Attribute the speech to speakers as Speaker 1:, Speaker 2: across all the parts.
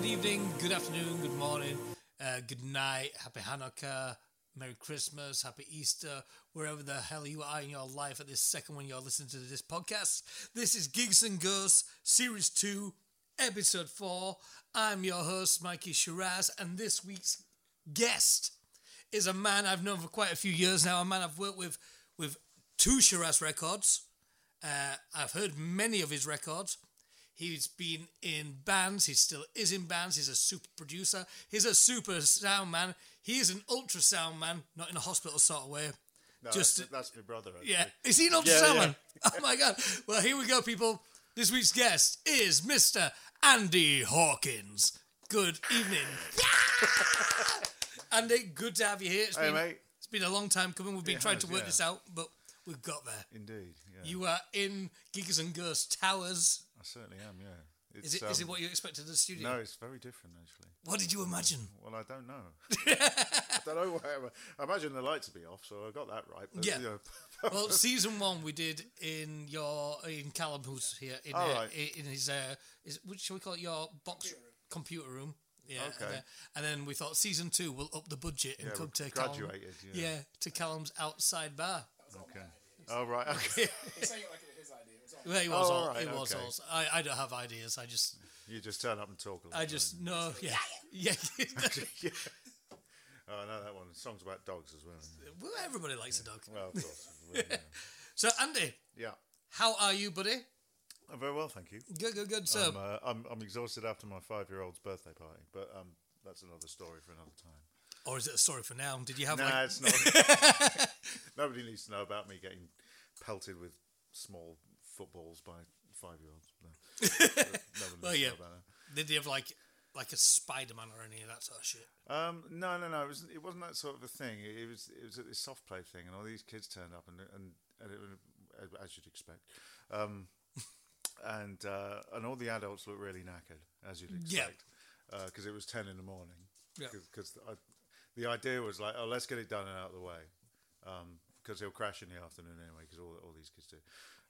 Speaker 1: good afternoon, good morning, uh, good night, happy Hanukkah, Merry Christmas, happy Easter, wherever the hell you are in your life at this second when you're listening to this podcast. This is Gigs and Ghosts, Series 2, Episode 4. I'm your host, Mikey Shiraz, and this week's guest is a man I've known for quite a few years now, a man I've worked with with two Shiraz records. Uh, I've heard many of his records. He's been in bands. He still is in bands. He's a super producer. He's a super sound man. He is an ultrasound man, not in a hospital sort of way.
Speaker 2: No,
Speaker 1: Just-
Speaker 2: that's, that's my brother. Actually.
Speaker 1: Yeah. Is he an
Speaker 2: Yeah,
Speaker 1: ultrasound
Speaker 2: yeah.
Speaker 1: man? Oh my God. Well, here we go, people. This week's guest is Mr. Andy Hawkins. Good evening. Andy, good to have you here. It's
Speaker 2: Hey,
Speaker 1: been,
Speaker 2: mate.
Speaker 1: It's been a long time coming. We've been
Speaker 2: It
Speaker 1: trying
Speaker 2: has,
Speaker 1: to work
Speaker 2: yeah.
Speaker 1: this out, but we've got there.
Speaker 2: Indeed. Yeah.
Speaker 1: You are in Giggers and Ghost Towers.
Speaker 2: I certainly am. Yeah.
Speaker 1: Is it is
Speaker 2: um,
Speaker 1: it what you expected at the studio?
Speaker 2: No, it's very different actually.
Speaker 1: What did you imagine?
Speaker 2: Well, I don't know. I don't know. Where, I imagine the lights will be off, so I got that right. But,
Speaker 1: Yeah.
Speaker 2: You know,
Speaker 1: Well, season one we did in your in Callum, who's here in
Speaker 2: All
Speaker 1: uh,
Speaker 2: right.
Speaker 1: i- in his uh, is, what shall we call it your box computer room? Yeah. and,
Speaker 2: Okay.
Speaker 1: uh, And, then we thought season two we'll up the budget and
Speaker 2: Yeah,
Speaker 1: come
Speaker 2: we've
Speaker 1: to
Speaker 2: graduated,
Speaker 1: Callum,
Speaker 2: yeah.
Speaker 1: to Callum's outside bar.
Speaker 2: okay. Oh right. Okay.
Speaker 3: He's saying it like it was his idea. It was all
Speaker 1: Well, it was
Speaker 2: Oh,
Speaker 1: all.
Speaker 2: all right,
Speaker 1: it was
Speaker 2: okay.
Speaker 1: all. I, I don't have ideas. I just
Speaker 2: you just turn up and talk a little.
Speaker 1: I just no. Yeah. Yeah.
Speaker 2: yeah. Oh, I know that one. Song's about dogs as well. isn't it?
Speaker 1: well, everybody likes a dog.
Speaker 2: Well, of course. yeah.
Speaker 1: So Andy,
Speaker 2: yeah.
Speaker 1: how are you, buddy?
Speaker 2: I'm very well, thank you.
Speaker 1: Good. Good. Good. So.
Speaker 2: I'm, uh, I'm, I'm exhausted after my five-year-old's birthday party, but um, that's another story for another time.
Speaker 1: Or is it a story for now? Did you have
Speaker 2: No,
Speaker 1: like
Speaker 2: it's not. Nobody needs to know about me getting pelted with small footballs by five-year-olds. No. No one
Speaker 1: Well,
Speaker 2: needs to
Speaker 1: yeah.
Speaker 2: know about that.
Speaker 1: did you have like like a Spider Man or any of that sort of shit?
Speaker 2: Um, no, no, no. It wasn't. It wasn't that sort of a thing. It, it was. It was at this soft play thing, and all these kids turned up, and and, and it, was- as you'd expect, um, and uh, and all the adults looked really knackered, as you'd
Speaker 1: Yeah.
Speaker 2: expect, because it was ten in the morning.
Speaker 1: Yeah.
Speaker 2: Because the idea was like, oh, let's get it done and out of the way, because he'll crash in the afternoon anyway, because all all these kids do.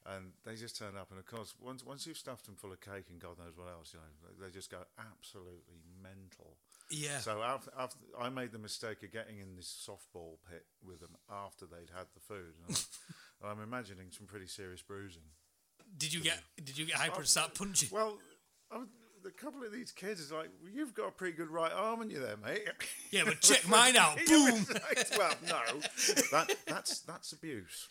Speaker 2: And they just turn up, and of course, once once you've stuffed them full of cake and God knows what else, you know, they- they just go absolutely mental.
Speaker 1: Yeah.
Speaker 2: So after, after I made the mistake of getting in this softball pit with them after they'd had the food, and I'm, I'm imagining some pretty serious bruising.
Speaker 1: did you get did you get hyper and start punching?
Speaker 2: Well, I was, a couple of these kids is like, well, you've got a pretty good right arm, and you there, mate.
Speaker 1: yeah, but check mine out. Boom.
Speaker 2: It's like, well, no, that, that's that's abuse.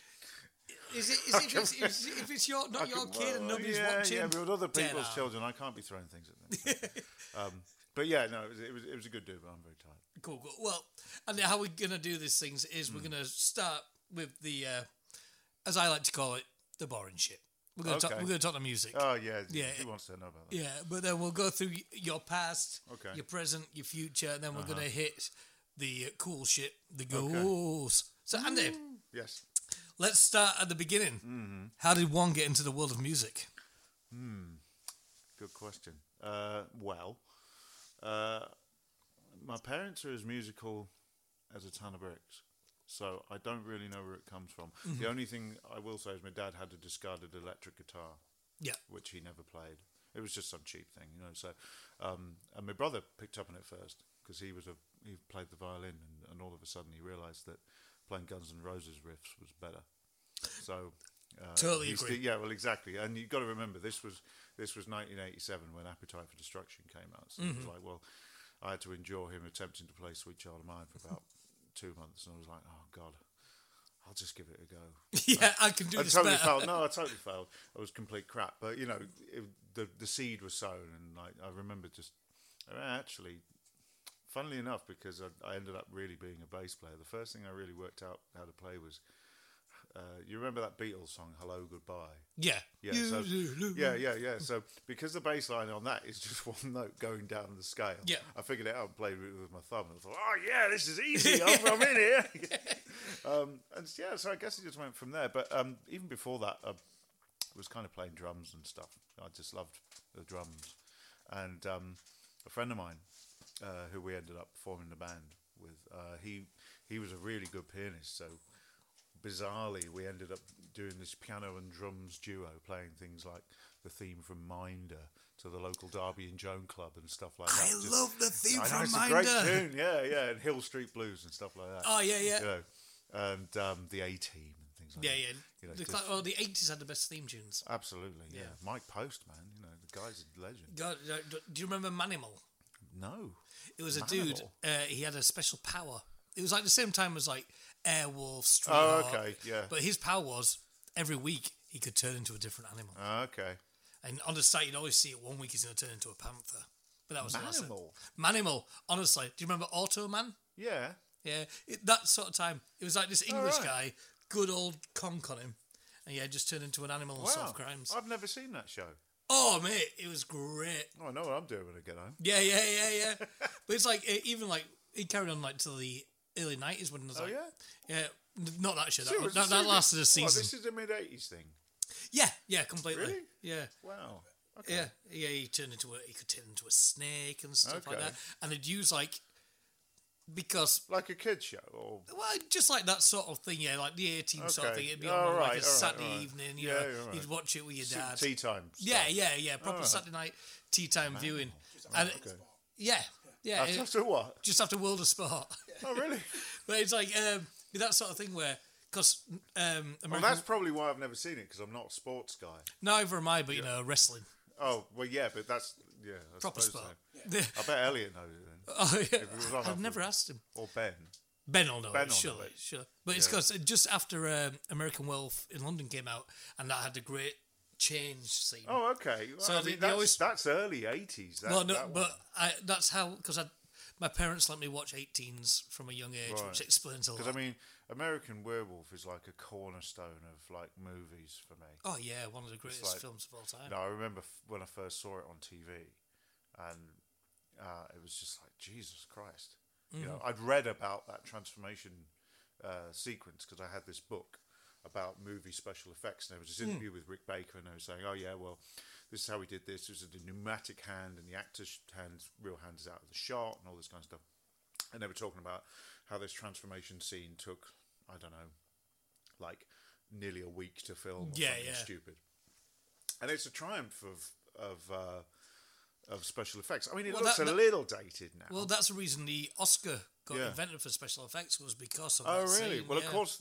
Speaker 1: Is it, is it, is it, is it if it's your not your kid and nobody's
Speaker 2: yeah,
Speaker 1: watching?
Speaker 2: yeah, but with other
Speaker 1: dead
Speaker 2: people's
Speaker 1: on.
Speaker 2: children, I can't be throwing things at them. so, um, but yeah, no, it was, it was it was a good do, but I'm very tired.
Speaker 1: Cool, cool. Well, and how we're gonna do these things is we're gonna start with the uh, as I like to call it the boring shit. We're gonna talk,
Speaker 2: Okay.
Speaker 1: we're gonna talk the music.
Speaker 2: Oh yeah,
Speaker 1: Yeah,
Speaker 2: yeah. Who
Speaker 1: it-
Speaker 2: wants to know about that?
Speaker 1: Yeah, but then we'll go through y- your past,
Speaker 2: Okay. Uh-huh.
Speaker 1: your present, your future, and then we're gonna hit the uh, cool shit, the goals. So Andy,
Speaker 2: Yes.
Speaker 1: Let's start at the beginning.
Speaker 2: Mm-hmm.
Speaker 1: How did one get into the world of music?
Speaker 2: Good question. Uh, well, uh, my parents are as musical as a ton of bricks, so I don't really know where it comes from. The only thing I will say is my dad had a discarded electric guitar,
Speaker 1: Yeah.
Speaker 2: which he never played. It was just some cheap thing, you know. So, um, and my brother picked up on it first because he was a he played the violin, and, and all of a sudden he realised that playing Guns N' Roses riffs was better. So. Uh,
Speaker 1: Totally
Speaker 2: he's
Speaker 1: agree.
Speaker 2: the- yeah, well, exactly. And you've got to remember this was this was 1987 when Appetite for Destruction came out. So
Speaker 1: Mm-hmm.
Speaker 2: it was like, well, I had to endure him attempting to play Sweet Child of Mine for about two months, and I was like, oh god, I'll just give it a go.
Speaker 1: yeah, I can do
Speaker 2: I
Speaker 1: this
Speaker 2: totally
Speaker 1: better.
Speaker 2: failed. No, I totally failed. I was complete crap. But you know, it, the the seed was sown, and like I remember just uh, actually, funnily enough, because I, I ended up really being a bass player. The first thing I really worked out how to play was. Uh, you remember that Beatles song "Hello Goodbye"?
Speaker 1: Yeah.
Speaker 2: Yeah, so, yeah, yeah, yeah. So because the bass line on that is just one note going down the scale,
Speaker 1: Yeah.
Speaker 2: I figured it out and played with it with my thumb and I thought, oh yeah, this is easy. I'm, I'm in here. um, and s- yeah, so I guess it just went from there. But um, even before that, I was kind of playing drums and stuff. I just loved the drums. And um, a friend of mine, uh, who we ended up forming the band with, uh, he he was a really good pianist. So bizarrely, we ended up doing this piano and drums duo, playing things like the theme from Minder to the local Derby and Joan club and stuff like that.
Speaker 1: I
Speaker 2: Just-
Speaker 1: love the theme
Speaker 2: I know, it's a
Speaker 1: reminder.
Speaker 2: great tune, yeah, yeah, and Hill Street Blues and stuff like that.
Speaker 1: Oh yeah, yeah,
Speaker 2: You know, and um, the A Team and things like
Speaker 1: yeah,
Speaker 2: that.
Speaker 1: yeah.
Speaker 2: You know,
Speaker 1: the,
Speaker 2: just- Uh,
Speaker 1: cla- oh, the eighties had the best theme tunes.
Speaker 2: Absolutely, yeah.
Speaker 1: Yeah.
Speaker 2: Mike Post, man, you know the guy's a legend.
Speaker 1: God, uh, do do you remember Manimal?
Speaker 2: No,
Speaker 1: It was a dude.
Speaker 2: Manimal?
Speaker 1: Uh, he had a special power. It was like the same time as like Airwolf, Street
Speaker 2: Oh,
Speaker 1: Hawk,
Speaker 2: okay, yeah.
Speaker 1: But his power was every week he could turn into a different animal.
Speaker 2: Ah, okay,
Speaker 1: And on the site, you'd always see it. One week he's going to turn into a panther. But that was awesome.
Speaker 2: Manimal?
Speaker 1: Manimal. Honestly, do you remember Automan?
Speaker 2: yeah,
Speaker 1: Yeah, it, that sort of time. It was like this English
Speaker 2: right.
Speaker 1: guy, good old conk on him, and yeah, just turned into an animal and
Speaker 2: wow,
Speaker 1: solved crimes.
Speaker 2: I've never seen that show.
Speaker 1: oh mate, it was great.
Speaker 2: Oh, I know what I'm doing when I get home.
Speaker 1: Yeah, yeah, yeah, yeah. but it's like it, even like it carried on like till the early nineties when it was
Speaker 2: Oh
Speaker 1: like
Speaker 2: yeah,
Speaker 1: yeah, n- not that shit. That,
Speaker 2: Seriously,
Speaker 1: that, that
Speaker 2: seriously?
Speaker 1: lasted a
Speaker 2: What,
Speaker 1: season.
Speaker 2: this is a mid '80s thing.
Speaker 1: Yeah, yeah, completely.
Speaker 2: Really?
Speaker 1: Yeah.
Speaker 2: Wow. Okay.
Speaker 1: Yeah, yeah, he turned into a he could turn into a snake and stuff like
Speaker 2: Okay.
Speaker 1: that, and they'd use like because
Speaker 2: Like a kid show, or
Speaker 1: Well, just like that sort of thing, yeah, like the A team sort of
Speaker 2: Okay.
Speaker 1: thing. It'd be
Speaker 2: All
Speaker 1: on
Speaker 2: right,
Speaker 1: like
Speaker 2: all
Speaker 1: a
Speaker 2: right,
Speaker 1: Saturday
Speaker 2: all right.
Speaker 1: evening, you
Speaker 2: Yeah,
Speaker 1: know,
Speaker 2: all right.
Speaker 1: you'd watch it with your dad.
Speaker 2: tea time.
Speaker 1: yeah,
Speaker 2: stuff.
Speaker 1: yeah, yeah, proper
Speaker 2: All right.
Speaker 1: Saturday night tea time viewing. And it-
Speaker 2: okay.
Speaker 1: yeah, yeah,
Speaker 2: That's
Speaker 1: it-
Speaker 2: after what?
Speaker 1: just after World of Sport.
Speaker 2: Oh really?
Speaker 1: but it's like um, that sort of thing where, because um, American,
Speaker 2: Well, that's probably why I've never seen it because I'm not a sports guy.
Speaker 1: neither am I, but you know, wrestling,
Speaker 2: Oh well, yeah, but that's yeah. I
Speaker 1: proper
Speaker 2: suppose
Speaker 1: sport.
Speaker 2: so. I bet Elliot knows it then,
Speaker 1: oh, yeah.
Speaker 2: was on
Speaker 1: I've
Speaker 2: after-
Speaker 1: never asked him.
Speaker 2: or Ben.
Speaker 1: Ben will know
Speaker 2: Ben
Speaker 1: it,
Speaker 2: will know
Speaker 1: surely,
Speaker 2: it.
Speaker 1: surely. But it's
Speaker 2: Yeah.
Speaker 1: 'cause it's because just after um, American Wealth in London came out, and that had the great change scene.
Speaker 2: Oh okay. Well,
Speaker 1: So
Speaker 2: I
Speaker 1: they-
Speaker 2: mean,
Speaker 1: they
Speaker 2: that's,
Speaker 1: always-
Speaker 2: that's early '80s. That,
Speaker 1: well, no,
Speaker 2: that one.
Speaker 1: but I, that's how because I, my parents let me watch 18s from a young age,
Speaker 2: Right.
Speaker 1: which explains a lot.
Speaker 2: Because I mean, American Werewolf is like a cornerstone of like movies for me.
Speaker 1: oh yeah, one of the greatest
Speaker 2: like-
Speaker 1: films of all time.
Speaker 2: No, I remember f- when I first saw it on TV, and uh, it was just like Jesus Christ. You
Speaker 1: Mm-hmm.
Speaker 2: know, I'd read about that transformation uh, sequence because I had this book about movie special effects, and there was
Speaker 1: Hmm.
Speaker 2: this interview with Rick Baker, and I was saying, "Oh yeah, well, this is how we did this. It was a pneumatic hand, and the actor's hands, real hands, is out of the shot, and all this kind of stuff." And they were talking about how this transformation scene took, I don't know, like nearly a week to film. Or
Speaker 1: Yeah,
Speaker 2: something
Speaker 1: yeah.
Speaker 2: Stupid and it's a triumph of of uh, of special effects. I mean, it
Speaker 1: Well,
Speaker 2: looks
Speaker 1: that-
Speaker 2: a
Speaker 1: that-
Speaker 2: little dated now.
Speaker 1: Well, that's the reason the Oscar got
Speaker 2: Yeah.
Speaker 1: invented for special effects was because of.
Speaker 2: oh,
Speaker 1: that
Speaker 2: really?
Speaker 1: scene,
Speaker 2: well,
Speaker 1: yeah.
Speaker 2: of course.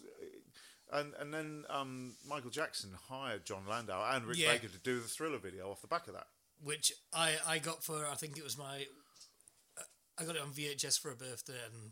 Speaker 2: And and then um, Michael Jackson hired John Landau and Rick
Speaker 1: Yeah.
Speaker 2: Baker to do the Thriller video off the back of that.
Speaker 1: Which I I got for I think it was my, I got it on VHS for a birthday and.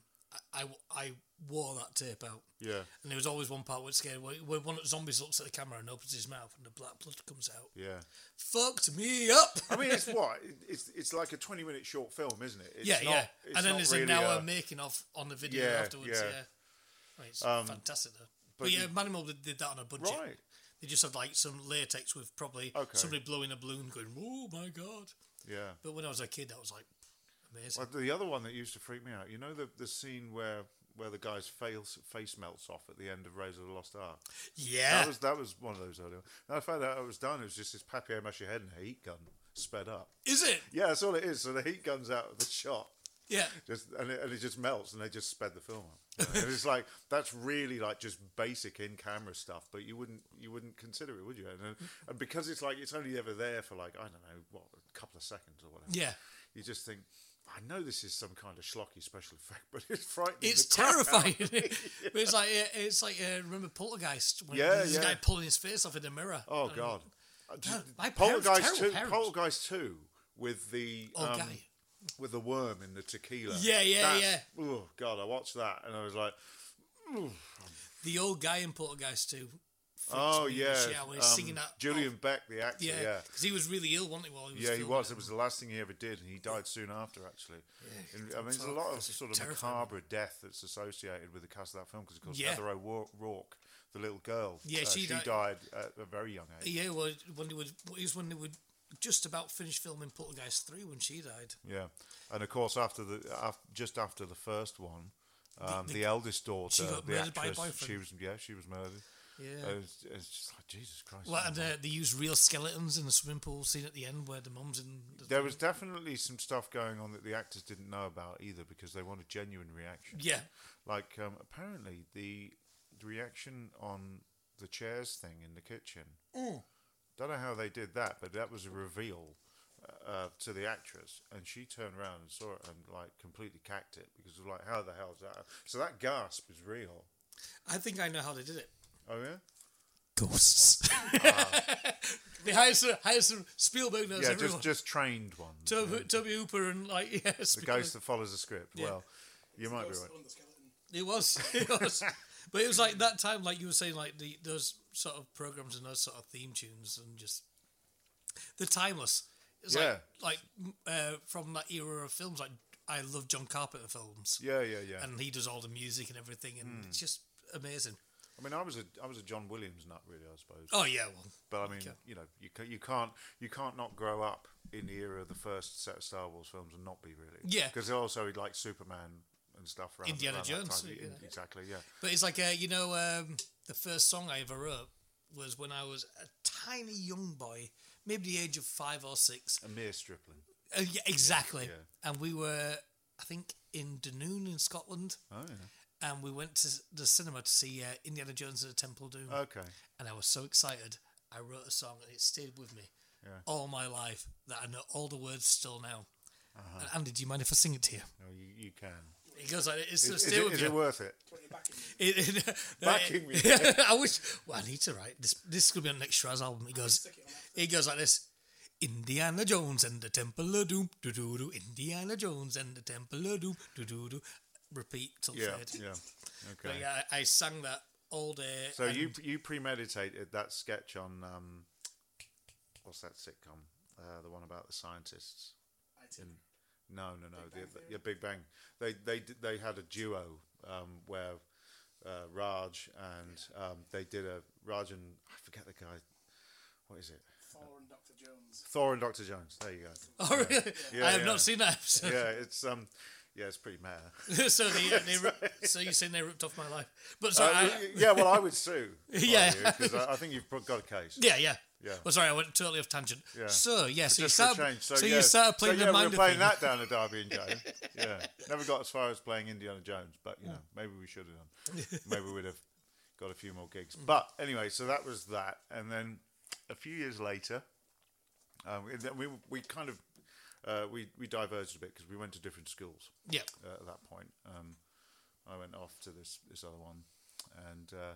Speaker 1: I, I, I wore that tape out,
Speaker 2: Yeah,
Speaker 1: and there was always one part which scared where, where one of the zombies looks at the camera and opens his mouth, and the black blood comes out.
Speaker 2: yeah.
Speaker 1: Fucked me up.
Speaker 2: I mean, it's what it's it's like a twenty minute short film, isn't it? It's
Speaker 1: yeah,
Speaker 2: not-
Speaker 1: yeah.
Speaker 2: it's
Speaker 1: And then
Speaker 2: not
Speaker 1: there's
Speaker 2: really uh,
Speaker 1: an hour
Speaker 2: a-
Speaker 1: making off on the video
Speaker 2: Yeah,
Speaker 1: afterwards. Yeah.
Speaker 2: yeah. Um,
Speaker 1: Right, it's fantastic though. But,
Speaker 2: but
Speaker 1: yeah,
Speaker 2: you-
Speaker 1: Manimal did, did that on a budget.
Speaker 2: Right.
Speaker 1: They just had like some latex with probably
Speaker 2: Okay.
Speaker 1: somebody blowing a balloon, going, "Oh my god!"
Speaker 2: yeah.
Speaker 1: But when I was a kid, that was like amazing.
Speaker 2: Well, the other one that used to freak me out, you know, the the scene where where the guy's face face melts off at the end of Razor of the Lost Ark.
Speaker 1: yeah,
Speaker 2: That was that was one of those earlier. And I found out it was done. It was just this papier mâché head and a heat gun sped up.
Speaker 1: is it?
Speaker 2: Yeah, that's all it is. So the heat guns out of the shot,
Speaker 1: Yeah,
Speaker 2: just and it, and it just melts, and they just sped the film up. You know, and it's like that's really like just basic in camera stuff, but you wouldn't you wouldn't consider it, would you? And, then- and because it's like it's only ever there for like I don't know what a couple of seconds or whatever.
Speaker 1: yeah.
Speaker 2: You just think I know this is some kind of schlocky special effect, but it's frightening.
Speaker 1: It's
Speaker 2: the crap out of
Speaker 1: terrifying.
Speaker 2: me.
Speaker 1: but it's like uh, it's like uh, remember Poltergeist when
Speaker 2: Yeah,
Speaker 1: there's this
Speaker 2: yeah.
Speaker 1: guy pulling his face off in the mirror.
Speaker 2: Oh
Speaker 1: And-
Speaker 2: God! Uh, d-
Speaker 1: No, my parents-
Speaker 2: Poltergeist
Speaker 1: terrible
Speaker 2: two,
Speaker 1: parents.
Speaker 2: Poltergeist two, with the
Speaker 1: Oh,
Speaker 2: um,
Speaker 1: guy.
Speaker 2: with the worm in the tequila.
Speaker 1: Yeah, yeah,
Speaker 2: That's- Oh God! I watched that and I was like,
Speaker 1: The old guy in Poltergeist too. freaks
Speaker 2: Oh
Speaker 1: me the
Speaker 2: yeah,
Speaker 1: shit out when he's
Speaker 2: um,
Speaker 1: singing that Oh,
Speaker 2: Julian Beck, the actor. Yeah,
Speaker 1: Yeah,
Speaker 2: yeah,
Speaker 1: because he was really ill, wasn't he? While he was
Speaker 2: he
Speaker 1: filming
Speaker 2: was.
Speaker 1: it?
Speaker 2: It was the last thing he ever did, and he died soon after. Actually, And, I mean, there's a lot of sort of
Speaker 1: terrifying.
Speaker 2: macabre death that's associated with the cast of that film because, of course,
Speaker 1: Yeah.
Speaker 2: Heather O'Rourke, the little girl,
Speaker 1: Yeah,
Speaker 2: uh,
Speaker 1: she
Speaker 2: she
Speaker 1: di-
Speaker 2: died at a very young age.
Speaker 1: Yeah, well, when they would, it was when they would just about finish filming Poltergeist three when she died.
Speaker 2: Yeah, and of course after the af just after the first one, um, the, eldest daughter,
Speaker 1: got
Speaker 2: the
Speaker 1: murdered by a
Speaker 2: actress,
Speaker 1: boyfriend.
Speaker 2: she was yeah, she was murdered.
Speaker 1: Yeah.
Speaker 2: It was, it's just like Jesus Christ.
Speaker 1: well,
Speaker 2: man.
Speaker 1: and uh, they used real skeletons in the swimming pool scene at the end where the mum's in. The,
Speaker 2: there was definitely some stuff going on that the actors didn't know about either because they want a genuine reaction.
Speaker 1: yeah,
Speaker 2: Like um, apparently the reaction on the
Speaker 1: Mm.
Speaker 2: chairs thing in the kitchen. Don't know how they did that, but that was a reveal uh, to the actress, and she turned around and saw it and like completely cacked it because it was like, how the hell is that? So that gasp is real.
Speaker 1: I think I know how they did it.
Speaker 2: Oh yeah,
Speaker 1: Ghosts. the highest, highest Spielberg knows
Speaker 2: Ah. yeah,
Speaker 1: everyone.
Speaker 2: just just trained one.
Speaker 1: Toby, Toby Hooper and like yeah,
Speaker 2: the
Speaker 1: Spielberg.
Speaker 2: ghost that follows the script.
Speaker 1: Yeah.
Speaker 2: Well, you might be
Speaker 3: Ghost
Speaker 2: right.
Speaker 3: on the skeleton.
Speaker 1: It was, it was, but it was like that time, like you were saying, like the those sort of programs and those sort of theme tunes and just they're timeless. It's like like uh, from that era of films. Like I love John Carpenter films,
Speaker 2: Yeah, Mm. yeah, yeah.
Speaker 1: and he does all the music and everything, and it's just amazing.
Speaker 2: I mean, I was a I was a John Williams nut, really, I suppose.
Speaker 1: Oh yeah, well,
Speaker 2: But I mean,
Speaker 1: Okay.
Speaker 2: you know, you ca- you can't you can't not grow up in the era of the first set of Star Wars films and not be really.
Speaker 1: Yeah.
Speaker 2: Because also like Superman and stuff. Around,
Speaker 1: Indiana
Speaker 2: around that
Speaker 1: Jones,
Speaker 2: time.
Speaker 1: yeah.
Speaker 2: In- Exactly. Yeah.
Speaker 1: but it's like uh, you know um, the first song I ever wrote was when I was a tiny young boy, maybe the age of five or six,
Speaker 2: Amir Stripling.
Speaker 1: Uh, yeah, exactly.
Speaker 2: Yeah.
Speaker 1: And we were, I think, in Dunoon in Scotland,
Speaker 2: Oh yeah.
Speaker 1: and we went to the cinema to see uh, Indiana Jones and the Temple of Doom.
Speaker 2: Okay.
Speaker 1: and I was so excited, I wrote a song, and it stayed with me
Speaker 2: Yeah.
Speaker 1: all my life. That I know all the words still now.
Speaker 2: Uh-huh.
Speaker 1: And Andy, do you mind if I sing it to you?
Speaker 2: No, you, you can.
Speaker 1: It goes like it's
Speaker 2: Is,
Speaker 1: still
Speaker 2: is
Speaker 1: stay
Speaker 2: it,
Speaker 1: with
Speaker 2: is
Speaker 1: you.
Speaker 2: it worth it?
Speaker 3: Put it back in you.
Speaker 1: It- it-
Speaker 2: Backing me.
Speaker 1: I wish. Well, I need to write this. This could be on next Shraz album. It goes.
Speaker 3: Stick it on that.
Speaker 1: It goes like this. Indiana Jones and the Temple of Doom, doo doo doo. Indiana Jones and the Temple of Doom, doo doo doo. Repeat till
Speaker 2: Yeah.
Speaker 1: third.
Speaker 2: Yeah.
Speaker 1: But
Speaker 2: Okay.
Speaker 1: yeah, I, I sang that all day.
Speaker 2: So you
Speaker 1: and
Speaker 2: you premeditated that sketch on um, what's that sitcom? Uh, the one about the scientists.
Speaker 3: I too.
Speaker 2: No, no, no. the, the, yeah, Big Bang. They they did- they had a duo um, where uh, Raj and um, they did a Raj and I forget the guy. What is it?
Speaker 3: Thor and Dr. Jones.
Speaker 2: Thor and Doctor Jones. There you go.
Speaker 1: Oh, really?
Speaker 2: Yeah,
Speaker 1: I have
Speaker 2: yeah.
Speaker 1: not seen that episode.
Speaker 2: Yeah, it's um, yeah, it's pretty mad.
Speaker 1: so they, they ri- so you're saying they ripped off my life? But sorry,
Speaker 2: Uh,
Speaker 1: I,
Speaker 2: yeah, well, I would sue.
Speaker 1: Yeah.
Speaker 2: because I, I think you've got a case.
Speaker 1: yeah, yeah.
Speaker 2: Yeah.
Speaker 1: Well, sorry, I went totally off tangent.
Speaker 2: Yeah.
Speaker 1: So yeah, so you
Speaker 2: Just for a
Speaker 1: start,
Speaker 2: change.
Speaker 1: so,
Speaker 2: So, yeah.
Speaker 1: you start playing
Speaker 2: so, yeah,
Speaker 1: the
Speaker 2: we
Speaker 1: mind
Speaker 2: were playing that down at Derby and Joe. yeah, never got as far as playing Indiana Jones, but you know, maybe we should have done. Maybe we'd have got a few more gigs. But anyway, so that was that, and then a few years later, um, and then we we kind of uh, we we diverged a bit because we went to different schools
Speaker 1: Yeah.
Speaker 2: uh, at that point. Um, I went off to this this other one, and uh,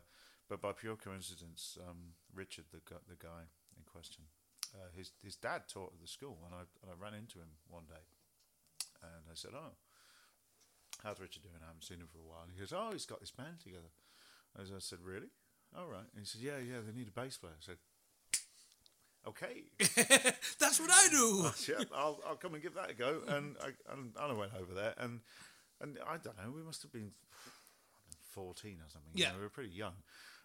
Speaker 2: but by pure coincidence, um, Richard, the gu- the guy in question, uh, his his dad taught at the school, and I and I ran into him one day, and I said, "Oh, how's Richard doing? I haven't seen him for a while." He goes, "Oh, he's got this band together." As I said, "Really? All right." And he said, "Yeah, yeah, they need a bass player." I said, "Okay."
Speaker 1: That's what I do.
Speaker 2: yeah, I'll, I'll come and give that a go. And I, and I went over there, and and I don't know, we must have been fourteen or something. you
Speaker 1: Yeah.
Speaker 2: know, we were pretty young.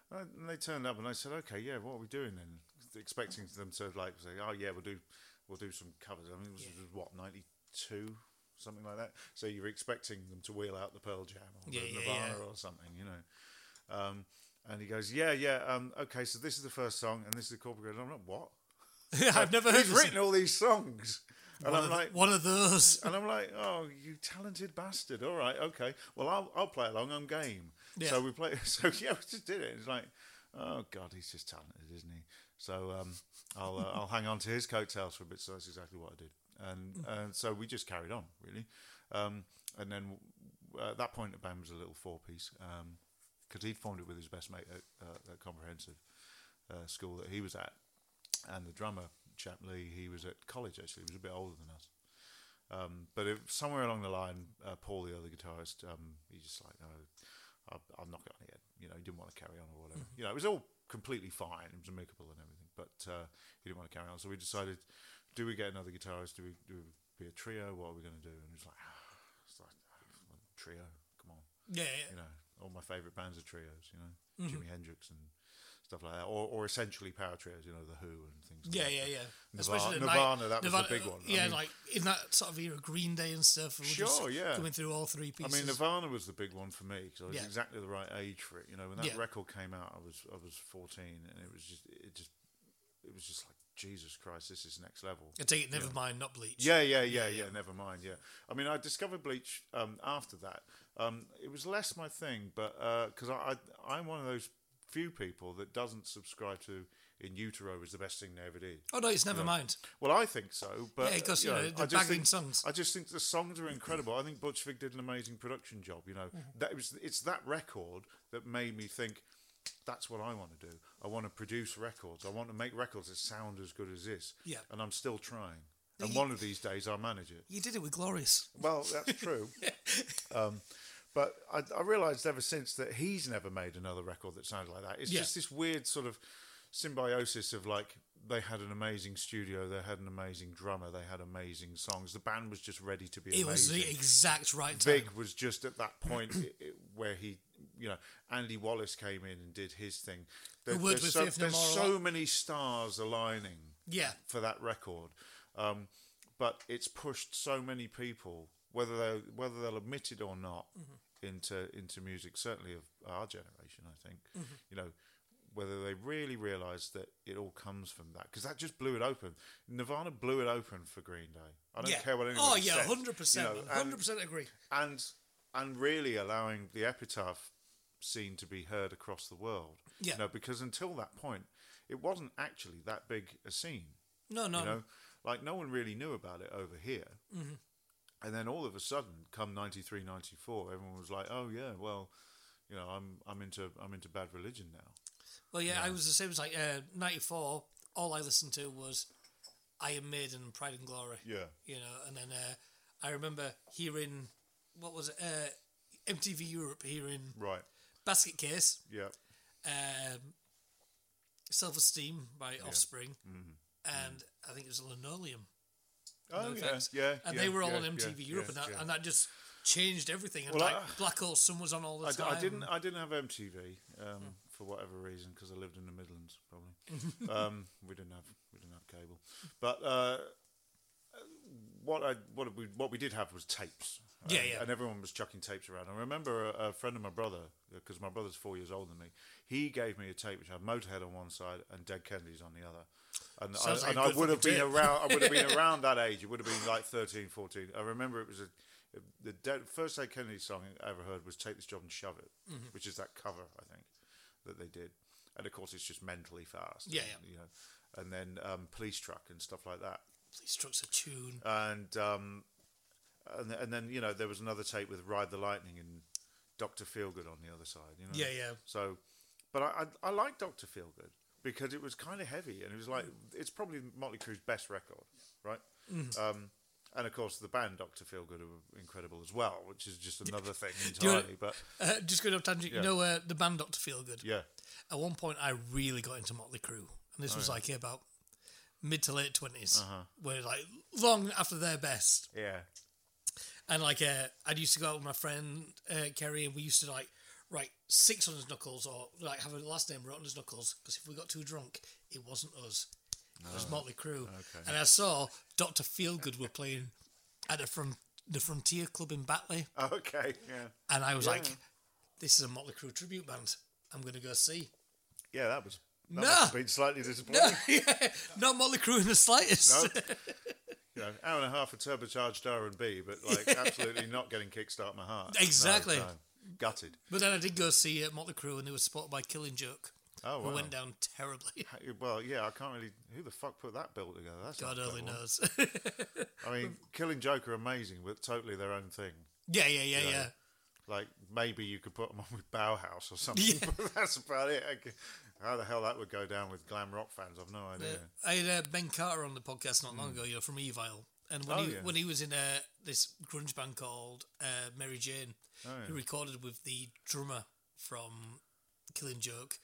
Speaker 2: And they turned up, and I said, "Okay, yeah, what are we doing then?" Expecting them to like say, "Oh yeah, we'll do we'll do some covers." I mean, this was what ninety two. Something like that. So you were expecting them to wheel out the Pearl Jam or
Speaker 1: Yeah,
Speaker 2: the
Speaker 1: yeah,
Speaker 2: Nirvana
Speaker 1: yeah.
Speaker 2: or something, you know. Um, and he goes, "Yeah, yeah, um, okay. So this is the first song, and this is the chord progression." I'm like, "What?
Speaker 1: I've never heard
Speaker 2: He's
Speaker 1: this.
Speaker 2: written all these songs." And
Speaker 1: one,
Speaker 2: I'm
Speaker 1: of,
Speaker 2: like,
Speaker 1: one of those.
Speaker 2: and I'm like, oh, you talented bastard. All right, okay. Well, I'll, I'll play along. I'm game.
Speaker 1: Yeah.
Speaker 2: So we play. So yeah, we just did it. It's like, oh god, he's just talented, isn't he? So um, I'll uh, I'll hang on to his coattails for a bit. So that's exactly what I did. And and so we just carried on really. Um, and then uh, at that point, the band was a little four piece. Um, because he'd formed it with his best mate at, uh, at comprehensive uh, school that he was at, and the drummer chap Lee, he was at college actually. He was a bit older than us. Um, but it, somewhere along the line, uh, Paul, the other guitarist, um, he just like, no, I'll, I'll knock it on the head. You know, he didn't want to carry on or whatever.
Speaker 1: Mm.
Speaker 2: You know, it was all completely fine. It was amicable and everything, but uh, he didn't want to carry on. So we decided, do we get another guitarist? Do we, do we be a trio? What are we going to do? And he was like, it's like "Ah, trio, come on
Speaker 1: Yeah,
Speaker 2: you know, all my favourite bands are trios, you know,
Speaker 1: Mm-hmm.
Speaker 2: Jimi Hendrix and stuff like that, or, or essentially power trios, you know, The Who and things like
Speaker 1: yeah, yeah,
Speaker 2: that.
Speaker 1: yeah. yeah.
Speaker 2: Nirvana-
Speaker 1: Especially at
Speaker 2: Nirvana, that was the
Speaker 1: Nirvana,
Speaker 2: big one. I
Speaker 1: Yeah,
Speaker 2: mean-
Speaker 1: like in that sort of era, Green Day and stuff. we were just
Speaker 2: Sure, yeah.
Speaker 1: Coming through all three
Speaker 2: I
Speaker 1: pieces.
Speaker 2: mean, Nirvana was the big one for me because I was
Speaker 1: Yeah.
Speaker 2: exactly the right age for it. You know, when that
Speaker 1: Yeah.
Speaker 2: record came out, I was I was fourteen, and it was just it just it was just like Jesus Christ, this is next level.
Speaker 1: I take it. Never mind, not Bleach.
Speaker 2: Yeah, yeah, yeah, yeah. Never mind. Yeah, I mean, I discovered Bleach um, after that. Um, it was less my thing, but because uh, I, I, I'm one of those few people that doesn't subscribe to in utero is the best thing they ever did.
Speaker 1: Oh no, it's never mind.
Speaker 2: Well, I think so, but
Speaker 1: Yeah, because,
Speaker 2: uh,
Speaker 1: you know, they're
Speaker 2: I just
Speaker 1: banging
Speaker 2: think,
Speaker 1: songs.
Speaker 2: I just think the songs are incredible. I think Butch Vig did an amazing production job. You know,
Speaker 1: Mm-hmm.
Speaker 2: that it was it's that record that made me think that's what I want to do. I want to produce records. I want to make records that sound as good as this.
Speaker 1: Yeah.
Speaker 2: and I'm still trying.
Speaker 1: No,
Speaker 2: And
Speaker 1: you-
Speaker 2: one of these days, I'll manage it.
Speaker 1: You did it with Glorious.
Speaker 2: Well, that's true. um, but I, I realised ever since that he's never made another record that sounded like that. It's
Speaker 1: Yeah.
Speaker 2: just this weird sort of symbiosis of like they had an amazing studio, they had an amazing drummer, they had amazing songs. The band was just ready to be
Speaker 1: It was
Speaker 2: amazing.
Speaker 1: the exact right time.
Speaker 2: Big was just at that point i- i- where he, you know, Andy Wallace came in and did his thing. There-
Speaker 1: worked
Speaker 2: there's
Speaker 1: with
Speaker 2: so,
Speaker 1: Faith No
Speaker 2: there's
Speaker 1: More a
Speaker 2: so
Speaker 1: lot.
Speaker 2: many stars aligning
Speaker 1: Yeah.
Speaker 2: for that record. Um, but it's pushed so many people, whether they whether they'll admit it or not,
Speaker 1: Mm-hmm.
Speaker 2: into into music. Certainly of our generation, I think.
Speaker 1: Mm-hmm.
Speaker 2: You know, whether they really realise that it all comes from that, because that just blew it open. Nirvana blew it open for Green Day. I don't
Speaker 1: yeah.
Speaker 2: care what anyone
Speaker 1: oh
Speaker 2: says.
Speaker 1: yeah,
Speaker 2: you
Speaker 1: hundred percent,
Speaker 2: know, and-
Speaker 1: hundred percent agree.
Speaker 2: and and really allowing the epitaph scene to be heard across the world.
Speaker 1: Yeah.
Speaker 2: You know, because until that point, it wasn't actually that big a scene.
Speaker 1: No, no,
Speaker 2: You know, like no one really knew about it over here.
Speaker 1: Mm-hmm.
Speaker 2: And then all of a sudden, come 93, 94, everyone was like, "Oh yeah, well, you know, I'm I'm into I'm into bad religion now."
Speaker 1: Well, yeah, I was the same as like uh, '94. All I listened to was Iron Maiden and Pride and Glory.
Speaker 2: Yeah.
Speaker 1: you know, and then uh, I remember hearing what was it, uh, MTV Europe hearing
Speaker 2: Right.
Speaker 1: Basket Case,
Speaker 2: Yeah.
Speaker 1: um, Self Esteem by Offspring,
Speaker 2: Mm-hmm.
Speaker 1: and I think it was Linoleum.
Speaker 2: Oh
Speaker 1: No
Speaker 2: yeah.
Speaker 1: Effects.
Speaker 2: Yeah.
Speaker 1: and
Speaker 2: yeah,
Speaker 1: they were all
Speaker 2: yeah,
Speaker 1: on MTV
Speaker 2: yeah,
Speaker 1: Europe,
Speaker 2: yeah,
Speaker 1: and, that,
Speaker 2: yeah.
Speaker 1: and that just changed everything. And
Speaker 2: Well,
Speaker 1: like
Speaker 2: I-
Speaker 1: Black Hole Sun was on all the
Speaker 2: I, d-
Speaker 1: time.
Speaker 2: I didn't. I didn't have MTV um, for whatever reason because I lived in the Midlands. Probably um, we didn't have we didn't have cable. But uh, what I what we what we did have was tapes.
Speaker 1: Yeah,
Speaker 2: and,
Speaker 1: yeah.
Speaker 2: And everyone was chucking tapes around. I remember a, a friend of my brother because my brother's four years older than me. He gave me a tape which had Motorhead on one side and Dead Kennedys on the other. And, I,
Speaker 1: Sounds like
Speaker 2: and
Speaker 1: a
Speaker 2: I
Speaker 1: good
Speaker 2: would have
Speaker 1: fucking
Speaker 2: been
Speaker 1: tape.
Speaker 2: around. I would have been around that age. It would have been like 13, 14. I remember it was a the Dead, first Dead Kennedy song I ever heard was "Take This Job and Shove It,"
Speaker 1: Mm-hmm.
Speaker 2: which is that cover I think that they did. And of course, it's just mentally fast.
Speaker 1: Yeah,
Speaker 2: and, you know. And then um, police truck and stuff like that
Speaker 1: Please Truck's a tune.
Speaker 2: and um, and and then you know there was another tape with Ride the Lightning and Doctor Feelgood on the other side. You know.
Speaker 1: Yeah, yeah.
Speaker 2: So, but I I, I like Doctor Feelgood because it was kind of heavy and it was like it's probably Motley Crue's best record, right?
Speaker 1: Mm-hmm.
Speaker 2: Um, and of course the band Doctor Feelgood are incredible as well, which is just another thing
Speaker 1: you-
Speaker 2: entirely. But
Speaker 1: Uh, just going off tangent,
Speaker 2: Yeah.
Speaker 1: you know uh, the band Doctor Feelgood.
Speaker 2: yeah,
Speaker 1: At one point, I really got into Motley Crue, and this was like about mid to late 20s
Speaker 2: Uh-huh.
Speaker 1: where like long after their best.
Speaker 2: yeah,
Speaker 1: And like uh, I used to go out with my friend uh, Kerry, and we used to like write six on his knuckles, or like have a last name wrote on his knuckles, because if we got too drunk, it wasn't us. It
Speaker 2: Ah,
Speaker 1: was Motley Crue. And I saw Doctor Feelgood were playing at the front. The Frontier Club in Batley,
Speaker 2: okay, yeah,
Speaker 1: and I was
Speaker 2: Yeah.
Speaker 1: like, "This is a Motley Crue tribute band. I'm going to go see."
Speaker 2: yeah. That was
Speaker 1: No.
Speaker 2: that must have been slightly disappointing.
Speaker 1: Not Motley Crue in the slightest.
Speaker 2: you know, hour and a half of turbocharged R and B, but like absolutely not getting kickstart my heart.
Speaker 1: Exactly.
Speaker 2: No, no. Gutted.
Speaker 1: But then I did go see uh, Motley Crue, and they were spotted by Killing Joke.
Speaker 2: Oh
Speaker 1: who
Speaker 2: wow.
Speaker 1: went down terribly.
Speaker 2: Well, yeah, I can't really. Who the fuck put that bill together? That's
Speaker 1: God
Speaker 2: not
Speaker 1: only
Speaker 2: clever.
Speaker 1: knows.
Speaker 2: I mean, Killing Joke are amazing, but totally their own thing.
Speaker 1: yeah, yeah, yeah, yeah.
Speaker 2: Like maybe you could put them on with Bauhaus or something, but that's about it. I c- How the hell that would go down with glam rock fans? I've no idea.
Speaker 1: I had uh, Ben Carter on the podcast not long ago, you know, from Evil. And when,
Speaker 2: Mm. Oh,
Speaker 1: he,
Speaker 2: yeah.
Speaker 1: when he was in uh, this grunge band called uh, Mary Jane,
Speaker 2: Oh,
Speaker 1: who recorded with the drummer from Killing Joke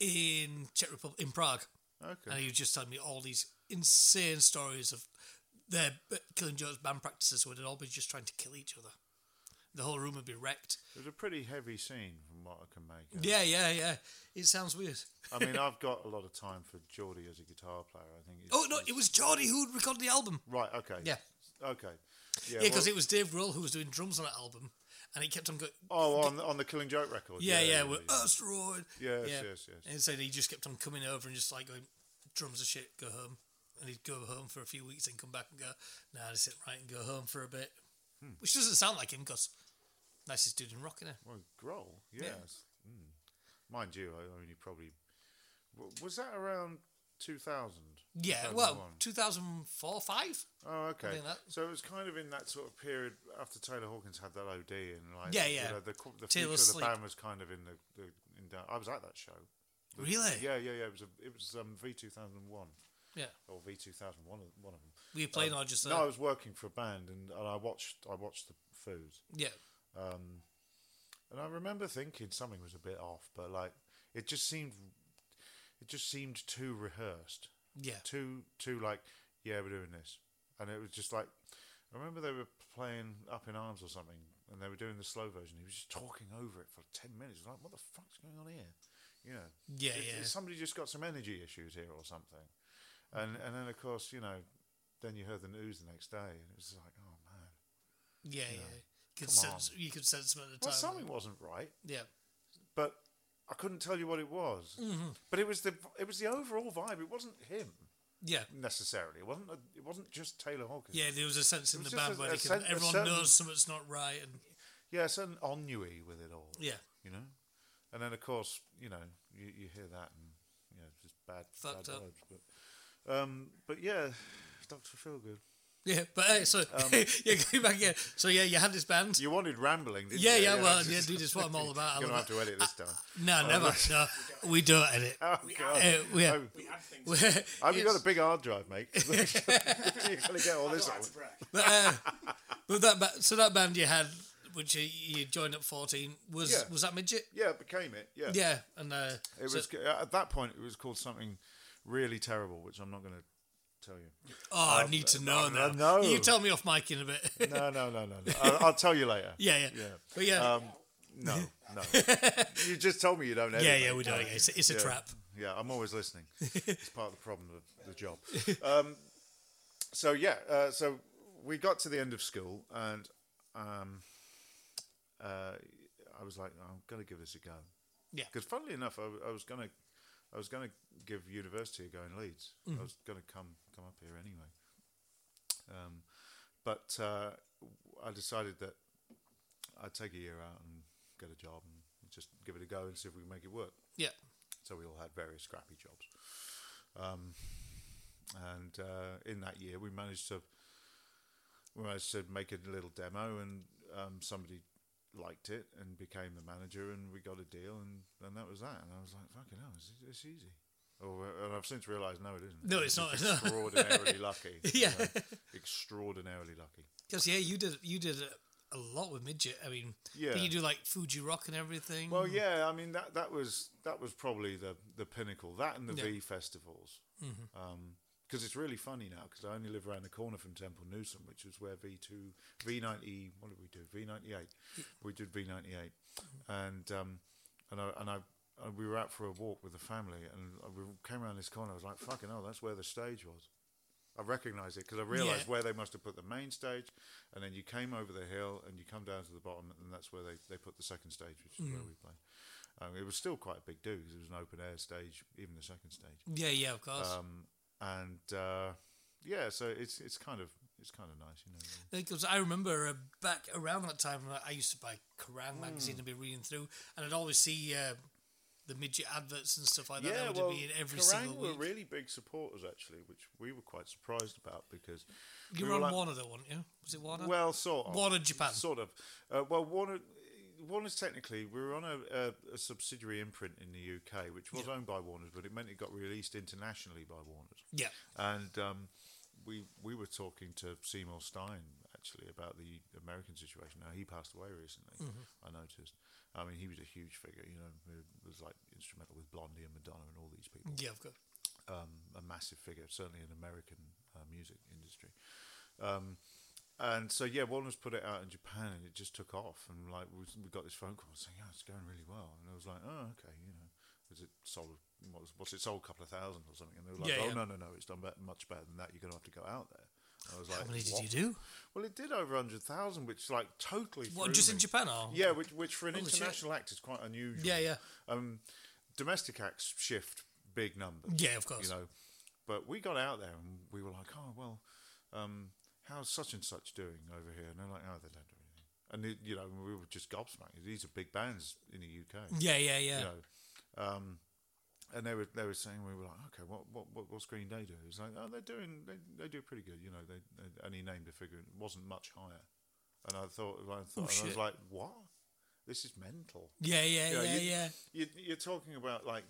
Speaker 1: in Czech Republic, in Prague.
Speaker 2: Okay.
Speaker 1: And he was just telling me all these insane stories of their b- Killing Joke's band practices where they'd all be just trying to kill each other. The whole room would be wrecked.
Speaker 2: It was a pretty heavy scene, from what I can make. out.
Speaker 1: Yeah, yeah, yeah. It sounds weird.
Speaker 2: I mean, I've got a lot of time for Geordie as a guitar player. I think. It's,
Speaker 1: Oh no, it was Geordie who recorded the album.
Speaker 2: Right. Okay.
Speaker 1: Yeah.
Speaker 2: Okay.
Speaker 1: Yeah, because
Speaker 2: well-
Speaker 1: it was Dave Grohl who was doing drums on that album, and it kept on going.
Speaker 2: Oh, on the, on the Killing Joke record.
Speaker 1: Yeah, yeah, we're
Speaker 2: yeah.
Speaker 1: asteroid.
Speaker 2: Yes,
Speaker 1: yeah.
Speaker 2: yes, yes.
Speaker 1: And so he just kept on coming over and just like going, drums are shit, go home. And he'd go home for a few weeks and come back and go, nah, this ain't right, and go home for a bit.
Speaker 2: Hmm.
Speaker 1: Which doesn't sound like him because nicest dude in rock, innit?
Speaker 2: Well, Grohl. Yes. Hmm. mind you, I only probably w- was that around 2000.
Speaker 1: Yeah,
Speaker 2: 2001?
Speaker 1: well, 2004, 5?
Speaker 2: Oh, okay.
Speaker 1: think that-
Speaker 2: So it was kind of in that sort of period after Taylor Hawkins had that OD and like
Speaker 1: Yeah,
Speaker 2: You
Speaker 1: yeah.
Speaker 2: know, the co- the future
Speaker 1: Taylor
Speaker 2: of the
Speaker 1: Sleep.
Speaker 2: band was kind of in the, the in down. I was at that show. The-
Speaker 1: Really?
Speaker 2: Yeah, yeah, yeah. It was a, it was um, V two thousand one
Speaker 1: Yeah.
Speaker 2: or V two thousand one one of them.
Speaker 1: Were you playing or just
Speaker 2: Um, No, I
Speaker 1: there?
Speaker 2: was working for a band and, and I watched I watched the food
Speaker 1: Yeah.
Speaker 2: and I remember thinking something was a bit off, but like it just seemed it just seemed too rehearsed.
Speaker 1: Yeah.
Speaker 2: too too like yeah we're doing this and it was just like i remember they were playing up in arms or something and they were doing the slow version he was just talking over it for 10 minutes like what the fuck's going on here you know
Speaker 1: Yeah,
Speaker 2: Is-
Speaker 1: yeah.
Speaker 2: is somebody just got some energy issues here or something and and then of course you know then you heard the news the next day and it was like oh man
Speaker 1: Yeah, yeah. Could
Speaker 2: Come
Speaker 1: sense, you could sense them at the
Speaker 2: well
Speaker 1: time.
Speaker 2: something wasn't right
Speaker 1: Yeah.
Speaker 2: but i couldn't tell you what it was
Speaker 1: Mm-hmm.
Speaker 2: but it was the it was the overall vibe it wasn't him
Speaker 1: Yeah.
Speaker 2: necessarily it wasn't a, it wasn't just taylor hawkins
Speaker 1: Yeah, there was a sense in
Speaker 2: was
Speaker 1: the
Speaker 2: just
Speaker 1: band
Speaker 2: a-
Speaker 1: where
Speaker 2: a
Speaker 1: they can,
Speaker 2: sen- a
Speaker 1: everyone
Speaker 2: certain-
Speaker 1: knows something's not right, and
Speaker 2: yeah, a certain ennui with it all.
Speaker 1: Yeah.
Speaker 2: you know, and then of course you know you, you hear that and you know just bad
Speaker 1: Fucked
Speaker 2: bad
Speaker 1: up.
Speaker 2: vibes, but um, but yeah, Doctor Feelgood.
Speaker 1: yeah. But hey, so yeah, going back here. So yeah, you had this band.
Speaker 2: Um, You wanted rambling, didn't
Speaker 1: yeah,
Speaker 2: you?
Speaker 1: yeah. Well, yeah, dude, that's what I'm all about. I
Speaker 2: You're gonna
Speaker 1: love Uh,
Speaker 2: have to edit this down.
Speaker 1: it. No, never. No, we don't edit.
Speaker 2: Oh god,
Speaker 1: Uh, we are.
Speaker 2: Oh,
Speaker 3: We had things.
Speaker 1: we
Speaker 2: have you got a big hard drive, mate? You're gonna get all
Speaker 3: I
Speaker 2: this.
Speaker 3: don't have
Speaker 2: out.
Speaker 3: to brag.
Speaker 1: But, uh, but that ba- so that band you had, which you, you joined at fourteen, was
Speaker 2: Yeah.
Speaker 1: was that midget?
Speaker 2: Yeah, it became it. Yeah,
Speaker 1: Yeah, and uh,
Speaker 2: It was
Speaker 1: so,
Speaker 2: at that point. It was called something really terrible, which I'm not going to tell you.
Speaker 1: oh,
Speaker 2: um,
Speaker 1: I need to know now.
Speaker 2: I know.
Speaker 1: You tell me off mic in a bit.
Speaker 2: No, no, no, no, no. I'll, I'll tell you later.
Speaker 1: yeah, yeah,
Speaker 2: Yeah. Um,
Speaker 1: But yeah,
Speaker 2: No, no. you just told me you don't edit.
Speaker 1: yeah, yeah,
Speaker 2: mate.
Speaker 1: we don't. Yeah, it's, it's a
Speaker 2: Yeah.
Speaker 1: trap.
Speaker 2: Yeah, I'm always listening. it's part of the problem of the job. Um, so yeah, uh, so we got to the end of school, and um, uh, I was like, I'm gonna give this a go.
Speaker 1: Yeah.
Speaker 2: Because funnily enough, I, w- I was gonna, I was gonna give university a go in Leeds. I was gonna come come up here anyway. Um, but uh, I decided that I'd take a year out and get a job and just give it a go and see if we can make it work
Speaker 1: Yeah,
Speaker 2: so we all had various scrappy jobs. Um, and uh, in that year, we managed to we managed to make a little demo, and um, somebody liked it and became the manager, and we got a deal, and, and that was that. And I was like, "Fucking hell, it's, it's easy." Oh, uh, and I've since realised no, it isn't.
Speaker 1: No, it's
Speaker 2: It's
Speaker 1: not, no.
Speaker 2: Extraordinarily lucky. you
Speaker 1: Yeah.
Speaker 2: know, extraordinarily lucky.
Speaker 1: because yeah, you did you did a, a lot with midget. I mean,
Speaker 2: Yeah.
Speaker 1: did you do like Fuji Rock and everything?
Speaker 2: Well, yeah, I mean that that was that was probably the the pinnacle. That and the
Speaker 1: Yeah.
Speaker 2: V festivals, because it's really funny now because I only live around the corner from Temple Newsom, which was where V two V ninety what did we do V ninety eight, we did V ninety eight, and um, and I and I. And we were out for a walk with the family, and we came around this corner. I was like, "Fucking hell, that's where the stage was." I recognised it because I realised
Speaker 1: Yeah.
Speaker 2: where they must have put the main stage, and then you came over the hill and you come down to the bottom, and that's where they, they put the second stage, which is where
Speaker 1: Mm.
Speaker 2: we played. Um, it was still quite a big do because it was an open air stage, even the second stage.
Speaker 1: yeah, yeah, of course.
Speaker 2: Um, and uh, yeah, so it's it's kind of it's kind of nice, you know. really.
Speaker 1: Because I remember uh, back around that time, uh, I used to buy Kerrang magazine and be reading through, and I'd always see uh, the midget adverts and stuff like that. that would be in every
Speaker 2: Kerrang
Speaker 1: single
Speaker 2: were
Speaker 1: week.
Speaker 2: really big supporters actually, which we were quite surprised about because
Speaker 1: you
Speaker 2: we
Speaker 1: were
Speaker 2: were
Speaker 1: on
Speaker 2: like-
Speaker 1: Warner though, weren't you? Was it Warner?
Speaker 2: Well, sort of.
Speaker 1: Warner Japan.
Speaker 2: Sort of. Uh, well, Warner. Warner's technically, we were on a, a, a subsidiary imprint in the UK, which was owned by Warner's, but it meant it got released internationally by Warner's.
Speaker 1: yeah,
Speaker 2: And um, we we were talking to Seymour Stein actually about the American situation. Now he passed away recently. I noticed. I mean, he was a huge figure. You know, who was like instrumental with Blondie and Madonna and all these people
Speaker 1: yeah, of course.
Speaker 2: um, a massive figure, certainly in American uh, music industry. Um, and so yeah, Warner's put it out in Japan, and it just took off. And like we, we got this phone call saying, "Yeah, it's going really well." And I was like, "Oh, okay, you know." Is it sold? What was, what's it sold? A couple of thousand or something? And they were like,
Speaker 1: Yeah,
Speaker 2: "Oh
Speaker 1: yeah.
Speaker 2: no, no, no! It's done bet- much better than that. You're going to have to go out there." And I was like,
Speaker 1: How many did
Speaker 2: "What?"
Speaker 1: you do?
Speaker 2: Well, it did over hundred thousand, which like totally.
Speaker 1: What
Speaker 2: threw
Speaker 1: just in
Speaker 2: me.
Speaker 1: Japan? Or?
Speaker 2: Yeah, which, which for an
Speaker 1: Holy shit.
Speaker 2: international act is quite unusual.
Speaker 1: yeah, yeah,
Speaker 2: Um, domestic acts shift big numbers.
Speaker 1: Yeah, of course.
Speaker 2: You know, but we got out there and we were like, oh well, um, how's such and such doing over here? And they're like, oh, they don't do anything. And it, you know, we were just gobsmacked. These are big bands in the UK.
Speaker 1: Mm, yeah, yeah, yeah.
Speaker 2: You know, Um, and they were they were saying we were like, okay, what what what, what Green Day do? It's like, oh, they're doing they, they do pretty good, you know. They, they and he named a figure, and it wasn't much higher. And I thought, I thought, and I
Speaker 1: Oh, shit.
Speaker 2: was like, what? This is mental.
Speaker 1: Yeah, yeah,
Speaker 2: Yeah,
Speaker 1: yeah,
Speaker 2: you-
Speaker 1: yeah.
Speaker 2: You, you're talking about like,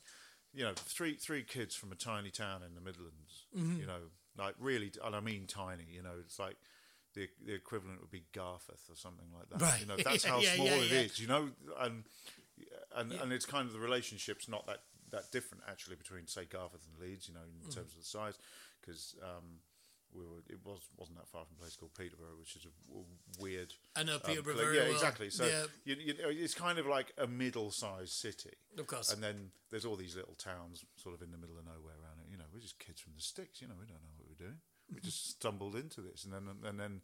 Speaker 2: you know, three three kids from a tiny town in the Midlands.
Speaker 1: Mm-hmm.
Speaker 2: You know, like really, and I mean tiny. You know, it's like the the equivalent would be Garforth or something like that.
Speaker 1: Right.
Speaker 2: You know, that's how
Speaker 1: Yeah,
Speaker 2: small
Speaker 1: yeah,
Speaker 2: it is.
Speaker 1: yeah.
Speaker 2: You know, and and and it's kind of the relationship's not that that different actually between say Garforth and Leeds. You know, in
Speaker 1: Mm-hmm.
Speaker 2: terms of the size, because. Um, we were, it was wasn't that far from a place called Peterborough, which is a, w- weird.
Speaker 1: I know
Speaker 2: um,
Speaker 1: Peterborough
Speaker 2: pla-
Speaker 1: very
Speaker 2: yeah,
Speaker 1: well.
Speaker 2: exactly. So
Speaker 1: Yeah.
Speaker 2: you, you know, it's kind of like a middle-sized city.
Speaker 1: Of course.
Speaker 2: And then there's all these little towns sort of in the middle of nowhere around it. You know, we're just kids from the sticks. You know, we don't know what we're doing. We
Speaker 1: Mm-hmm.
Speaker 2: just stumbled into this, and then and then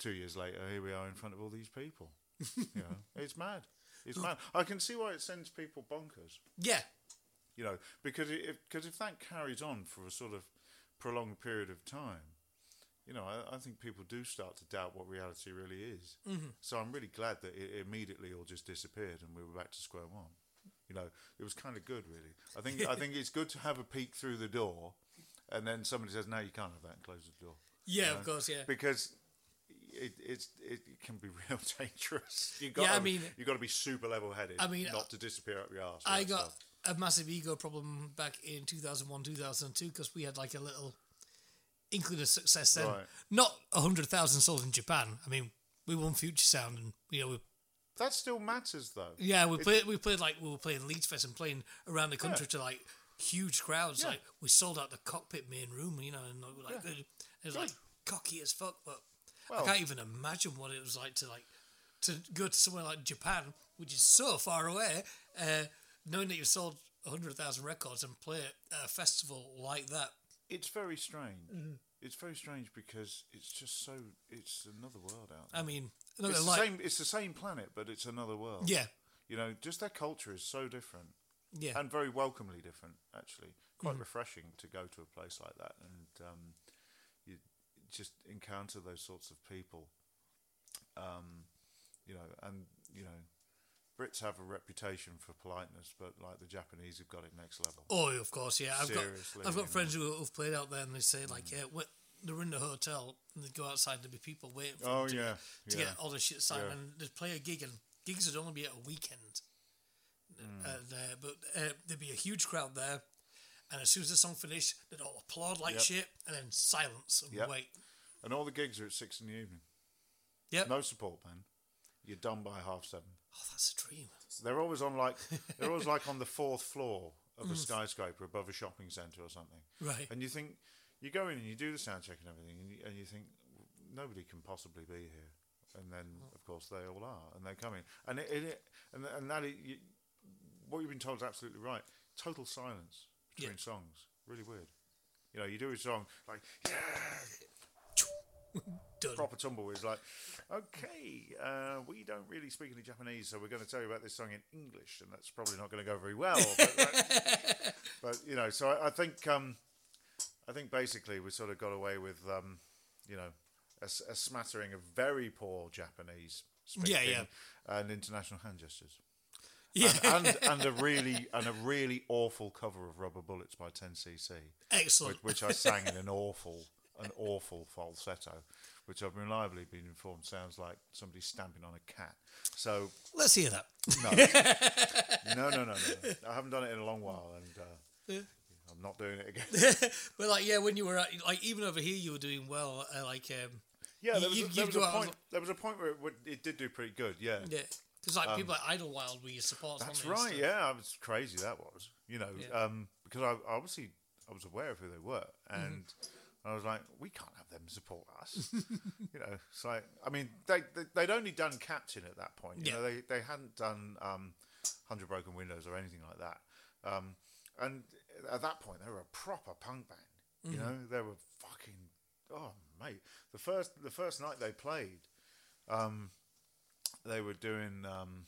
Speaker 2: two years later, here we are in front of all these people. you know, it's mad. It's mad. I can see why it sends people bonkers.
Speaker 1: Yeah.
Speaker 2: You know, because i- if because if that carries on for a sort of prolonged period of time, you know, I, I think people do start to doubt what reality really is. Mm-hmm. So I'm really glad that it immediately all just disappeared and we were back to square one. You know, it was kind of good, really. I think I think it's good to have a peek through the door, and then somebody says, "No, you can't have that," and close the door.
Speaker 1: Yeah,
Speaker 2: know,
Speaker 1: of course, yeah.
Speaker 2: Because it it's it can be real dangerous. You got
Speaker 1: Yeah, I
Speaker 2: to,
Speaker 1: mean-
Speaker 2: you got to be super level headed.
Speaker 1: I mean,
Speaker 2: not to disappear up your arse. with
Speaker 1: I
Speaker 2: that
Speaker 1: got
Speaker 2: stuff.
Speaker 1: a massive ego problem back in 2001, 2002, because we had like a little inkling of success then.
Speaker 2: Right.
Speaker 1: Not 100,000 sold in Japan. I mean, we won Future Sound and, you know, we,
Speaker 2: that still matters though.
Speaker 1: yeah, we played, we played like, we were playing Leeds Fest and playing around the country to like huge crowds.
Speaker 2: Yeah.
Speaker 1: Like, we sold out the cockpit main room, you know, and like, we're like, it was like cocky as fuck, but I
Speaker 2: Well-
Speaker 1: can't even imagine what it was like to like, to go to somewhere like Japan, which is so far away, uh, knowing that you've sold 100,000 records and play at a festival like that.
Speaker 2: It's very strange.
Speaker 1: Mm-hmm.
Speaker 2: It's very strange because it's just so. It's another world out there.
Speaker 1: I mean, not
Speaker 2: it's
Speaker 1: gonna
Speaker 2: the
Speaker 1: lie.
Speaker 2: same. It's the same planet, but it's another world.
Speaker 1: Yeah,
Speaker 2: You know, just their culture is so different
Speaker 1: yeah, Mm-hmm.
Speaker 2: and very welcomely different. Actually, quite refreshing to go to a place like that and um, you just encounter those sorts of people. Um, you know, and you know, Brits have a reputation for politeness, but like the Japanese have got it next level.
Speaker 1: Oh, of course, yeah. I've
Speaker 2: Seriously,
Speaker 1: got I've
Speaker 2: you
Speaker 1: got
Speaker 2: know.
Speaker 1: friends who have played out there, and they say like, yeah, when they're in the hotel and they go outside, there'll be people waiting for
Speaker 2: Oh
Speaker 1: them to,
Speaker 2: yeah,
Speaker 1: to
Speaker 2: yeah.
Speaker 1: get all the shit signed,
Speaker 2: Yeah.
Speaker 1: and they play a gig, and gigs would only be at a weekend. Uh,
Speaker 2: Mm.
Speaker 1: there, but uh, there'd be a huge crowd there, and as soon as the song finished, they'd all applaud like
Speaker 2: Yep.
Speaker 1: shit, and then silence and
Speaker 2: Yep.
Speaker 1: wait. Oh,
Speaker 2: And all the gigs are at six in the evening.
Speaker 1: Yep.
Speaker 2: No support, man. You're done by half seven.
Speaker 1: Oh, that's a dream.
Speaker 2: They're always on like they're always like on the fourth floor of a skyscraper above a shopping centre or something.
Speaker 1: Mm. Right.
Speaker 2: And you think you go in and you do the sound check and everything, and you, and you think nobody can possibly be here. And then
Speaker 1: Mm.
Speaker 2: of course they all are, and they come in, and it, it, it and and that it, you, what you've been told is absolutely right. Total silence between
Speaker 1: Yeah.
Speaker 2: songs. Really weird. You know, you do a song like
Speaker 1: Done.
Speaker 2: proper tumble is like, okay, uh, we don't really speak any Japanese, so we're going to tell you about this song in English, and that's probably not going to go very well. But, that- but, you know, so I, I think um, I think basically we sort of got away with um, you know a, s- a smattering of very poor Japanese speaking
Speaker 1: Yeah, yeah.
Speaker 2: and international hand gestures.
Speaker 1: Yeah.
Speaker 2: And, and and a really and a really awful cover of Rubber Bullets by 10cc
Speaker 1: Excellent.
Speaker 2: which, which I sang in an awful, an awful falsetto, which I've reliably been informed sounds like somebody stamping on a cat. So
Speaker 1: Let's hear that.
Speaker 2: no, no, no, no. no. I haven't done it in a long while, and uh, I'm not doing it again.
Speaker 1: But like, yeah, when you were at, like, even over here, you were doing well. Uh, like, um,
Speaker 2: Yeah, there was,
Speaker 1: You-
Speaker 2: a,
Speaker 1: you
Speaker 2: there was a
Speaker 1: go out
Speaker 2: point.
Speaker 1: and-
Speaker 2: There was a point where it, would, it did do pretty good. Yeah,
Speaker 1: Yeah, because like people at Idlewild were your support.
Speaker 2: Um, that's right. Yeah, I was crazy. That was, you know,
Speaker 1: Yeah.
Speaker 2: um, because I I obviously I was aware of who they were,
Speaker 1: Mm-hmm.
Speaker 2: and I was like, we can't have them support us. you know, it's like I mean, they, they they'd only done Captain at that point. You
Speaker 1: Yeah.
Speaker 2: know, they they hadn't done um, Hundred Broken Windows or anything like that. Um, and at that point, they were a proper punk band.
Speaker 1: Mm-hmm.
Speaker 2: You know, they were fucking oh mate. The first the first night they played, um, they were doing um,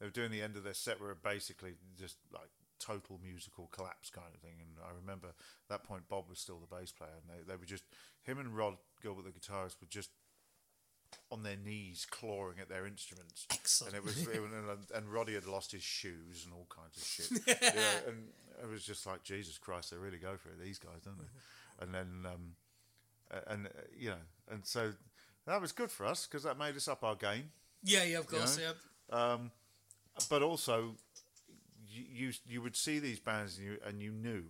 Speaker 2: they were doing the end of their set were basically just like total musical collapse kind of thing. And I remember at that point Bob was still the bass player, and they, they were just him and Rod Gilbert the guitarist were just on their knees clawing at their instruments.
Speaker 1: Excellent.
Speaker 2: And it was it, was- and, and Roddy had lost his shoes and all kinds of shit. You know, and it was just like Jesus Christ, they really go for it. These guys, don't they? And then um, a- and uh, you know, and so that was good for us because that made us up our game.
Speaker 1: Yeah, yeah, of course.
Speaker 2: know?
Speaker 1: Yeah.
Speaker 2: But also, you you, you would see these bands and you and you knew,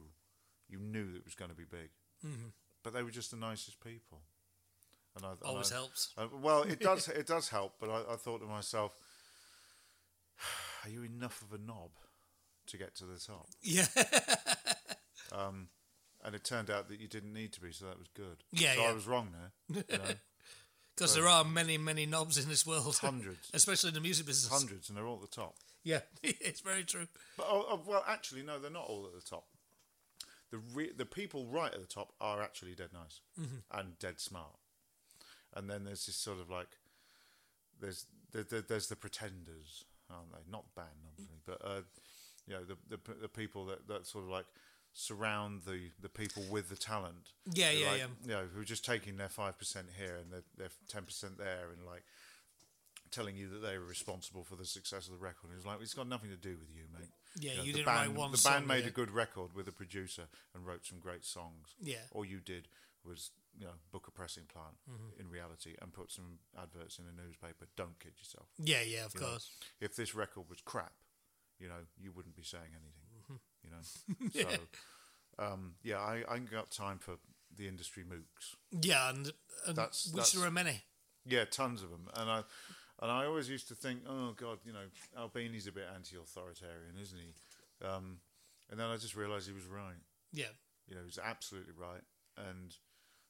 Speaker 2: you knew that it was going to be big.
Speaker 1: Mm-hmm.
Speaker 2: But they were just the nicest people. And I, and
Speaker 1: Always
Speaker 2: I-
Speaker 1: helps.
Speaker 2: Uh, well, it does. It does help. But I, I thought to myself, are you enough of a knob to get to the top?
Speaker 1: Yeah.
Speaker 2: And it turned out that you didn't need to be, so that was good.
Speaker 1: Yeah,
Speaker 2: so
Speaker 1: yeah.
Speaker 2: I was wrong there. You know,
Speaker 1: Because there are many, many knobs in this world.
Speaker 2: Hundreds.
Speaker 1: Especially in the music business.
Speaker 2: hundreds, and they're all at the top.
Speaker 1: Yeah, it's very true.
Speaker 2: But oh, oh, well, actually, no, they're not all at the top. The re- the people right at the top are actually dead nice
Speaker 1: Mm-hmm.
Speaker 2: and dead smart. And then there's this sort of like there's there, there, there's the pretenders, aren't they? Not band, obviously, but uh, you know the, the p- the people that, that sort of like surround the, the people with the talent.
Speaker 1: Yeah,
Speaker 2: They're
Speaker 1: yeah,
Speaker 2: like,
Speaker 1: yeah.
Speaker 2: You know, who are just taking their five percent here and their their ten percent there, and like telling you that they were responsible for the success of the record. It was like it's got nothing to do with you, mate.
Speaker 1: Yeah,
Speaker 2: You know,
Speaker 1: you
Speaker 2: the
Speaker 1: didn't
Speaker 2: band,
Speaker 1: write one
Speaker 2: The
Speaker 1: song,
Speaker 2: band made
Speaker 1: yeah.
Speaker 2: a good record with a producer and wrote some great songs.
Speaker 1: Yeah.
Speaker 2: All you did was you know book a pressing plant
Speaker 1: Mm-hmm.
Speaker 2: in reality and put some adverts in a newspaper. Don't kid yourself.
Speaker 1: Yeah, yeah, of
Speaker 2: you know.
Speaker 1: course.
Speaker 2: if this record was crap, you know you wouldn't be saying
Speaker 1: Mm-hmm.
Speaker 2: anything. You know. So um, yeah, I I ain't got time for the industry mooks.
Speaker 1: Yeah, and, and
Speaker 2: That's-
Speaker 1: which
Speaker 2: that's-
Speaker 1: there are many.
Speaker 2: Yeah, tons of them, and I and I always used to think, oh God, you know, Albini's a bit anti-authoritarian, isn't he? Um, and then I just realised he was right.
Speaker 1: Yeah,
Speaker 2: You know, he was absolutely right, and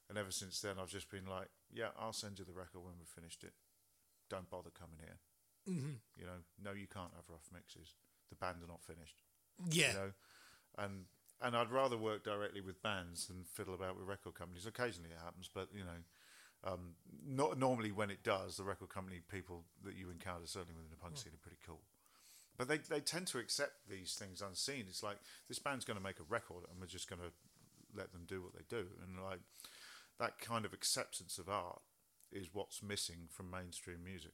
Speaker 2: and ever since then I've just been like, yeah, I'll send you the record when we've finished it. Don't bother coming here. Mm-hmm. You know, no, you can't have rough mixes. The band are not finished.
Speaker 1: yeah,
Speaker 2: You know, and and I'd rather work directly with bands than fiddle about with record companies. Occasionally it happens, but you know, um, not normally when it does, the record company people that you encounter certainly within the punk scene are pretty cool. But they, they tend to accept these things unseen. It's like this band's going to make a record, and we're just going to let them do what they do. And like that kind of acceptance of art is what's missing from mainstream music.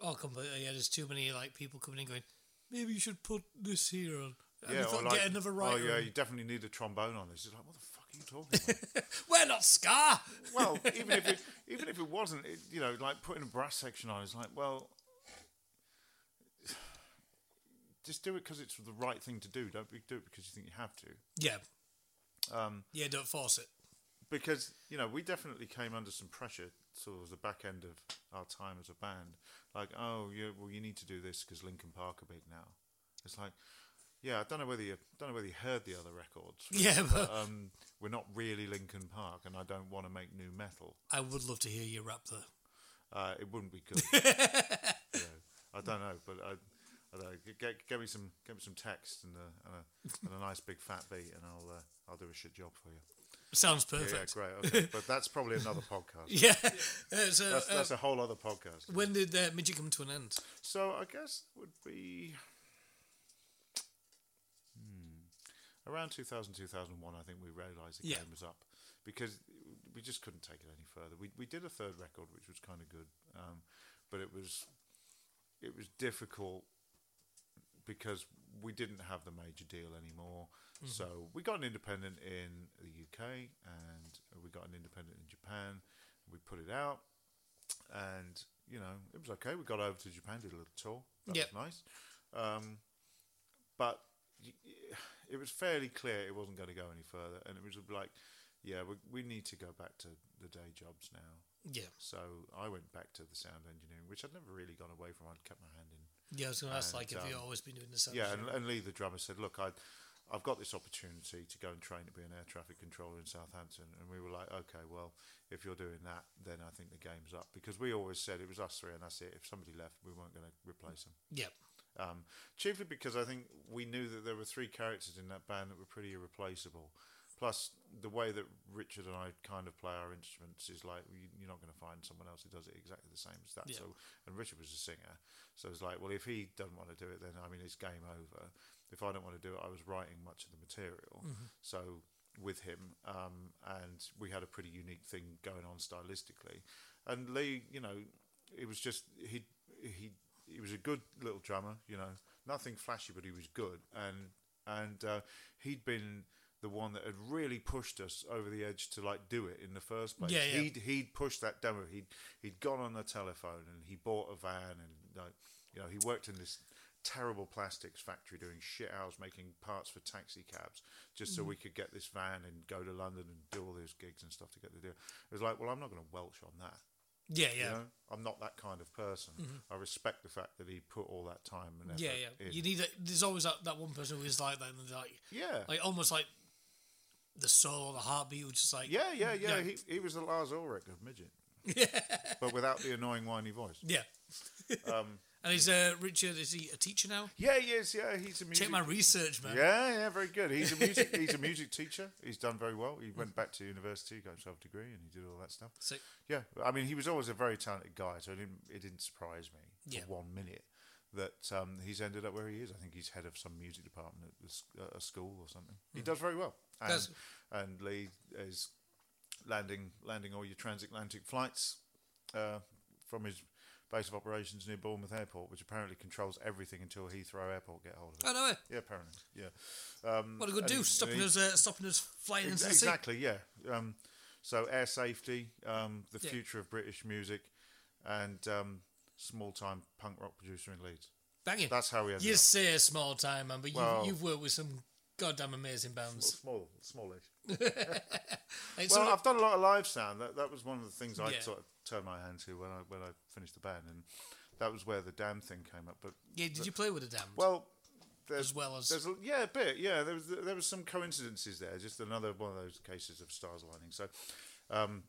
Speaker 1: oh, completely. Yeah, there's too many like people coming in going, maybe you should put this here on. And
Speaker 2: Yeah,
Speaker 1: we
Speaker 2: or
Speaker 1: thought,
Speaker 2: like,
Speaker 1: get another
Speaker 2: Oh
Speaker 1: writer.
Speaker 2: yeah,
Speaker 1: in."
Speaker 2: you definitely need a trombone on this. It's like what the fuck are you talking about?
Speaker 1: We're not Scar.
Speaker 2: well, even if it even if it wasn't, it, you know, like putting a brass section on is like, well, just do it because it's the right thing to do. Don't be, do it because you think you have to.
Speaker 1: Yeah. Um, yeah, don't force it.
Speaker 2: Because you know, we definitely came under some pressure towards the back end of our time as a band. Like, oh, you well, you need to do this because Lincoln Park are big now. It's like, yeah, I don't know whether you don't know whether you heard the other records.
Speaker 1: Yeah, but
Speaker 2: Um, we're not really Lincoln Park, and I don't want to make new metal.
Speaker 1: I would love to hear you rap though.
Speaker 2: Uh, it wouldn't be good. you know, I don't know, but I, I don't know. G- Get, get me some, get me some text and a, and a, and a nice big fat beat, and I'll, uh, I'll do a shit job for you.
Speaker 1: Sounds
Speaker 2: Yeah,
Speaker 1: perfect.
Speaker 2: great. Okay. but that's probably another podcast.
Speaker 1: Yeah. Uh, so,
Speaker 2: That's,
Speaker 1: uh,
Speaker 2: that's a whole other podcast.
Speaker 1: when did uh, Midget come to an end?
Speaker 2: So I guess it would be hmm, around 2000, 2001, I think we realised the
Speaker 1: Yeah.
Speaker 2: game was up because we just couldn't take it any further. We, we did a third record, which was kind of good, um, but it was it was difficult because we didn't have the major deal anymore. So we got an independent in the UK and we got an independent in Japan. We put it out and you know it was okay. We got over to Japan, did a little tour. That
Speaker 1: Yep.
Speaker 2: was nice. Um, but y- y- it was fairly clear it wasn't going to go any further, and it was like, yeah, we, we need to go back to the day jobs now.
Speaker 1: Yeah.
Speaker 2: So I went back to the sound engineering, which I'd never really gone away from. I'd kept my hand in.
Speaker 1: Yeah, I was going to ask, like,
Speaker 2: And,
Speaker 1: have you
Speaker 2: um,
Speaker 1: always been doing this?
Speaker 2: Yeah, and, uh, and Lee, the drummer, said, "Look, I, I've got this opportunity to go and train to be an air traffic controller in Southampton." And we were like, "Okay, well, if you're doing that, then I think the game's up." Because we always said it was us three, and that's it. If somebody left, we weren't going to replace them.
Speaker 1: yeah.
Speaker 2: Um, chiefly because I think we knew that there were three characters in that band that were pretty irreplaceable. Plus, the way that Richard and I kind of play our instruments is like you- you're not going to find someone else who does it exactly the same as that.
Speaker 1: Yeah.
Speaker 2: So, and Richard was a singer, so it's like, well, if he doesn't want to do it, then I mean, it's game over. If I don't want to do it, I was writing much of the material,
Speaker 1: Mm-hmm.
Speaker 2: so with him, um, and we had a pretty unique thing going on stylistically. And Lee, you know, it was just he he he was a good little drummer, you know, nothing flashy, but he was good, and and uh, he'd been the one that had really pushed us over the edge to like do it in the first place.
Speaker 1: Yeah, yeah.
Speaker 2: He'd he'd pushed that demo. He'd he'd gone on the telephone and he bought a van and like you know he worked in this terrible plastics factory doing shit hours making parts for taxi cabs just
Speaker 1: Mm.
Speaker 2: so we could get this van and go to London and do all those gigs and stuff to get the deal. It was like, well, I'm not going to welch on that.
Speaker 1: Yeah, yeah. Mm-hmm.
Speaker 2: You know, I'm not that kind of person. I respect the fact that he put all that time and effort
Speaker 1: Yeah, yeah.
Speaker 2: in.
Speaker 1: You need a, there's always that, that one person who is like that, and they're like
Speaker 2: yeah.
Speaker 1: like almost like the soul or the heartbeat, which is like
Speaker 2: yeah, yeah, yeah,
Speaker 1: Yeah.
Speaker 2: He, he was the Lars Ulrich of midget, but without the annoying whiny voice.
Speaker 1: yeah.
Speaker 2: Um,
Speaker 1: and is uh, Richard is he a teacher now?
Speaker 2: Yeah, he is. Yeah, he's a music.
Speaker 1: Check my research, man.
Speaker 2: yeah, yeah, very good. He's a music. he's a music teacher. He's done very well. He went back to university, got himself a degree, and he did all that stuff.
Speaker 1: So,
Speaker 2: Yeah, I mean, he was always a very talented guy, so it didn't, it didn't surprise me
Speaker 1: Yeah.
Speaker 2: for one minute that um, he's ended up where he is. I think he's head of some music department at the, s- at a school or something. He does very well, and,
Speaker 1: Hmm. Does.
Speaker 2: and Lee is landing landing all your transatlantic flights uh, from his base of operations near Bournemouth Airport, which apparently controls everything until Heathrow Airport get hold of
Speaker 1: I
Speaker 2: it.
Speaker 1: know it.
Speaker 2: Yeah, apparently. Yeah,
Speaker 1: What a good
Speaker 2: Mm, and
Speaker 1: do
Speaker 2: he-
Speaker 1: stopping
Speaker 2: he-
Speaker 1: us, uh, stopping us flying into the sea.
Speaker 2: exactly. Yeah. Um, so air safety, um, the
Speaker 1: Yeah.
Speaker 2: future of British music, and um, small-time punk rock producer in Leeds.
Speaker 1: Banging.
Speaker 2: That's how we ended
Speaker 1: you
Speaker 2: up.
Speaker 1: say a small time, man, but
Speaker 2: Well-
Speaker 1: you've, you've worked with some goddamn amazing bands.
Speaker 2: Small, smallish.
Speaker 1: Like,
Speaker 2: Well,
Speaker 1: some-
Speaker 2: I've done a lot of live sound. That that was one of the things I
Speaker 1: Yeah.
Speaker 2: sort of turned my hand to when I when I finished the band, and that was where the damn thing came up. But
Speaker 1: yeah, did you play with the Damned?
Speaker 2: well, there's
Speaker 1: as well as
Speaker 2: There's a, yeah, a bit. Yeah, there was there was some coincidences there. Just another one of those cases of stars aligning. So, um,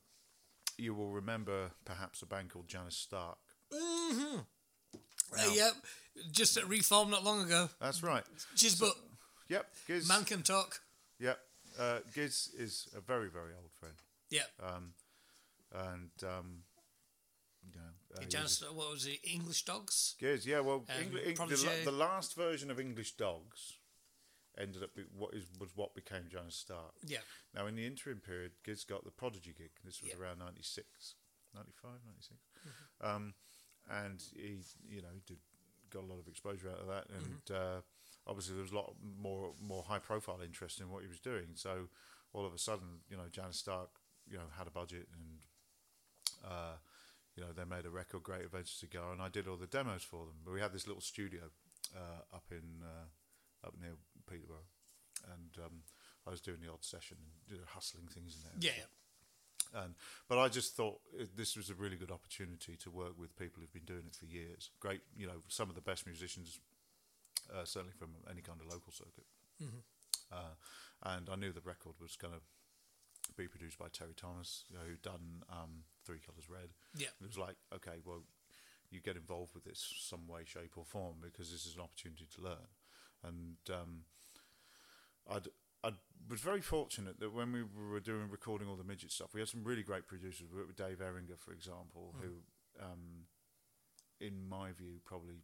Speaker 2: you will remember perhaps a band called Janice Stark.
Speaker 1: Uh, yep, just at reform not long ago.
Speaker 2: That's right.
Speaker 1: Just but
Speaker 2: Yep, Giz.
Speaker 1: man can talk.
Speaker 2: Yep, uh, Giz is a very very old friend,
Speaker 1: Yeah,
Speaker 2: Ah, and um, you know, uh, he was a-
Speaker 1: Janice, what was it? English dogs.
Speaker 2: Yes, yeah. Well,
Speaker 1: Um,
Speaker 2: Engli- Eng- the,
Speaker 1: Protégé.
Speaker 2: la- the last version of English Dogs ended up be what is was what became Jonas Stark.
Speaker 1: Yeah.
Speaker 2: Now, in the interim period, Giz got the Prodigy gig. This was
Speaker 1: Yeah.
Speaker 2: around 96, 95, 96. Um, and he, you know, he did got a lot of exposure out of that, and uh, obviously there was a lot more more high profile interest in what he was doing. So all of a sudden, you know, Janis Stark, you know, had a budget and uh, you know, they made a record, Great Adventure Cigar, and I did all the demos for them. But we had this little studio uh, up in uh, up near Peterborough, and um, I was doing the odd session and you know, hustling things in there. and
Speaker 1: Yeah,
Speaker 2: stuff. And but I just thought uh, this was a really good opportunity to work with people who've been doing it for years. Great, you know, some of the best musicians, uh, certainly from any kind of local circuit. Uh, and I knew the record was going to be produced by Terry Thomas, you know, who'd done um, Three Colors Red.
Speaker 1: Yeah.
Speaker 2: It was like, okay, well, you get involved with this some way, shape, or form because this is an opportunity to learn. And um, I'd, I was very fortunate that when we were doing recording all the midget stuff, we had some really great producers. We worked with Dave Eringer, for example, who, um, in my view, probably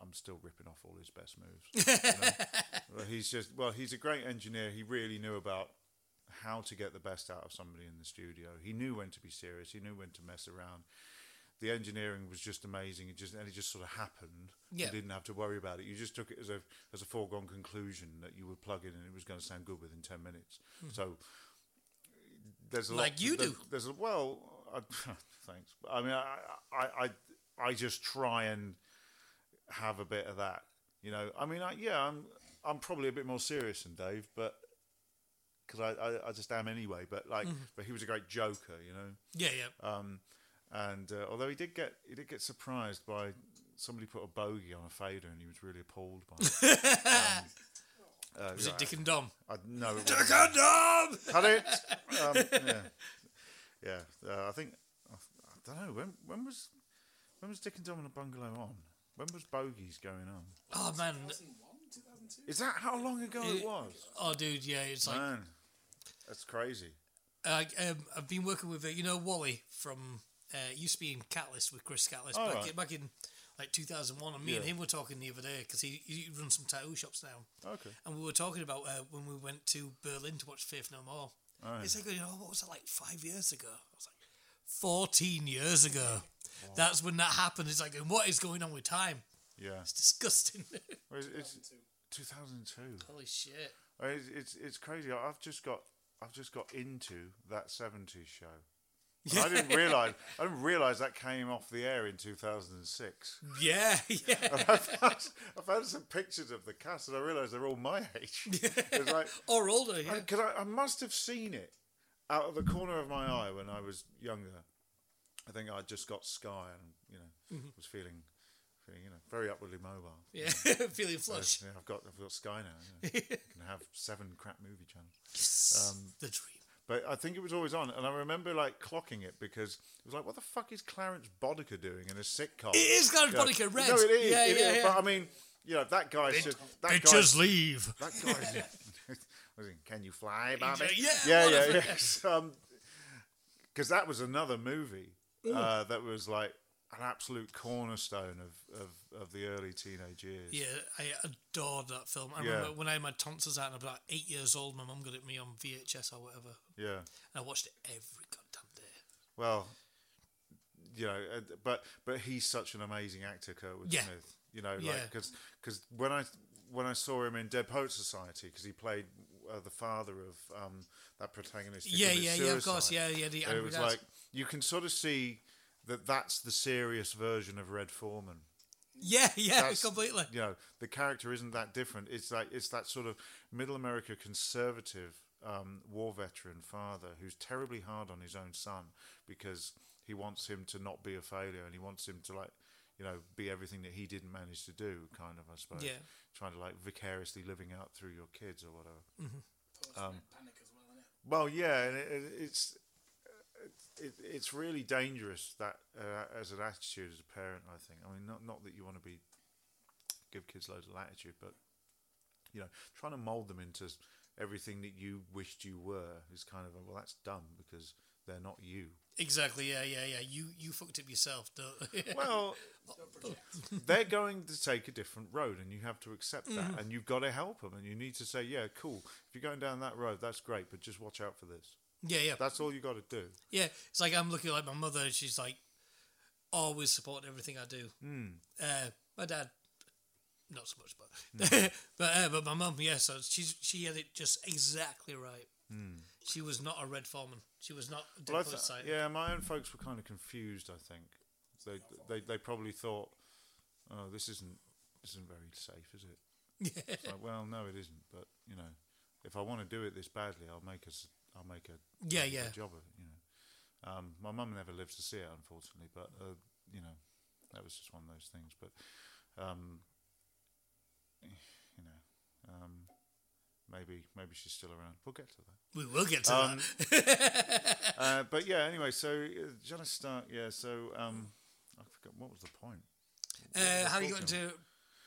Speaker 2: I'm still ripping off all his best moves. you know? Well, he's just well, he's a great engineer. He really knew about how to get the best out of somebody in the studio. He knew when to be serious. He knew when to mess around. The engineering was just amazing. It just and it just sort of happened.
Speaker 1: Yeah.
Speaker 2: You didn't have to worry about it. You just took it as a as a foregone conclusion that you would plug in and it was going to sound good within ten minutes. So there's a lot-
Speaker 1: Like you
Speaker 2: there's-
Speaker 1: do.
Speaker 2: There's a well, I, thanks. I mean, I, I I I just try and have a bit of that. You know, I mean, I, yeah, I'm I'm probably a bit more serious than Dave, but because I, I I just am anyway. But like,
Speaker 1: Mm-hmm.
Speaker 2: but he was a great joker, you know.
Speaker 1: yeah, yeah.
Speaker 2: Um, and uh, although he did get he did get surprised by somebody put a bogey on a fader, and he was really appalled by it. um, uh,
Speaker 1: was
Speaker 2: yeah,
Speaker 1: it Dick and Dom?
Speaker 2: I, I, no, it
Speaker 1: Dick
Speaker 2: wasn't.
Speaker 1: and Dom.
Speaker 2: Cut it. Um, yeah, yeah. Uh, I think I, I don't know when. When was when was Dick and Dom and the Bungalow on? When was Bogies going on?
Speaker 1: Oh man.
Speaker 3: 2001, 2002.
Speaker 2: Is that how long ago it
Speaker 1: It-
Speaker 2: was?
Speaker 1: Oh dude, yeah. It's like
Speaker 2: Man, that's crazy.
Speaker 1: I, um, I've been working with uh, you know Wally from uh, used to be in Catalyst with Chris Catalyst
Speaker 2: All
Speaker 1: back,
Speaker 2: Oh, right.
Speaker 1: in, back in like 2001 and me and
Speaker 2: Yeah.
Speaker 1: him were talking the other day because he, he runs some tattoo shops now
Speaker 2: Okay.
Speaker 1: and we were talking about uh, when we went to Berlin to watch Faith No More
Speaker 2: Aye.
Speaker 1: it's like you know what was that like five years ago I was like 14 years ago That's when that happened. It's like, and what is going on with time?
Speaker 2: Yeah.
Speaker 1: It's disgusting.
Speaker 2: Well, it's- it's
Speaker 3: 2002.
Speaker 2: 2002.
Speaker 1: Holy shit.
Speaker 2: I mean, Uh, It's, it's it's crazy. I- I've just got I've just got into that 70s show. And I didn't realize I didn't realize that came off the air in 2006.
Speaker 1: Yeah, yeah.
Speaker 2: I found, I found some pictures of the cast and I realized they're all my age. It's like
Speaker 1: or older, yeah.
Speaker 2: because I, I must have seen it out of the corner of my eye when I was younger. I think I just got Sky and you know
Speaker 1: Mm-hmm.
Speaker 2: was feeling feeling you know very upwardly mobile.
Speaker 1: Yeah, feeling flush.
Speaker 2: Yeah, I've got I've got Sky now. You know. I can have seven crap movie channels.
Speaker 1: Yes. the dream.
Speaker 2: But I think it was always on, and I remember like clocking it because it was like, what the fuck is Clarence Boddicker doing in a sitcom?
Speaker 1: It is Clarence
Speaker 2: Yeah.
Speaker 1: Boddicker, red.
Speaker 2: No, it is.
Speaker 1: Yeah,
Speaker 2: it
Speaker 1: yeah,
Speaker 2: is,
Speaker 1: yeah.
Speaker 2: But I mean, you know that guy should. That guy,
Speaker 1: leave.
Speaker 2: that guy. was in Can you fly, Bobby?
Speaker 1: Yeah,
Speaker 2: yeah, yeah.
Speaker 1: whatever.
Speaker 2: Because that was another movie
Speaker 1: Mm.
Speaker 2: uh, that was like an absolute cornerstone of, of, of the early teenage years.
Speaker 1: Yeah, I adored that film. I
Speaker 2: Yeah.
Speaker 1: remember when I had my tonsils out and I was about eight years old, my mum got it me on VHS or whatever.
Speaker 2: yeah.
Speaker 1: And I watched it every goddamn day.
Speaker 2: Well, you know, uh, but but he's such an amazing actor, Kurtwood
Speaker 1: Yeah.
Speaker 2: Smith. You know, like
Speaker 1: Yeah.
Speaker 2: because when I when I saw him in Dead Poet Society, because he played uh, the father of um, that protagonist. who
Speaker 1: Yeah,
Speaker 2: commits
Speaker 1: yeah, yeah, of course.
Speaker 2: suicide.
Speaker 1: Yeah, yeah, the
Speaker 2: And
Speaker 1: angry
Speaker 2: it was
Speaker 1: dad.
Speaker 2: like you can sort of see that that's the serious version of Red Foreman.
Speaker 1: yeah, yeah,
Speaker 2: That's-
Speaker 1: completely.
Speaker 2: You know, the character isn't that different. It's like it's that sort of middle America conservative um, war veteran father who's terribly hard on his own son because he wants him to not be a failure and he wants him to like you know be everything that he didn't manage to do kind of i suppose
Speaker 1: Yeah.
Speaker 2: trying to like vicariously living out through your kids or whatever Um,
Speaker 3: Post-panic panic as well, innit?
Speaker 2: well, yeah, and it, it- it's uh, it, it's really dangerous that uh, as an attitude as a parent, I think. I mean, not not that you want to be give kids loads of latitude, but you know, trying to mold them into everything that you wished you were is kind of a, well, that's dumb because they're not you.
Speaker 1: Exactly, yeah, yeah, yeah. You you fucked up yourself, don't
Speaker 2: Well,
Speaker 3: Don't project.
Speaker 2: they're going to take a different road, and you have to accept that, and you've got to help them, and you need to say, yeah, cool. If you're going down that road, that's great, but just watch out for this.
Speaker 1: Yeah, yeah.
Speaker 2: That's all you got to do.
Speaker 1: Yeah, it's like I'm looking like my mother. and She's like always supporting everything I do. Mm. Uh, my dad, not so much, but but uh, but my mum, yeah. So she's she had it just exactly right. She was not a red foreman. She was not a
Speaker 2: Well,
Speaker 1: Hmm. well,
Speaker 2: I th-
Speaker 1: site.
Speaker 2: yeah, my own folks were kind of confused. I think they they, they probably thought, "Oh, this isn't this isn't very safe, is it?" It's like, well, no, it isn't. But you know, if I want to do it this badly, I'll make a s- I'll make a
Speaker 1: Yeah,
Speaker 2: make a
Speaker 1: yeah.
Speaker 2: job of it. You know, um, my mum never lived to see it, unfortunately. But uh, you know, that was just one of those things. But um, you know, um, maybe maybe she's still around. We'll get to that.
Speaker 1: We will get to
Speaker 2: Um,
Speaker 1: that.
Speaker 2: Uh, but yeah, anyway, so uh, Jonas Stark, yeah, so um, I forgot what was the point?
Speaker 1: Uh, how you got
Speaker 2: recording.
Speaker 1: into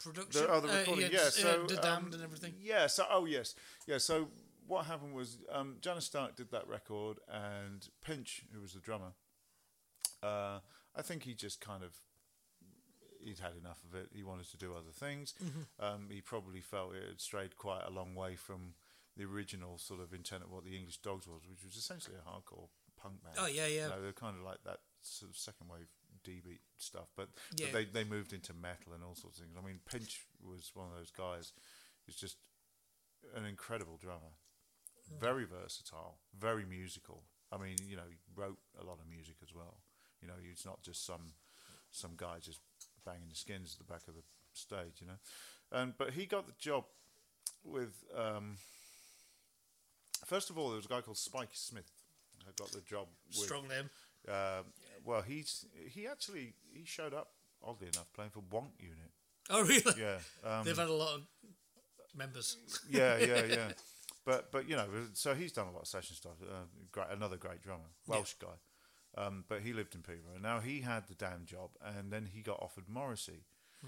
Speaker 1: production?
Speaker 2: The, oh, the
Speaker 1: Uh,
Speaker 2: recording, yeah,
Speaker 1: just, uh,
Speaker 2: so.
Speaker 1: the
Speaker 2: um,
Speaker 1: damned and everything.
Speaker 2: Yeah, so, oh, yes. Yeah, so what happened was um, Jonas Stark did that record, and Pinch, who was the drummer, uh, I think he just kind of. He'd had enough of it. He wanted to do other things.
Speaker 1: Mm-hmm.
Speaker 2: Um, he probably felt it had strayed quite a long way from the original sort of intent of what the English Dogs was, which was essentially a hardcore punk band.
Speaker 1: Oh, yeah, yeah.
Speaker 2: You know, they're kind of like that sort of second wave D beat stuff, but, but
Speaker 1: Yeah.
Speaker 2: they they moved into metal and all sorts of things. I mean, Pinch was one of those guys who's just an incredible drummer,
Speaker 1: Mm.
Speaker 2: very versatile, very musical. I mean, you know, he wrote a lot of music as well. You know, he's not just some some guy just banging the skins at the back of the stage. You know, and but he got the job with. Um, first of all, there was a guy called Spike Smith. who got the job with
Speaker 1: Strong name.
Speaker 2: um, well, he's he actually he showed up oddly enough playing for Wonk Unit.
Speaker 1: Oh, really?
Speaker 2: Yeah, um,
Speaker 1: They've had a lot of members.
Speaker 2: yeah, yeah, yeah. But but you know, so he's done a lot of session stuff. Uh, great, another great drummer, Welsh guy. Um, but he lived in Peterborough. Now he had the Damned job, and then he got offered Morrissey.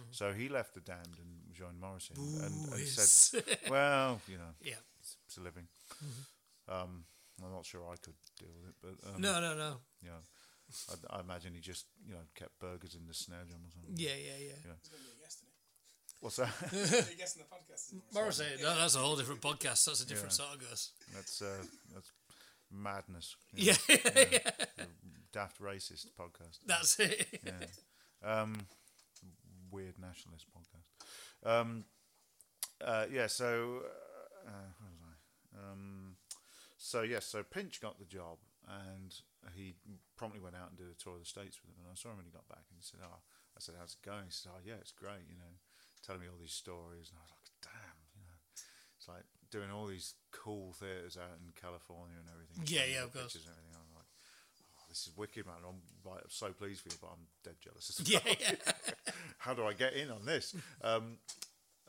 Speaker 2: So he left the Damned and joined Morrissey, and, and
Speaker 1: yes.
Speaker 2: said, "Well, you know,
Speaker 1: Yeah.
Speaker 2: it's, it's a living." Um, I'm not sure I could deal with it, but um,
Speaker 1: No, no, no.
Speaker 2: you know, I, I imagine he just you know kept burgers in the snare drum or something.
Speaker 1: Yeah, yeah, yeah.
Speaker 2: Yeah.
Speaker 3: He's going to be a guest, innit?
Speaker 2: What's that?
Speaker 3: He's gonna be a guest in the podcast. isn't he?
Speaker 1: Morrissey, eh, no, that's a whole different podcast. That's a different
Speaker 2: Yeah.
Speaker 1: sort of ghost.
Speaker 2: that's uh, that's madness.
Speaker 1: Yeah, yeah,
Speaker 2: yeah. daft racist podcast.
Speaker 1: That's it.
Speaker 2: Um, weird nationalist podcast. Um, uh, yeah, so uh, where was I? Um, so yes, so Pinch got the job, and he promptly went out and did a tour of the states with him. And I saw him when he got back, and he said, "Oh," I said, "How's it going?" He said, "Oh, yeah, it's great." You know, telling me all these stories, and I was like, "Damn," you know, it's like doing all these cool theaters out in California and
Speaker 1: Yeah,
Speaker 2: everything. showing me
Speaker 1: yeah,
Speaker 2: the
Speaker 1: of course.
Speaker 2: pictures And everything. I'm like, "Oh, this is wicked, man. I'm like so pleased for you, but I'm dead jealous as
Speaker 1: Yeah,
Speaker 2: well."
Speaker 1: yeah.
Speaker 2: how do I get in on this? Um,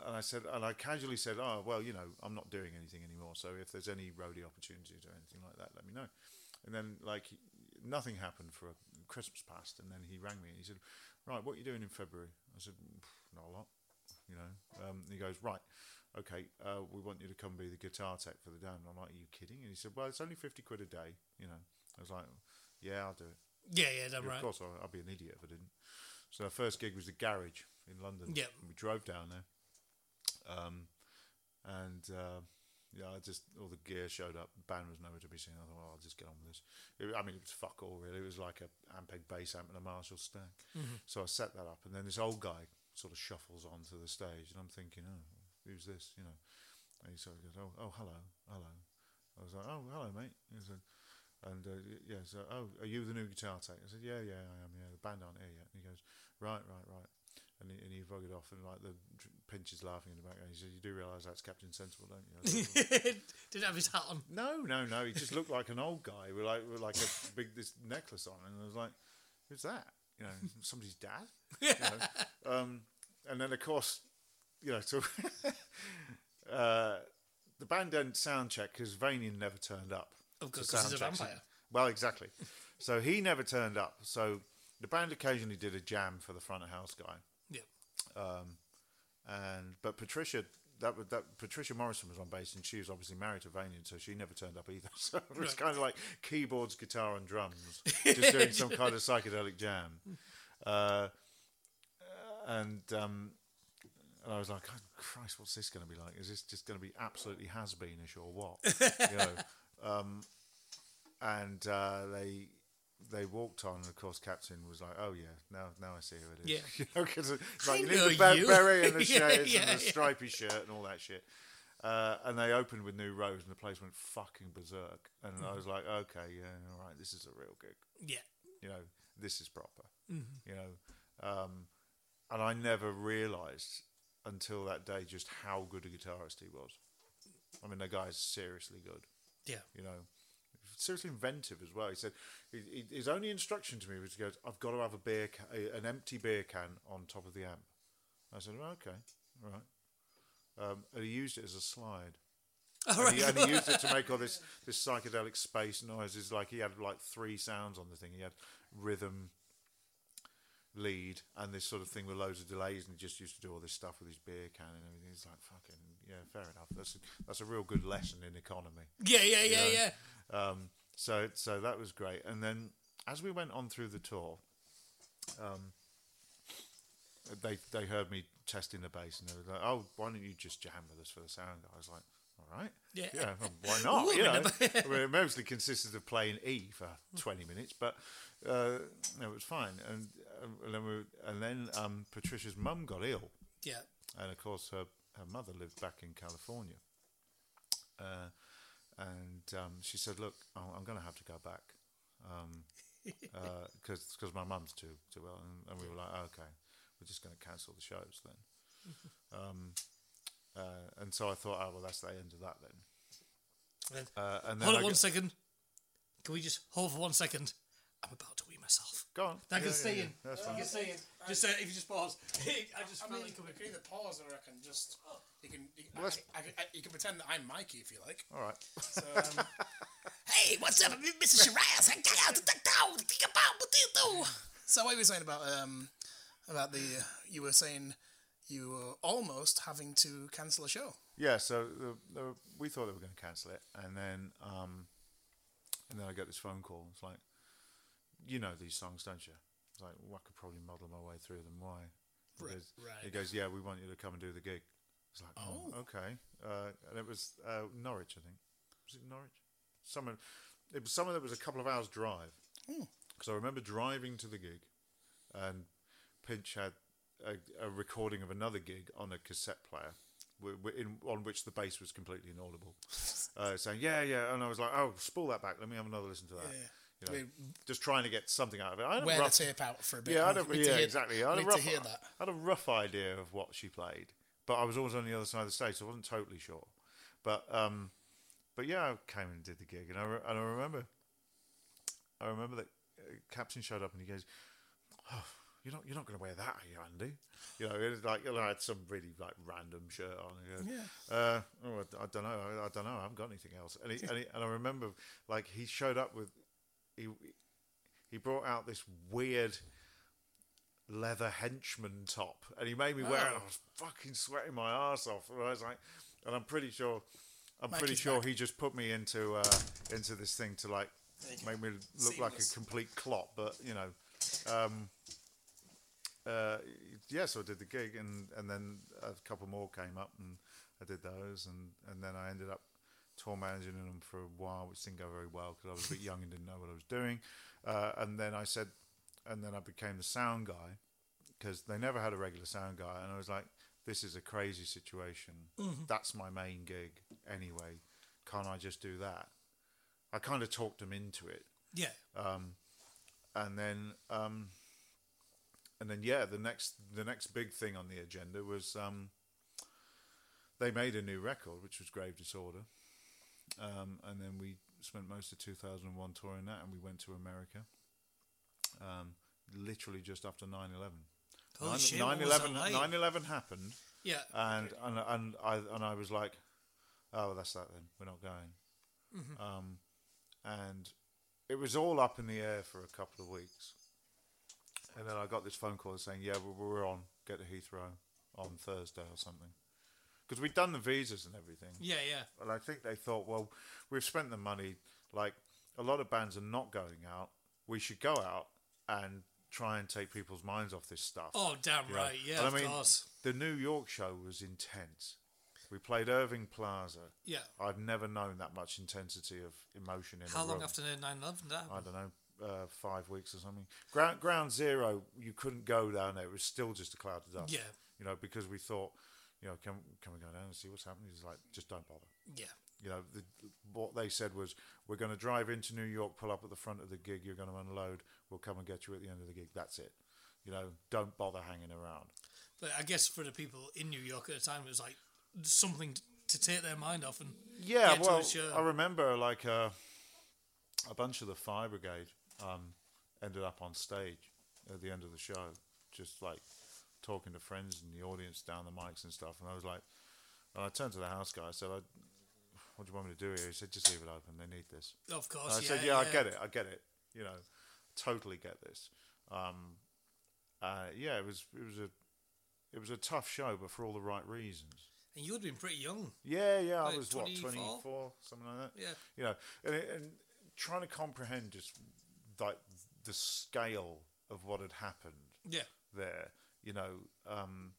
Speaker 2: and I said, and I casually said, oh, well, you know, I'm not doing anything anymore. So if there's any roadie opportunities or anything like that, let me know. And then, like, nothing happened for a Christmas past. And then he rang me and he said, right, what are you doing in February? I said, "Pff, not a lot, you know. Um, he goes, right, okay, uh, we want you to come be the guitar tech for the down. And I'm like, are you kidding? And he said, well, it's only 50 quid a day, you know. I was like, yeah, I'll do it.
Speaker 1: Yeah, yeah, damn
Speaker 2: Yeah,
Speaker 1: right.
Speaker 2: Of course, I- I'd be an idiot if I didn't. So our first gig was the Garage in London.
Speaker 1: Yep.
Speaker 2: And we drove down there, um, and uh, yeah, I just all the gear showed up. The band was nowhere to be seen. I thought, well, I'll just get on with this. It, I mean, it was fuck all really. It was like a Ampeg bass amp and a Marshall stack. So I set that up, and then this old guy sort of shuffles onto the stage, and I'm thinking, oh, who's this? You know. And he sort of goes, oh, oh, hello, hello. I was like, oh, hello, mate. He said, and uh, y- yeah, so, oh, are you the new guitar tech? I said, yeah, yeah, I am. Yeah, the band aren't here yet. And he goes, right, right, right. And he, and he buggered off, and like the dr- pinch is laughing in the background. He said, you do realise that's Captain Sensible, don't you? I was like,
Speaker 1: Didn't have his hat on.
Speaker 2: no, no, no. He just looked like an old guy with like with like a big this necklace on, and I was like, "Who's that? You know, somebody's dad." You know? um, and then of course, you know, so uh, the band didn't sound check because Vanian never turned up.
Speaker 1: Of
Speaker 2: to
Speaker 1: course, 'cause he's a
Speaker 2: sound check.
Speaker 1: vampire.
Speaker 2: Well, exactly. So he never turned up. So the band occasionally did a jam for the front of house guy
Speaker 1: Yeah.
Speaker 2: and but Patricia that was- that Patricia Morrison was on bass and she was obviously married to Vanian, so she never turned up either. So it was
Speaker 1: Right.
Speaker 2: kind of like keyboards, guitar, and drums, just doing some kind of psychedelic jam. Uh, and um, and I was like, "Oh, Christ, what's this going to be like? Is this just going to be absolutely has beenish or what? you know. Um, and uh, they they walked on, and of course, Captain was like, "Oh yeah, now now I see who it is."
Speaker 1: Yeah.
Speaker 2: you know, 'cause uh, it's like you
Speaker 1: know
Speaker 2: need the ba-
Speaker 1: you.
Speaker 2: beret and the
Speaker 1: Yeah,
Speaker 2: shades
Speaker 1: yeah,
Speaker 2: and the
Speaker 1: yeah.
Speaker 2: stripy shirt and all that shit. Uh, and they opened with New Rose, and the place went fucking berserk. And
Speaker 1: Mm-hmm.
Speaker 2: I was like, "Okay, yeah, all right, this is a real gig."
Speaker 1: Yeah.
Speaker 2: you know, this is proper,
Speaker 1: Mm-hmm.
Speaker 2: you know. Um, and I never realised until that day just how good a guitarist he was. I mean, the guy's seriously good,
Speaker 1: Yeah.
Speaker 2: you know, seriously inventive as well. He said he- he- his only instruction to me was, he goes, I've got to have a beer, ca- a- an empty beer can on top of the amp. I said, "Oh, okay, all right. Um, and he used it as a slide.
Speaker 1: All
Speaker 2: And he,
Speaker 1: right.
Speaker 2: and he used it to make all this, this psychedelic space noises. Like he had like three sounds on the thing. He had rhythm, lead, and this sort of thing with loads of delays. And he just used to do all this stuff with his beer can and everything. It's like fucking yeah, fair enough. That's a, that's a real good lesson in economy.
Speaker 1: Yeah, yeah, yeah,
Speaker 2: know.
Speaker 1: yeah.
Speaker 2: Um, so so that was great. And then as we went on through the tour, um, they they heard me testing the bass and they were like, "Oh, why don't you just jam with us for the sound?" I was like, "All right,
Speaker 1: Yeah.
Speaker 2: well, why not?"
Speaker 1: Ooh,
Speaker 2: you
Speaker 1: I'm
Speaker 2: know,
Speaker 1: in
Speaker 2: I mean, it mostly consisted of playing E for twenty minutes, but uh, no, it was fine. And, um, and then we, were- and then um, Patricia's mum got ill
Speaker 1: Yeah.
Speaker 2: and of course her her mother lived back in California, uh, and um, she said, "Look, I'm, I'm going to have to go back because um, uh 'cause 'cause my mum's too too ill," and, and we were like, "Oh, "Okay, we're just going to cancel the shows then." Um, uh, and so I thought, "Oh well, that's the end of that then."
Speaker 1: And then-
Speaker 2: Uh, and then
Speaker 1: Hold
Speaker 2: I
Speaker 1: on
Speaker 2: go-
Speaker 1: one second. Can we just hold for one second? I'm about to wee myself.
Speaker 2: Go on.
Speaker 1: That
Speaker 2: Yeah,
Speaker 1: can
Speaker 2: yeah,
Speaker 1: stay
Speaker 2: yeah,
Speaker 1: in.
Speaker 2: That's
Speaker 1: That
Speaker 2: fine.
Speaker 1: can stay in. Just uh, if you just pause. I just
Speaker 3: I
Speaker 1: felt
Speaker 3: mean,
Speaker 1: like
Speaker 3: you
Speaker 1: coming.
Speaker 3: can either pause or I can just. You can. You can,
Speaker 2: Well, that's-
Speaker 3: I, can- I, you can pretend that I'm Mikey if you like.
Speaker 2: All right.
Speaker 3: So, um,
Speaker 1: Hey, what's up, Mr. Shiraz? I got out to duck down. Think about potato.
Speaker 3: so what you were saying about um about the uh, you were saying you were almost having to cancel a show.
Speaker 2: Yeah, so the, the, we thought they were going to cancel it, and then um, and then I get this phone call. It's like, you know these songs, don't you? It's like, well, I could probably model my way through them. Why? He
Speaker 1: Right,
Speaker 2: goes-
Speaker 1: right.
Speaker 2: He goes, yeah, we want you to come and do the gig. It's like, oh, okay. Uh, and it was uh, Norwich, I think. Was it Norwich? Somewhere. It was somewhere that was a couple of hours drive. because I remember driving to the gig, and Pinch had a, a recording of another gig on a cassette player, wi- wi- in, on which the bass was completely inaudible, uh, saying yeah, yeah, and I was like, oh, spool that back. Let me have another listen to that.
Speaker 3: Yeah.
Speaker 2: You know,
Speaker 3: We-
Speaker 2: just trying to get something out of it. I had a
Speaker 3: Wear
Speaker 2: rough-
Speaker 3: the tape out for a bit.
Speaker 2: yeah, I
Speaker 3: We
Speaker 2: had a,
Speaker 3: need to
Speaker 2: yeah
Speaker 3: hear-
Speaker 2: exactly. I had,
Speaker 3: we
Speaker 2: a
Speaker 3: need
Speaker 2: rough,
Speaker 3: to hear that.
Speaker 2: I had a rough idea of what she played, but I was always on the other side of the stage, so I wasn't totally sure. But um, but yeah, I came and did the gig, and I re- and I remember, I remember that uh, Captain showed up and he goes, "Oh, you're not you're not going to wear that, are you, Andy?" You know, it was like you know, I had some really like random shirt on. and he goes, Uh, oh, I, don't know. I, I don't know. I haven't got anything else. And he, and, he, and I remember like he showed up with he he brought out this weird leather henchman top and he made me wear it.
Speaker 3: Oh.
Speaker 2: I was fucking sweating my ass off. And I was like, and I'm pretty sure, I'm pretty
Speaker 3: is
Speaker 2: sure
Speaker 3: back.
Speaker 2: he just put me into uh, into this thing to like make me look like a
Speaker 3: Seamless.
Speaker 2: complete clot. But you know, um, uh, yeah. So I did the gig, and and then a couple more came up, and I did those, and and then I ended up tour managing them for a while, which didn't go very well because I was a bit young and didn't know what I was doing. Uh, and then I said, and then I became the sound guy because they never had a regular sound guy, and I was like, this is a crazy situation. That's my main gig anyway. Can't I just do that? I kind of talked them into it,
Speaker 1: Yeah.
Speaker 2: and then um, and then yeah, the next the next big thing on the agenda was um, they made a new record, which was Grave Disorder, um, and then we spent most of 2001 touring that, and we went to America, um, literally just after 9/11.
Speaker 1: Holy
Speaker 2: 9
Speaker 1: shit, what was that
Speaker 2: 9/11
Speaker 1: like?
Speaker 2: 9/11 happened
Speaker 1: Yeah.
Speaker 2: and and and I and I was like, oh, well, that's that then. We're not going. Um, and it was all up in the air for a couple of weeks, and then I got this phone call saying, yeah, we're, we're on. Get to Heathrow on Thursday or something, because we'd done the visas and everything.
Speaker 1: yeah, yeah.
Speaker 2: And I think they thought, well, we've spent the money. Like a lot of bands are not going out. We should go out and try and take people's minds off this stuff.
Speaker 1: Oh, damn
Speaker 2: Yeah.
Speaker 1: right. Yeah,
Speaker 2: And
Speaker 1: of
Speaker 2: I mean,
Speaker 1: course.
Speaker 2: the New York show was intense. We played Irving Plaza.
Speaker 1: Yeah.
Speaker 2: I've never known that much intensity of emotion in
Speaker 1: How
Speaker 2: a
Speaker 1: long
Speaker 2: room.
Speaker 1: after 9 11 did that
Speaker 2: I
Speaker 1: happen?
Speaker 2: don't know, uh, five weeks or something. Ground, ground zero, you couldn't go down there. It was still just a cloud of dust.
Speaker 1: Yeah.
Speaker 2: You know, because we thought, you know, can can we go down and see what's happening? It's like just don't bother
Speaker 1: Yeah.
Speaker 2: you know, the, what they said was, we're going to drive into New York, pull up at the front of the gig, you're going to unload, we'll come and get you at the end of the gig. That's it. You know, don't bother hanging around.
Speaker 1: But I guess for the people in New York at the time, it was like something to take their mind off. And
Speaker 2: Yeah,
Speaker 1: get to
Speaker 2: well,
Speaker 1: a show.
Speaker 2: I remember like uh, a bunch of the Fire Brigade um, ended up on stage at the end of the show, just like talking to friends in the audience down the mics and stuff. And I was like, and I turned to the house guy, I said, I, what do you want me to do here? He said, just leave it open. They need this.
Speaker 1: of course,
Speaker 2: I
Speaker 1: yeah,
Speaker 2: said, yeah, I get it. I get it. You know, totally get this. Um, uh, yeah, it was it was a it was a tough show, but for all the right reasons.
Speaker 1: And you would have been pretty young.
Speaker 2: Yeah, yeah.
Speaker 1: Like
Speaker 2: I was what
Speaker 1: 24?
Speaker 2: twenty four, something like that.
Speaker 1: Yeah.
Speaker 2: You know, and, it- and trying to comprehend just like the scale of what had happened
Speaker 1: Yeah.
Speaker 2: there. You know, um,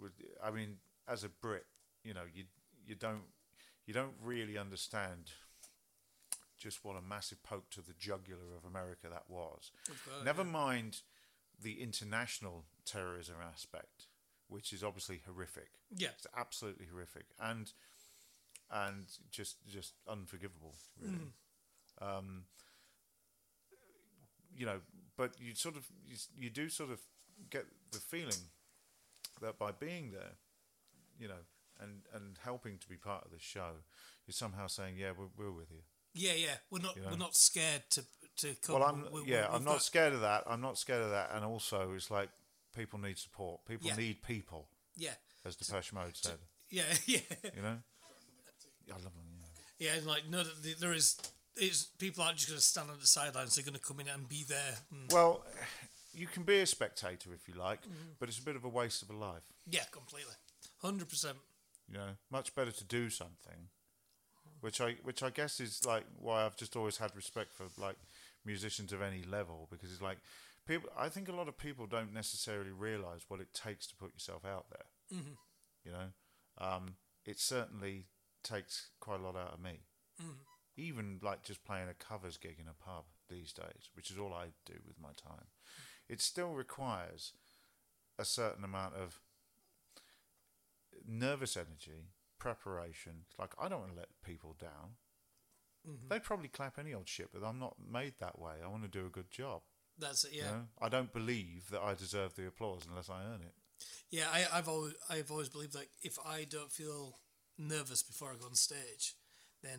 Speaker 2: with, I mean, as a Brit, you know, you you don't you don't really understand just what a massive poke to the jugular of America that was.
Speaker 1: course,
Speaker 2: Never mind the international terrorism aspect, which is obviously horrific.
Speaker 1: Yeah.
Speaker 2: It's absolutely horrific and and just just unforgivable, really. Um,
Speaker 1: Mm.
Speaker 2: you know, but you sort of you, s- you do sort of get the feeling that by being there, you know, and and helping to be part of this show, you're somehow saying, yeah, we're, we're with you.
Speaker 1: Yeah, yeah. We're not,
Speaker 2: know.
Speaker 1: we're not scared to, to come.
Speaker 2: Well, I'm
Speaker 1: We- we-
Speaker 2: yeah, I'm
Speaker 1: we've
Speaker 2: not
Speaker 1: got-
Speaker 2: scared of that. I'm not scared of that. And also, it's like people need support. People
Speaker 1: Yeah.
Speaker 2: need people,
Speaker 1: Yeah.
Speaker 2: as Depeche Mode said.
Speaker 1: Yeah, yeah.
Speaker 2: You know, I love them. Yeah.
Speaker 1: Yeah, and like, no, th- there is. It's, people aren't just going to stand on the sidelines. They're going to come in and be there. Mm. And,
Speaker 2: Well, you can be a spectator if you like, but it's a bit of a waste of a life.
Speaker 1: yeah, completely. 100%.
Speaker 2: You know, much better to do something, which I which I guess is like why I've just always had respect for like musicians of any level because it's like people. I think a lot of people don't necessarily realise what it takes to put yourself out there. Mm-hmm. You know, um, it certainly takes quite a lot out of me. Even like just playing a covers gig in a pub. these days, which is all I do with my time, it still requires a certain amount of nervous energy, preparation. It's like, I don't want to let people down.
Speaker 1: Mm-hmm.
Speaker 2: They probably clap any old shit, but I'm not made that way. I want to do a good job.
Speaker 1: That's it.
Speaker 2: you
Speaker 1: Yeah,
Speaker 2: know? I don't believe that I deserve the applause unless I earn it.
Speaker 1: yeah. I, I've always I've always believed like if I don't feel nervous before I go on stage, then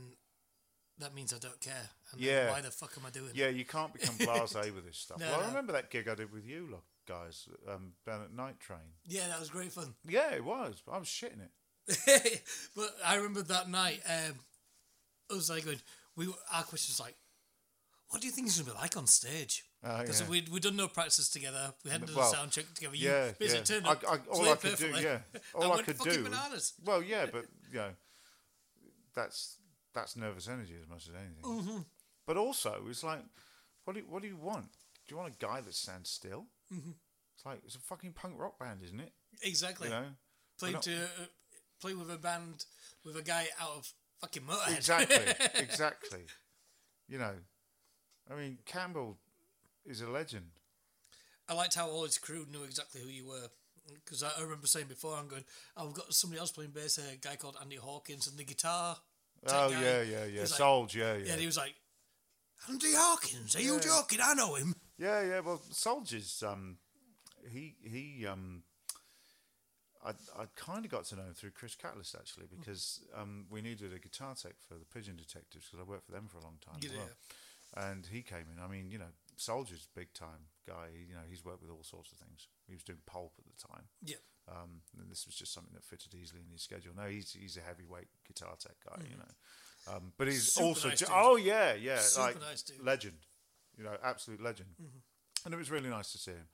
Speaker 1: that means I don't care. And then
Speaker 2: Yeah.
Speaker 1: why the fuck am I doing? it?
Speaker 2: Yeah, you can't become blasé with this stuff.
Speaker 1: No,
Speaker 2: well,
Speaker 1: no.
Speaker 2: I remember that gig I did with you lot guys um, down at Night Train.
Speaker 1: Yeah, that was great fun.
Speaker 2: Yeah, it was. I was shitting it.
Speaker 1: but I remember that night, um, I was like, going, we were, our question was like, what do you think it's going to be like on stage?
Speaker 2: Oh,
Speaker 1: Because
Speaker 2: yeah.
Speaker 1: we'd, we'd done no practices together. We hadn't done
Speaker 2: Well,
Speaker 1: a sound check together. You
Speaker 2: yeah,
Speaker 1: basically
Speaker 2: yeah.
Speaker 1: turned
Speaker 2: I-
Speaker 1: up,
Speaker 2: I- all
Speaker 1: played
Speaker 2: I could do,
Speaker 1: perfectly.
Speaker 2: yeah. All I
Speaker 1: went
Speaker 2: could
Speaker 1: fucking
Speaker 2: do-
Speaker 1: bananas.
Speaker 2: Well, yeah, but you know, that's that's nervous energy as much as anything.
Speaker 1: Mm-hmm.
Speaker 2: But also, it's like, what do you, what do you want? Do you want a guy that stands still? Mm-hmm. It's like it's a fucking punk rock band, isn't it?
Speaker 1: Exactly.
Speaker 2: You know.
Speaker 1: Played
Speaker 2: we're not-
Speaker 1: to uh, play with a band with a guy out of fucking Motorhead.
Speaker 2: Exactly, exactly. You know, I mean, Campbell is a legend.
Speaker 1: I liked how all his crew knew exactly who you were. Because I I remember saying before, I'm going, I've got somebody else playing bass, a guy called Andy Hawkins, and the guitar. tech
Speaker 2: Oh
Speaker 1: guy,
Speaker 2: yeah, yeah, yeah.
Speaker 1: he's like-
Speaker 2: Sold, yeah,
Speaker 1: Yeah,
Speaker 2: yeah,
Speaker 1: and
Speaker 2: yeah,
Speaker 1: he was like, Andy Hawkins, are you
Speaker 2: Yeah.
Speaker 1: joking? I know him.
Speaker 2: yeah, Well, Soldier's um, he he um, I I kind of got to know him through Chris Catalyst actually because um, we needed a guitar tech for the Pigeon Detectives because I worked for them for a long time as
Speaker 1: Yeah.
Speaker 2: well, and he came in. I mean, you know, Soldier's big time guy. You know, he's worked with all sorts of things. He was doing Pulp at the time.
Speaker 1: Yeah.
Speaker 2: Um, and this was just something that fitted easily in his schedule. No, he's he's a heavyweight guitar tech guy, you know. Um, but he's
Speaker 1: Mm. Super
Speaker 2: also
Speaker 1: nice
Speaker 2: ju-
Speaker 1: dude.
Speaker 2: oh yeah, yeah,
Speaker 1: Super
Speaker 2: like
Speaker 1: nice dude. Mm-hmm.
Speaker 2: legend, you know, absolute legend. And it was really nice to see him.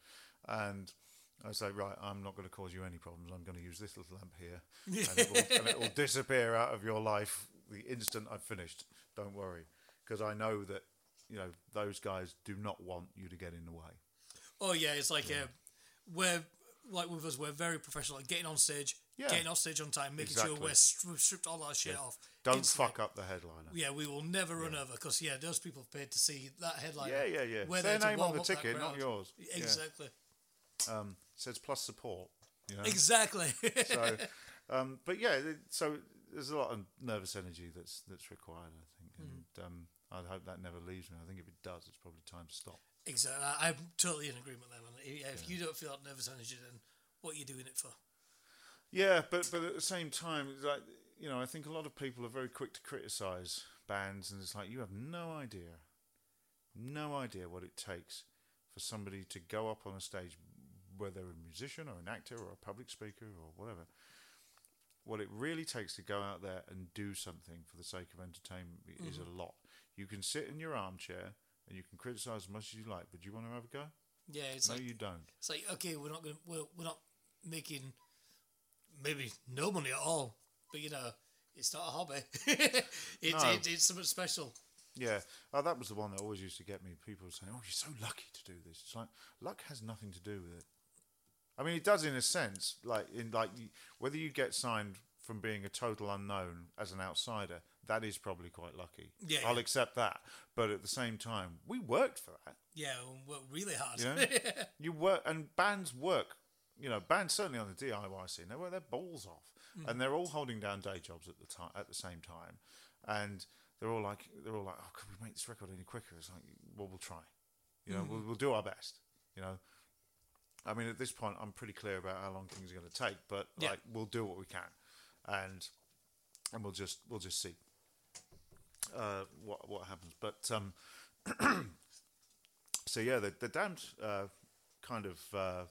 Speaker 2: And I was like, right, I'm not going to cause you any problems. I'm going to use this little lamp here, and it, will, and it will disappear out of your life the instant I've finished. Don't worry, because I know that you know those guys do not want you to get in the way.
Speaker 1: Oh, yeah, it's like, uh, we're, like with us, we're very professional. Like getting on stage,
Speaker 2: Yeah.
Speaker 1: getting off stage on time, making sure
Speaker 2: Exactly.
Speaker 1: we're stri- we've stripped all our shit off.
Speaker 2: Don't
Speaker 1: instantly.
Speaker 2: fuck up the headliner.
Speaker 1: Yeah, we will never run over because, yeah, those people have paid to see that headline.
Speaker 2: Yeah, yeah, yeah.
Speaker 1: We're there
Speaker 2: Their
Speaker 1: to
Speaker 2: name on
Speaker 1: warm
Speaker 2: the
Speaker 1: up that
Speaker 2: ticket, not
Speaker 1: crowd.
Speaker 2: yours. Yeah.
Speaker 1: Exactly.
Speaker 2: says plus support. You know?
Speaker 1: Exactly.
Speaker 2: so, um, but yeah, th- so there's a lot of nervous energy that's that's required, I think, and um, I hope that never leaves me. I think if it does, it's probably time to stop.
Speaker 1: Exactly. I, I'm totally in agreement there, man. If, yeah, if you don't feel that nervous energy, then what are you doing it for?
Speaker 2: Yeah, but but at the same time, it's like you know, I think a lot of people are very quick to criticise bands, and it's like you have no idea, no idea what it takes for somebody to go up on a stage, whether a musician or an actor or a public speaker or whatever. What it really takes to go out there and do something for the sake of entertainment is
Speaker 1: Mm-hmm.
Speaker 2: a lot. You can sit in your armchair and you can criticise as much as you like, but do you want to have a go?
Speaker 1: Yeah, it's
Speaker 2: no,
Speaker 1: like
Speaker 2: you don't.
Speaker 1: it's like okay, we're not going, we're, we're not making maybe no money at all, but you know, it's not a hobby. it's,
Speaker 2: No.
Speaker 1: it, it's something special.
Speaker 2: Yeah, oh, that was the one that always used to get me. People were saying, "Oh, you're so lucky to do this." It's like luck has nothing to do with it. I mean, it does in a sense, like in like y- whether you get signed from being a total unknown as an outsider, that is probably quite lucky.
Speaker 1: Yeah,
Speaker 2: I'll
Speaker 1: yeah.
Speaker 2: accept that. But at the same time, we worked for that.
Speaker 1: Yeah, we work really hard.
Speaker 2: You know, you work and bands work. You know, bands certainly on the DIY scene, they work their balls off, and they're all holding down day jobs at the time at the same time, and they're all like they're all like, oh, could we make this record any quicker? It's like, well, we'll try. You know, we'll, we'll do our best. You know, I mean, at this point, I'm pretty clear about how long things are going to take, but
Speaker 1: Yeah.
Speaker 2: like, we'll do what we can, and and we'll just we'll just see uh, what what happens. But um, so yeah, the the damned uh, kind of uh,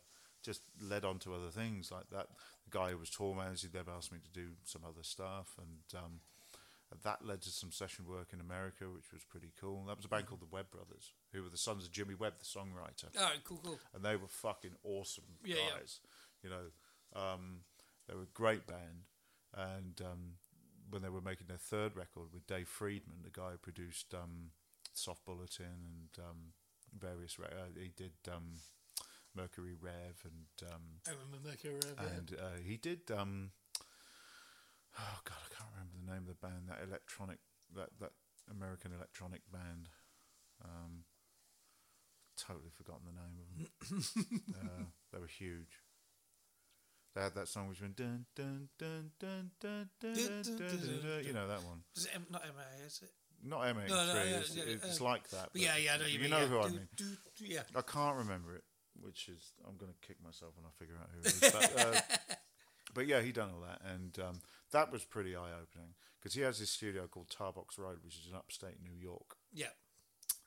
Speaker 2: just led on to other things like that. The guy who was tour manager, they've asked me to do some other stuff, and um, that led to some session work in America, which was pretty cool. That was a band called the Webb Brothers, who were the sons of Jimmy Webb, the songwriter
Speaker 1: all right, cool, cool.
Speaker 2: and they were fucking awesome
Speaker 1: Yeah, yeah.
Speaker 2: guys. You know, um, they were a great band, and um, when they were making their third record with Dave Friedman, the guy who produced um, Soft Bulletin and um, various, re- uh, he did um, Mercury Rev and um,
Speaker 1: I remember Mercury Rev. yeah.
Speaker 2: and uh, he did. Um, oh God, I can't remember the name of the band. That electronic, that that American electronic band. Um, totally forgotten the name of them. uh, they were huge. They had that song which went dun dun dun dun dun dun dun dun. dun, dun. You know that one.
Speaker 1: Is it M- not MA, is it?
Speaker 2: Not M83.
Speaker 1: No, no, yeah,
Speaker 2: it's,
Speaker 1: yeah,
Speaker 2: it's
Speaker 1: uh,
Speaker 2: like that.
Speaker 1: But yeah, yeah, I know
Speaker 2: but
Speaker 1: what you
Speaker 2: you
Speaker 1: mean.
Speaker 2: know
Speaker 1: yeah.
Speaker 2: who I
Speaker 1: Do-
Speaker 2: mean.
Speaker 1: do- do- yeah.
Speaker 2: I can't remember it, which is I'm going to kick myself when I figure out who it is. But, uh, but yeah, he done all that, and um, that was pretty eye opening because he has this studio called Tarbox Road, which is in upstate New York,
Speaker 1: Yeah.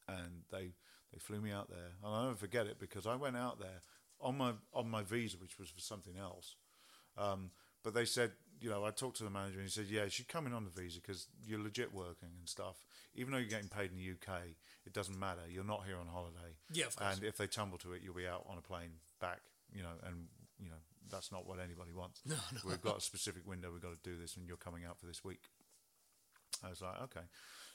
Speaker 2: and they they flew me out there, and I'll never forget it because I went out there on my on my visa, which was for something else. Um, but they said, you know, I talked to the manager and he said, yeah, you should come in on the visa because you're legit working and stuff. Even though you're getting paid in the UK, it doesn't matter. You're not here on holiday.
Speaker 1: Yeah, of course.
Speaker 2: And if they tumble to it, you'll be out on a plane back, you know, and, you know, that's not what anybody wants. No, no. We've got a specific window. We've got to do this and you're coming out for this week. I was like, okay.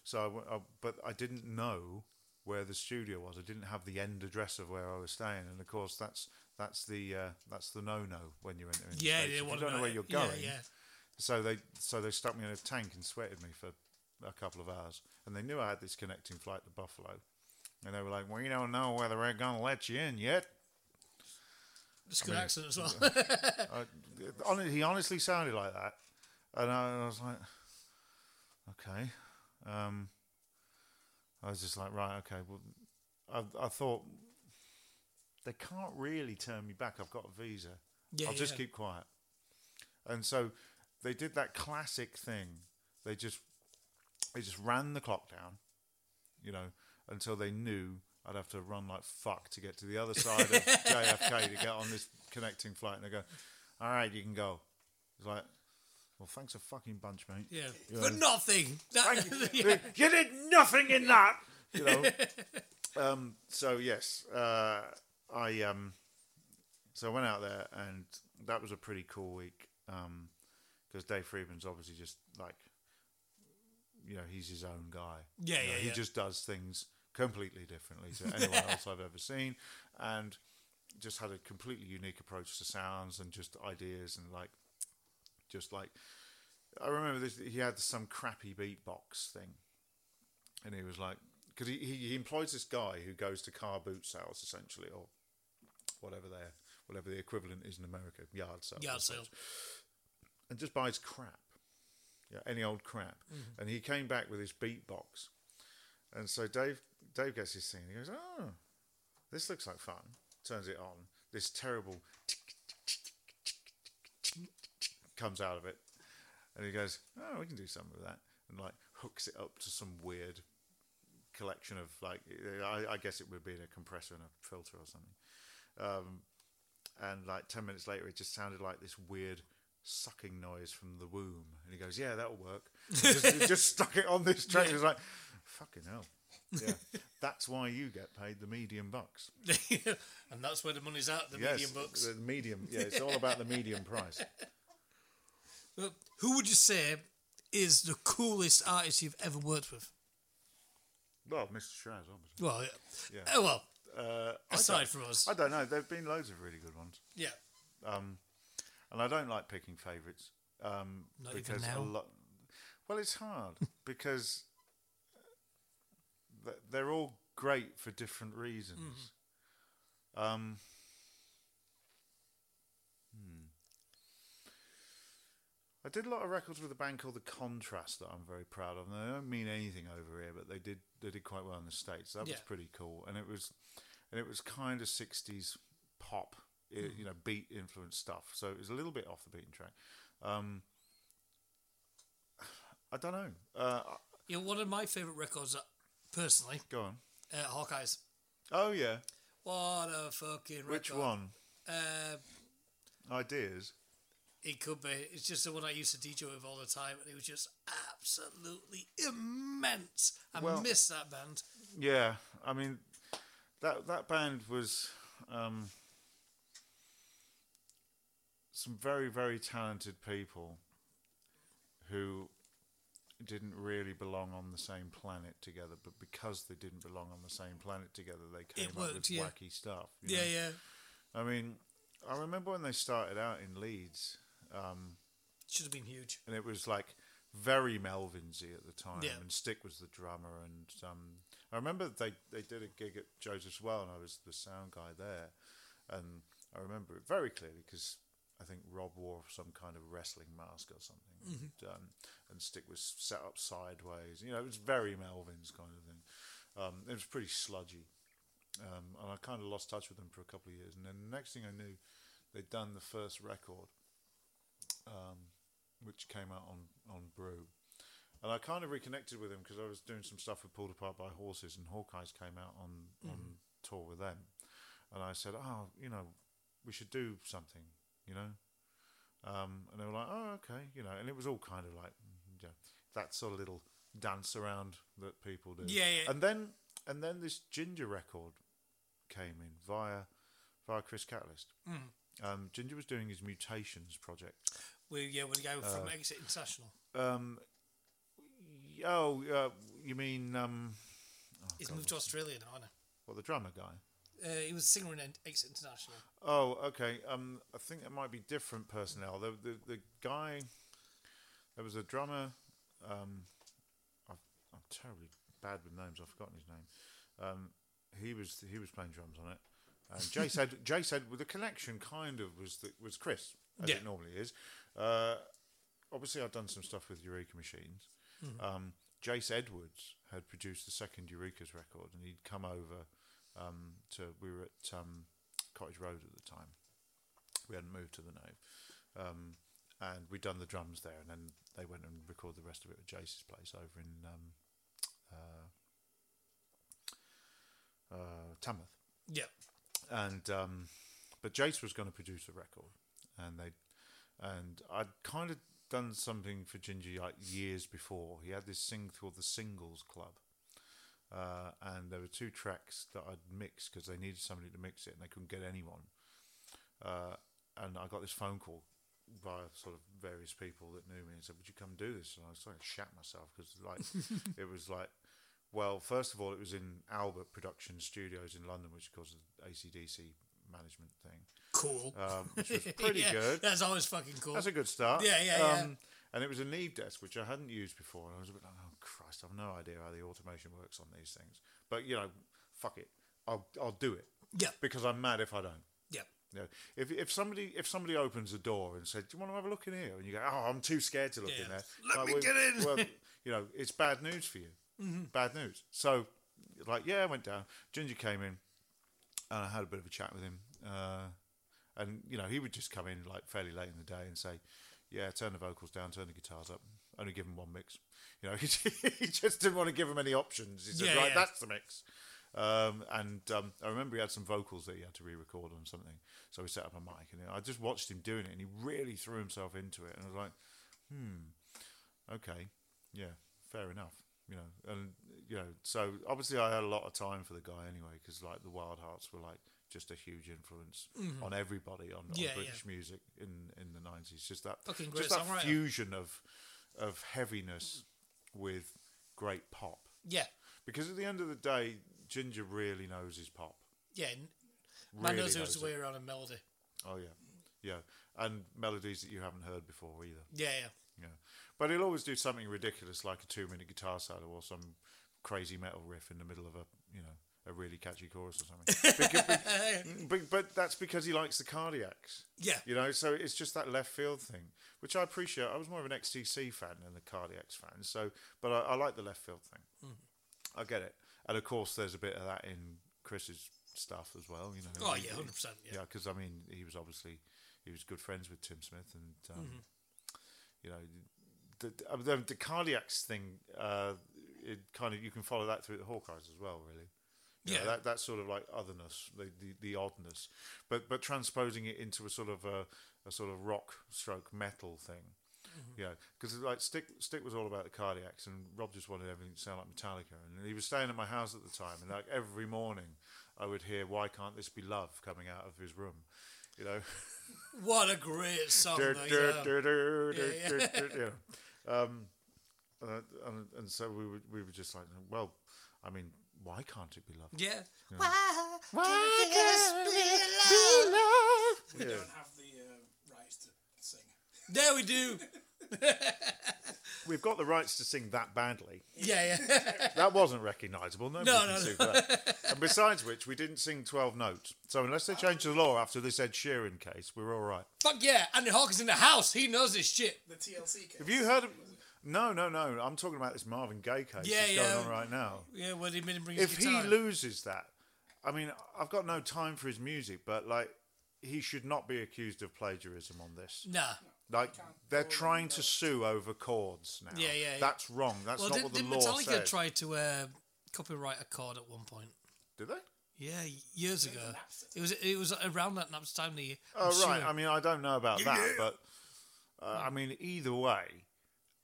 Speaker 2: So, I w- I- but I didn't know where the studio was. I didn't have the end address of where I was staying, and of course, that's that's the uh, that's the no no when you're entering. the
Speaker 1: Yeah,
Speaker 2: States.
Speaker 1: they
Speaker 2: If you
Speaker 1: want
Speaker 2: don't know where you're going.
Speaker 1: Yeah, yeah.
Speaker 2: So they so they stuck me in a tank and sweated me for a couple of hours, and they knew I had this connecting flight to Buffalo, and they were like, "We don't know whether we're gonna let you in yet."
Speaker 1: It's a good accent as well.
Speaker 2: I, hon- he honestly sounded like that, and I, I was like, okay. Um, I was just like, right, okay. Well, I, I thought they can't really turn me back. I've got a visa.
Speaker 1: Yeah,
Speaker 2: I'll just
Speaker 1: yeah.
Speaker 2: keep quiet. And so they did that classic thing. They just they just ran the clock down, you know, until they knew I'd have to run like fuck to get to the other side of JFK to get on this connecting flight. And they go, all right, you can go. It's like, well, thanks a fucking bunch, mate.
Speaker 1: yeah. For nothing. That, yeah.
Speaker 2: You did nothing in that. You know. um, so yes, uh, I um, so I went out there, and that was a pretty cool week because Dave Friedman's obviously just like you know he's his own guy.
Speaker 1: Yeah,
Speaker 2: You know,
Speaker 1: yeah,
Speaker 2: He
Speaker 1: yeah.
Speaker 2: just does things completely differently to anyone else I've ever seen, and just had a completely unique approach to sounds and just ideas and like just like I remember this. He had some crappy beatbox thing, and he was like, because he, he he employs this guy who goes to car boot sales essentially, or whatever they whatever the equivalent is in America, yard sales, I
Speaker 1: Yard
Speaker 2: suppose
Speaker 1: sale.
Speaker 2: and just buys crap, yeah, any old crap. And he came back with his beatbox, and so Dave Dave gets his thing. And he goes, "Oh, this looks like fun." Turns it on. This terrible comes out of it, and he goes, "Oh, we can do something with that," and like hooks it up to some weird collection of like I, I guess it would be in a compressor and a filter or something and like 10 minutes later it just sounded like this weird sucking noise from the womb and he goes yeah that'll work And just, he just stuck it on this track It was like fucking hell yeah that's why you get paid the medium bucks
Speaker 1: and that's where the money's at, the
Speaker 2: yes
Speaker 1: medium books.
Speaker 2: the medium yeah it's all about the medium price
Speaker 1: But who would you say is the coolest artist you've ever worked with?
Speaker 2: well mr Shiraz, obviously
Speaker 1: Well, yeah.
Speaker 2: Yeah.
Speaker 1: Oh, well,
Speaker 2: uh, I
Speaker 1: aside
Speaker 2: don't-
Speaker 1: from us.
Speaker 2: i don't know there have been loads of really good ones
Speaker 1: yeah.
Speaker 2: and I don't like picking favourites um,
Speaker 1: Not even
Speaker 2: because
Speaker 1: now?
Speaker 2: a lot. Well, it's hard because th- they're all great for different reasons.
Speaker 1: Mm-hmm.
Speaker 2: Um, hmm. I did a lot of records with a band called The Contrast that I'm very proud of. And they don't mean anything over here, but they did they did quite well in the states. That was
Speaker 1: Yeah.
Speaker 2: pretty cool, and it was and it was kind of 60s pop, i
Speaker 1: Hmm.
Speaker 2: you know, beat influenced stuff. So it was a little bit off the beaten track. Um, I don't know. Uh,
Speaker 1: You know, one of my favourite records, that, personally,
Speaker 2: go on.
Speaker 1: uh, Hawkeye's.
Speaker 2: Oh yeah,
Speaker 1: What a fucking record.
Speaker 2: which one?
Speaker 1: Uh,
Speaker 2: Ideas.
Speaker 1: it could be. It's just the one I used to DJ with all the time, and it was just absolutely immense. I
Speaker 2: Well-
Speaker 1: miss that band.
Speaker 2: Yeah, I mean that that band was um, some very very talented people who didn't really belong on the same planet together, but because they didn't belong on the same planet together, they came up
Speaker 1: worked,
Speaker 2: with
Speaker 1: yeah.
Speaker 2: wacky stuff. you
Speaker 1: Yeah,
Speaker 2: know?
Speaker 1: yeah.
Speaker 2: I mean, I remember when they started out in Leeds,
Speaker 1: Should have been huge.
Speaker 2: and it was like very Melvinsy at the time,
Speaker 1: Yeah.
Speaker 2: and Stick was the drummer. And um, I remember they, they did a gig at Joseph's Well, and I was the sound guy there. And I remember it very clearly because I think Rob wore some kind of wrestling mask or something, and, um, and Stick was set up sideways. You know, it was very Melvin's kind of thing. Um, it was pretty sludgy, um, and I kind of lost touch with them for a couple of years. And then the next thing I knew, they'd done the first record which came out on, on Brew. And I kind of reconnected with him because I was doing some stuff with Pulled Apart by Horses, and Hawkeyes came out on,
Speaker 1: Mm-hmm.
Speaker 2: on tour with them. And I said, Oh, you know, we should do something, you know? Um, and they were like, Oh, okay, you know. And it was all kind of like you know, that sort of little dance around that people do.
Speaker 1: Yeah, yeah.
Speaker 2: And then and then this Ginger record came in via via Chris Catalyst.
Speaker 1: Mm-hmm.
Speaker 2: Um, Ginger was doing his Mutations project.
Speaker 1: We yeah, we go
Speaker 2: Uh,
Speaker 1: from Exit International.
Speaker 2: Um, y- oh, uh, you mean um,
Speaker 1: He's moved to Australia now, hasn't
Speaker 2: what the drummer guy?
Speaker 1: he? Uh, he was singer in Exit International.
Speaker 2: Oh, okay. Um, I think it might be different personnel. The the, the guy, there was a drummer. Um, I've, I'm terribly bad with names. I've forgotten his name. Um, he was he was playing drums on it. And Jay said Jay said well, the connection kind of was the, was Chris as
Speaker 1: Yeah.
Speaker 2: it normally is. Uh, obviously, I've done some stuff with Eureka Machines. Um, Jace Edwards had produced the second Eureka's record, and he'd come over um, to. We were at um, Cottage Road at the time. We hadn't moved to the Nave, um, and we'd done the drums there, and then they went and recorded the rest of it at Jace's place over in um, uh, uh, Tamworth
Speaker 1: Yeah.
Speaker 2: and um, but Jace was going to produce a record, and they and I'd kind of done something for Ginger like years before. He had this thing called the Singles Club, uh, and there were two tracks that I'd mixed because they needed somebody to mix it, and they couldn't get anyone. Uh, and I got this phone call by sort of various people that knew me and said, "Would you come do this?" And I was like, "Shat myself," because like it was like, well, first of all, it was in Albert Production Studios in London, which of course is ACDC management thing,
Speaker 1: Cool.
Speaker 2: um, which was pretty
Speaker 1: yeah,
Speaker 2: good.
Speaker 1: That's always fucking cool.
Speaker 2: That's a good start. Um,
Speaker 1: Yeah, yeah, yeah.
Speaker 2: And it was a Neve desk, which I hadn't used before, and I was a bit like, oh Christ, I've no idea how the automation works on these things. But you know, fuck it, I'll I'll do it
Speaker 1: yeah.
Speaker 2: because I'm mad if I don't.
Speaker 1: Yeah.
Speaker 2: You know, if if somebody if somebody opens the door and said, "Do you want to have a look in here?" and you go, "Oh, I'm too scared to look
Speaker 1: Yeah.
Speaker 2: in there,"
Speaker 1: Let me
Speaker 2: we-
Speaker 1: get in. Mm-hmm.
Speaker 2: Well, you know, it's bad news for you. Bad news. So, like, yeah, I went down. Ginger came in, and I had a bit of a chat with him. Uh, and you know, he would just come in like fairly late in the day and say, "Yeah, turn the vocals down, turn the guitars up." Only give him one mix. You know, he just didn't want to give him any options. He said,
Speaker 1: Yeah,
Speaker 2: "Right,
Speaker 1: yeah.
Speaker 2: that's the mix." Um, and um, I remember he had some vocals that he had to re-record on something, so we set up a mic, and I just watched him doing it, and he really threw himself into it, and I was like, okay, yeah, fair enough. You know, and you know, so obviously I had a lot of time for the guy anyway, because like the Wild Hearts were like just a huge influence on everybody on,
Speaker 1: Mm-hmm. Yeah, yeah.
Speaker 2: on British music in in the nineties. Just that,
Speaker 1: Fucking
Speaker 2: just
Speaker 1: great
Speaker 2: that
Speaker 1: songwriter.
Speaker 2: fusion of of heaviness with great pop.
Speaker 1: Yeah.
Speaker 2: Because at the end of the day, Ginger really knows his pop.
Speaker 1: Yeah. Man
Speaker 2: Really
Speaker 1: knows who's
Speaker 2: knows
Speaker 1: way around a melody.
Speaker 2: Oh yeah, yeah, and melodies that you haven't heard before either.
Speaker 1: Yeah, yeah.
Speaker 2: Yeah, but he'll always do something ridiculous, like a two-minute guitar solo or some crazy metal riff in the middle of a you know a really catchy chorus or something. but, but, but, but that's because he likes the Cardiacs.
Speaker 1: Yeah.
Speaker 2: You know, so it's just that left field thing, which I appreciate. I was more of an XTC fan than the Cardiacs fan, so but I, I like the left field thing.
Speaker 1: Mm.
Speaker 2: I get it, and of course, there's a bit of that in Chris's stuff as well. You know.
Speaker 1: Oh,
Speaker 2: He-
Speaker 1: yeah, 100%, yeah.
Speaker 2: Yeah, because I mean, he was obviously he was good friends with Tim Smith, and um, you know, the the, um, the, the Cardiacs thing. Uh, it kind of you can follow that through the Hawkeyes as well, really. You know,
Speaker 1: Yeah.
Speaker 2: that that sort of like otherness, the, the, the oddness, but but transposing it into a sort of a, a sort of rock stroke metal thing, you know, because like stick stick was all about the cardiacs, and Rob just wanted everything to sound like Metallica, and he was staying at my house at the time, and like every morning, I would hear "Why Can't This Be Love" coming out of his room, you know.
Speaker 1: What a great song,
Speaker 2: Dur,
Speaker 1: though.
Speaker 2: dur,
Speaker 1: yeah.
Speaker 2: dur, dur, dur,
Speaker 1: Yeah,
Speaker 2: dur, dur, you know. Um, uh, and, and so we were, we were just like, well, I mean, why can't it be love?
Speaker 1: Yeah.
Speaker 3: We don't have the uh, rights to sing.
Speaker 1: There we do.
Speaker 2: we've got the rights to sing that badly.
Speaker 1: Yeah, yeah.
Speaker 2: That wasn't recognisable. Nobody
Speaker 1: No,
Speaker 2: can
Speaker 1: no, no.
Speaker 2: sue for that. And besides which, we didn't sing 12 notes. So unless they change the law after this Ed Sheeran case, we're all right.
Speaker 1: Fuck yeah. Andy Hawkins in the house. He knows his shit.
Speaker 3: The TLC case.
Speaker 2: Have you heard of... No, no, no. I'm talking about this Marvin Gaye case
Speaker 1: Yeah,
Speaker 2: that's
Speaker 1: yeah.
Speaker 2: going on right now.
Speaker 1: Yeah, well, he made him bring his
Speaker 2: If
Speaker 1: guitar.
Speaker 2: he loses that, I mean, I've got no time for his music, but, like, he should not be accused of plagiarism on this.
Speaker 1: Nah.
Speaker 2: Like, they're trying to sue over chords now.
Speaker 1: Yeah, yeah, yeah.
Speaker 2: That's wrong. That's
Speaker 1: Well,
Speaker 2: not
Speaker 1: did,
Speaker 2: what the
Speaker 1: did
Speaker 2: law
Speaker 1: Metallica
Speaker 2: says.
Speaker 1: try to uh, copyright a chord at one point?
Speaker 2: Do they?
Speaker 1: Yeah, years ago. It was it was around that Napster time. The
Speaker 2: Oh right. I mean, I don't know about that, but uh, I mean, either way,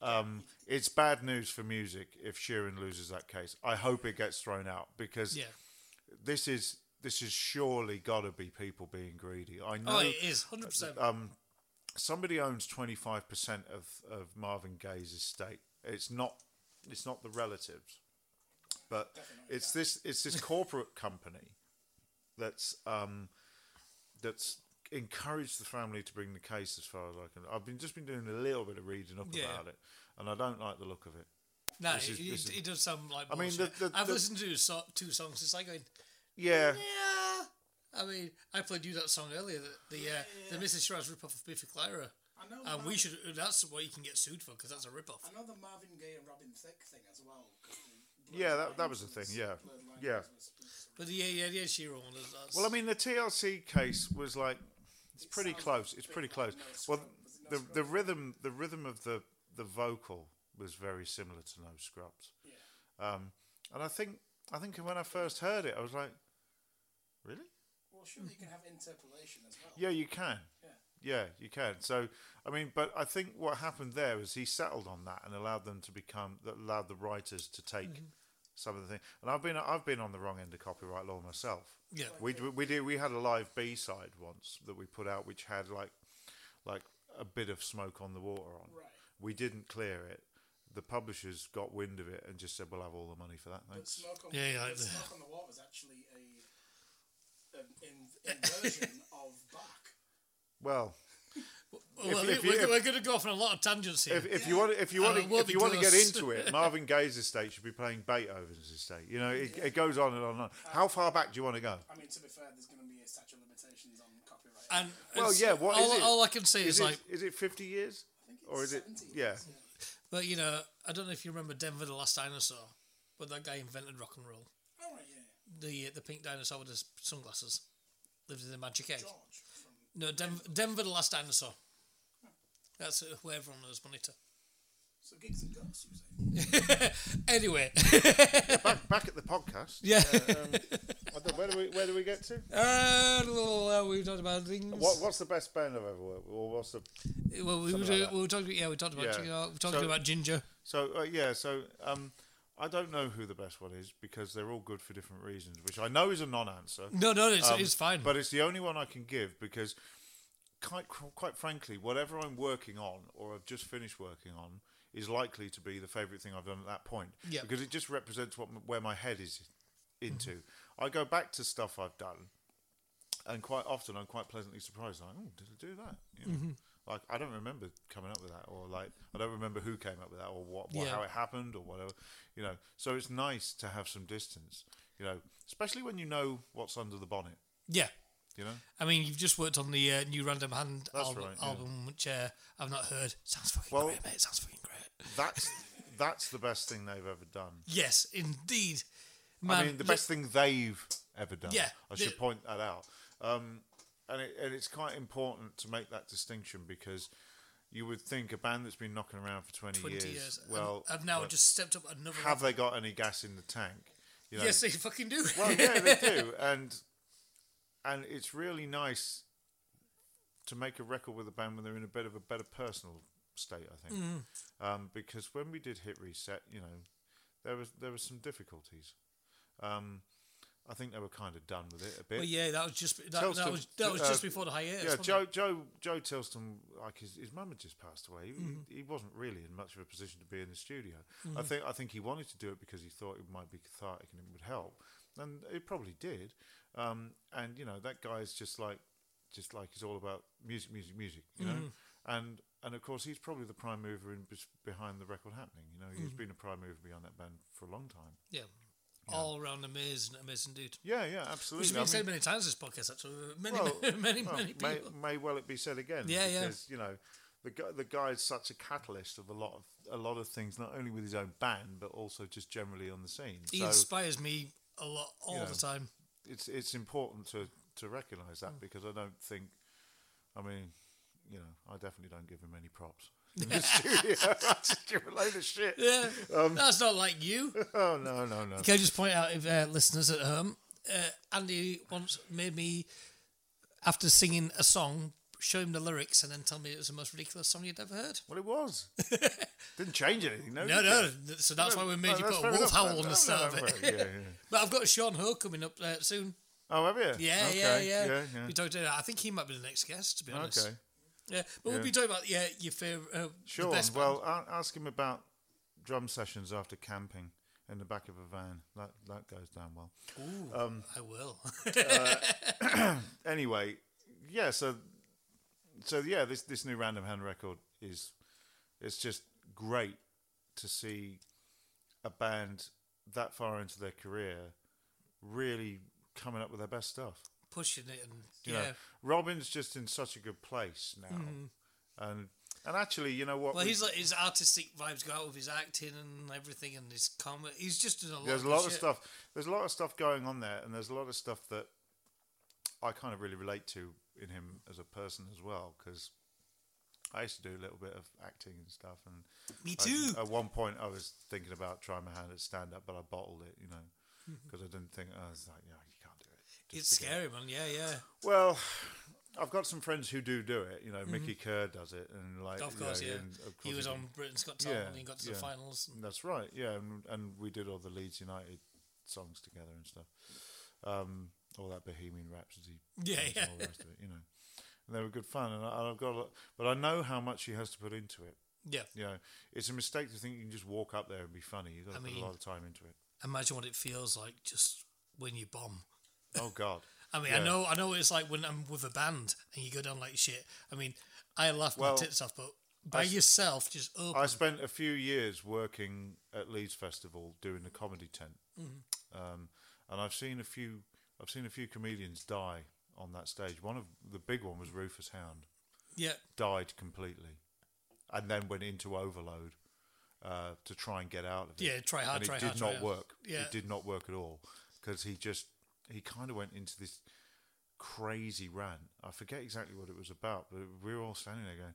Speaker 2: um, it's bad news for music if Sheeran loses that case. I hope it gets thrown out because
Speaker 1: yeah.
Speaker 2: this is this is surely got to be people being greedy. I know
Speaker 1: Oh, it is hundred percent.
Speaker 2: um, somebody owns twenty five percent of of Marvin Gaye's estate. It's not it's not the relatives, but it's this it's this corporate company that's um, that's encouraged the family to bring the case as far as I can. I've been just been doing a little bit of reading up
Speaker 1: Yeah.
Speaker 2: about it, and I don't like the look of it.
Speaker 1: No,
Speaker 2: this is-
Speaker 1: it,
Speaker 2: this
Speaker 1: it,
Speaker 2: is-
Speaker 1: it does sound like.
Speaker 2: I mean,
Speaker 1: bullshit.
Speaker 2: the- the-
Speaker 1: I've
Speaker 2: the-
Speaker 1: listened to so, two songs. It's like going,
Speaker 2: Yeah,
Speaker 1: yeah. I mean, I played you that song earlier, the the, uh, the Mrs. Shiraz ripoff of Biffy Clyro,
Speaker 4: I know,
Speaker 2: Uh,
Speaker 1: and we
Speaker 4: Marvin,
Speaker 1: should. That's what you can get sued for because that's a ripoff.
Speaker 4: I know the Marvin Gaye and Robin Thicke thing as well. 'cause the
Speaker 2: Yeah, that-
Speaker 4: Blurred
Speaker 2: that was
Speaker 4: Lines
Speaker 2: the thing,
Speaker 4: was-
Speaker 2: yeah.
Speaker 4: Blurred Lines
Speaker 2: Yeah.
Speaker 4: was- was-
Speaker 1: But the yeah, yeah, yeah, Sheeran one. is- That's,
Speaker 2: Well, I mean, the TLC case was like it's pretty
Speaker 4: sounds
Speaker 2: close.
Speaker 4: a
Speaker 2: It's
Speaker 4: bit
Speaker 2: pretty
Speaker 4: like
Speaker 2: close.
Speaker 4: No Scrub.
Speaker 2: Well,
Speaker 4: Was it No
Speaker 2: the
Speaker 4: Scrub?
Speaker 2: the rhythm the rhythm of the the vocal was very similar to No Scrubs. Um, and I think I think when I first heard it, I was like, really?
Speaker 4: Well, surely you can have interpolation as well.
Speaker 2: Yeah, you can.
Speaker 4: Yeah.
Speaker 2: Yeah, you can. So, I mean, but I think what happened there was he settled on that and allowed them to become, that allowed the writers to take
Speaker 4: Mm-hmm.
Speaker 2: some of the things. And I've been, I've been on the wrong end of copyright law myself.
Speaker 1: Yeah.
Speaker 2: we d- we did, we had a live B side once that we put out, which had like, like a bit of smoke on the water on.
Speaker 4: Right.
Speaker 2: We didn't clear it. The publishers got wind of it and just said, "We'll have all the money for that."
Speaker 4: But
Speaker 2: Thanks.
Speaker 4: smoke on,
Speaker 1: Yeah, yeah, like
Speaker 4: but
Speaker 1: the-
Speaker 4: smoke on the water was actually a an in, inversion of Bach.
Speaker 2: Well,
Speaker 1: Well,
Speaker 2: if
Speaker 1: we're,
Speaker 2: you-
Speaker 1: we're going to go off on a lot of tangents here.
Speaker 2: if, if you want if you want
Speaker 1: And it will
Speaker 2: if
Speaker 1: be
Speaker 2: you want to get
Speaker 1: close.
Speaker 2: into it, Marvin Gaye's estate should be playing Beethoven's estate. You know, it, it goes on and on and on.
Speaker 4: Uh,
Speaker 2: How far back do you want to go?
Speaker 4: I mean, to be fair, there's going to be a statute of limitations on copyright.
Speaker 1: and
Speaker 2: Well,
Speaker 1: it's-
Speaker 2: yeah. What is
Speaker 1: all,
Speaker 2: it?
Speaker 1: all I can say is,
Speaker 2: is it,
Speaker 1: like,
Speaker 2: is it fifty years or is it?
Speaker 4: 70
Speaker 2: Yeah,
Speaker 4: years,
Speaker 1: but you know, I don't know if you remember Denver the Last Dinosaur, but that guy invented rock and roll.
Speaker 4: All Oh, right, yeah. yeah.
Speaker 1: The uh, the pink dinosaur with his sunglasses lived in the magic egg.
Speaker 4: George from
Speaker 1: No, Denver, Denver the Last Dinosaur. That's who everyone knows money to.
Speaker 4: so gigs and guts, you say.
Speaker 1: Anyway,
Speaker 2: back back at the podcast. Uh, um,
Speaker 1: yeah.
Speaker 2: I don't- where do we where do we get to?
Speaker 1: Uh, we've talked about things.
Speaker 2: What what's the best band I've ever worked with? Or what's the
Speaker 1: Well, we, were,
Speaker 2: Something like that.
Speaker 1: we were talking. Yeah, we talked about.
Speaker 2: Yeah.
Speaker 1: You know, we were talking
Speaker 2: So-
Speaker 1: about ginger.
Speaker 2: so uh, yeah so um. I don't know who the best one is because they're all good for different reasons, which I know is a non-answer.
Speaker 1: No, no, it's,
Speaker 2: Um,
Speaker 1: it's fine.
Speaker 2: But it's the only one I can give because, quite, quite frankly, whatever I'm working on or I've just finished working on is likely to be the favourite thing I've done at that point.
Speaker 1: Yeah.
Speaker 2: Because it just represents what m- where my head is into. I go back to stuff I've done, and quite often I'm quite pleasantly surprised. Like, oh, did I do that? You know?
Speaker 1: Mm-hmm.
Speaker 2: Like, I don't remember coming up with that, or like, I don't remember who came up with that, or what, what
Speaker 1: Yeah.
Speaker 2: how it happened, or whatever. You know, so it's nice to have some distance. You know, especially when you know what's under the bonnet.
Speaker 1: yeah,
Speaker 2: You know,
Speaker 1: I mean, you've just worked on the uh, new Random Hand
Speaker 2: That's
Speaker 1: album,
Speaker 2: right, yeah.
Speaker 1: album which uh, I've not heard. Sounds fucking
Speaker 2: Well-
Speaker 1: great, mate. Sounds fucking great.
Speaker 2: that's that's the best thing they've ever done.
Speaker 1: Yes, indeed. Man,
Speaker 2: I mean, the
Speaker 1: look-
Speaker 2: best thing they've ever done.
Speaker 1: Yeah,
Speaker 2: I
Speaker 1: the-
Speaker 2: should point that out. Um, and it, and it's quite important to make that distinction because you would think a band that's been knocking around for twenty,
Speaker 1: Twenty
Speaker 2: years,
Speaker 1: years. and
Speaker 2: well,
Speaker 1: I've now
Speaker 2: well,
Speaker 1: just stepped up another.
Speaker 2: have
Speaker 1: level.
Speaker 2: they got any gas in the tank? You know,
Speaker 1: Yes, they fucking do.
Speaker 2: well, yeah, they do, and and it's really nice to make a record with a band when they're in a bit of a better personal state. I think, um, because when we did Hit Reset, you know, there was there were some difficulties. Um, I think they were kind of done with it a bit.
Speaker 1: Well, yeah, that was just that,
Speaker 2: Telstra-
Speaker 1: that was that was
Speaker 2: uh,
Speaker 1: just before the hiatus.
Speaker 2: Yeah,
Speaker 1: wasn't
Speaker 2: Joe,
Speaker 1: it?
Speaker 2: Joe, Joe Tilston, like his, his mum had just passed away. He, he wasn't really in much of a position to be in the studio. I think I think he wanted to do it because he thought it might be cathartic and it would help, and it probably did. Um, and you know that guy's just like, just like he's all about music, music, music. You know, and and of course he's probably the prime mover in bes- behind the record happening. You know, he's been a prime mover behind that band for a long time.
Speaker 1: Yeah. All round amazing, amazing dude.
Speaker 2: Yeah, yeah, absolutely.
Speaker 1: It's
Speaker 2: I
Speaker 1: been
Speaker 2: mean-
Speaker 1: said many times this podcast, actually. Many,
Speaker 2: Well,
Speaker 1: many,
Speaker 2: well,
Speaker 1: many
Speaker 2: may,
Speaker 1: people.
Speaker 2: may well it be said again.
Speaker 1: Yeah, yeah.
Speaker 2: because, You know, the guy, the guy is such a catalyst of a lot of a lot of things, not only with his own band, but also just generally on the scene.
Speaker 1: He
Speaker 2: so
Speaker 1: inspires me a lot all
Speaker 2: Yeah.
Speaker 1: the time.
Speaker 2: it's it's important to to recognise
Speaker 1: Hmm.
Speaker 2: that because I don't think, I mean, you know, I definitely don't give him any props. In the studio, I just give a load of shit.
Speaker 1: Yeah.
Speaker 2: Um,
Speaker 1: That's not like you.
Speaker 2: Oh no, no, no.
Speaker 1: Can I just point out, if uh, listeners at home, uh, Andy once made me, after singing a song, show him the lyrics and then tell me it was the most ridiculous song you'd ever heard.
Speaker 2: Well, it was. Didn't change anything. No,
Speaker 1: No,
Speaker 2: did
Speaker 1: no.
Speaker 2: it?
Speaker 1: th- So that's why we
Speaker 2: No,
Speaker 1: made you put
Speaker 2: that's
Speaker 1: a
Speaker 2: fair
Speaker 1: wolf
Speaker 2: enough.
Speaker 1: howl on
Speaker 2: No,
Speaker 1: the
Speaker 2: no,
Speaker 1: start of
Speaker 2: no,
Speaker 1: it.
Speaker 2: right, yeah, yeah.
Speaker 1: But I've got Sean Ho coming up uh, soon.
Speaker 2: Oh, have you?
Speaker 1: Yeah,
Speaker 2: okay.
Speaker 1: yeah, yeah,
Speaker 2: yeah,
Speaker 1: We talked about. I think he might be the next guest, to be honest.
Speaker 2: Okay.
Speaker 1: Yeah, but we'll
Speaker 2: Yeah.
Speaker 1: be talking about yeah your favorite. Uh,
Speaker 2: Sure.
Speaker 1: The best band.
Speaker 2: Well, a ask him about drum sessions after camping in the back of a van. That that goes down well.
Speaker 1: I will.
Speaker 2: Anyway, yeah. So, so yeah, this this new Random Hand record is it's just great to see a band that far into their career really coming up with their best stuff.
Speaker 1: Pushing it and
Speaker 2: You
Speaker 1: yeah.
Speaker 2: know, Robin's just in such a good place now, and and actually, you know what?
Speaker 1: Mm-hmm. Well,
Speaker 2: we-
Speaker 1: he's like his artistic vibes go out with his acting and everything and his comedy. He's just doing a lot.
Speaker 2: there's
Speaker 1: of
Speaker 2: a lot
Speaker 1: good
Speaker 2: of
Speaker 1: shit.
Speaker 2: stuff. There's a lot of stuff going on there, and there's a lot of stuff that I kind of really relate to in him as a person as well. Because I used to do a little bit of acting and stuff, and
Speaker 1: Me
Speaker 2: I-
Speaker 1: too.
Speaker 2: at one point, I was thinking about trying my hand at stand up, but I bottled it, you know,
Speaker 1: Mm-hmm.
Speaker 2: because I didn't think I was like, yeah, you can't do it. Just
Speaker 1: it's
Speaker 2: forget it."
Speaker 1: scary, man. Yeah, yeah.
Speaker 2: Well, I've got some friends who do do it. You know, Mickey Kerr does it, and like,
Speaker 1: Mm-hmm. Of
Speaker 2: you
Speaker 1: course,
Speaker 2: know,
Speaker 1: yeah.
Speaker 2: Uh, and of
Speaker 1: he
Speaker 2: course
Speaker 1: was
Speaker 2: you
Speaker 1: on
Speaker 2: can-
Speaker 1: Britain's Got Talent
Speaker 2: Yeah,
Speaker 1: and he got to the
Speaker 2: yeah.
Speaker 1: finals. and-
Speaker 2: That's right. Yeah, and, and we did all the Leeds United songs together and stuff. Um, all that Bohemian Rhapsody.
Speaker 1: Yeah,
Speaker 2: and
Speaker 1: yeah.
Speaker 2: All the rest of it, you know. And they were good fun, and, I, and I've got, a lot, but I know how much he has to put into it.
Speaker 1: Yeah.
Speaker 2: You know, it's a mistake to think you can just walk up there and be funny. You've got to
Speaker 1: I
Speaker 2: put
Speaker 1: mean-
Speaker 2: a lot of time into it.
Speaker 1: Imagine what it feels like just when you bomb.
Speaker 2: Oh God.
Speaker 1: I mean, I
Speaker 2: Yeah.
Speaker 1: know, I know. What it's like when I'm with a band and you go down like shit. I mean, I laugh
Speaker 2: Well,
Speaker 1: my tits off, but by
Speaker 2: I s-
Speaker 1: yourself, just oh, open.
Speaker 2: I spent a few years working at Leeds Festival doing the comedy tent,
Speaker 1: Mm-hmm.
Speaker 2: um, and I've seen a few. I've seen a few comedians die on that stage. One of the big one was Rufus Hound.
Speaker 1: yeah,
Speaker 2: died completely, and then went into overload uh, to try and get out of it.
Speaker 1: Yeah, try hard,
Speaker 2: and it
Speaker 1: try
Speaker 2: did
Speaker 1: hard,
Speaker 2: not
Speaker 1: try hard.
Speaker 2: work.
Speaker 1: Yeah.
Speaker 2: It did not work at all because he just he kind of went into this crazy rant. I forget exactly what it was about, but we were all standing there going,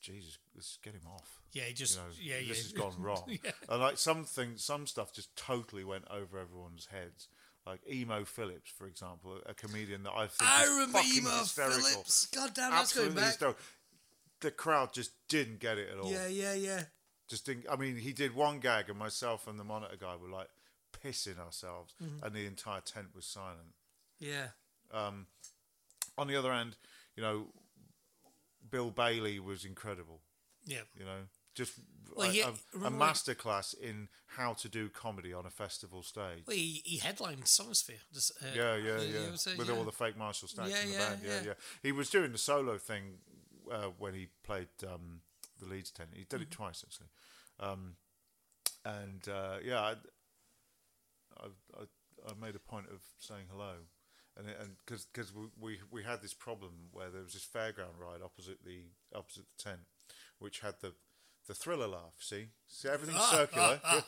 Speaker 2: "Jesus, let's get him off."
Speaker 1: yeah, you just
Speaker 2: You know,
Speaker 1: yeah,
Speaker 2: this
Speaker 1: yeah.
Speaker 2: has gone wrong. And like something, some stuff just totally went over everyone's heads. Like Emo Phillips, for example, a comedian that I think
Speaker 1: I
Speaker 2: is
Speaker 1: remember
Speaker 2: fucking
Speaker 1: Emo
Speaker 2: hysterical
Speaker 1: Phillips. God damn, that's going
Speaker 2: absolutely
Speaker 1: back.
Speaker 2: hysterical. The crowd just didn't get it at all.
Speaker 1: Yeah, yeah, yeah.
Speaker 2: Just didn't. I mean, he did one gag, and myself and the monitor guy were like pissing ourselves,
Speaker 1: Mm-hmm.
Speaker 2: and the entire tent was silent.
Speaker 1: Yeah,
Speaker 2: On the other hand, you know, Bill Bailey was incredible.
Speaker 1: yeah.
Speaker 2: You know, just
Speaker 1: Well,
Speaker 2: a,
Speaker 1: yeah,
Speaker 2: a- a,
Speaker 1: remember when-
Speaker 2: masterclass in how to do comedy on a festival stage.
Speaker 1: Well, he, he headlined Sonosphere. This, uh,
Speaker 2: Yeah, yeah,
Speaker 1: the
Speaker 2: yeah.
Speaker 1: year or so,
Speaker 2: With
Speaker 1: yeah.
Speaker 2: all the fake Marshall stacks
Speaker 1: Yeah,
Speaker 2: in the
Speaker 1: yeah,
Speaker 2: band. Yeah,
Speaker 1: yeah.
Speaker 2: yeah, He was doing the solo thing uh, when he played um, the Leeds ten. He did it
Speaker 1: Mm-hmm.
Speaker 2: twice actually. Um, and uh, yeah, I, I, I, I made a point of saying hello, and and because because we, we we had this problem where there was this fairground ride opposite the opposite the tent, which had the the thriller laugh. See, see everything's
Speaker 1: Ah.
Speaker 2: circular. yeah,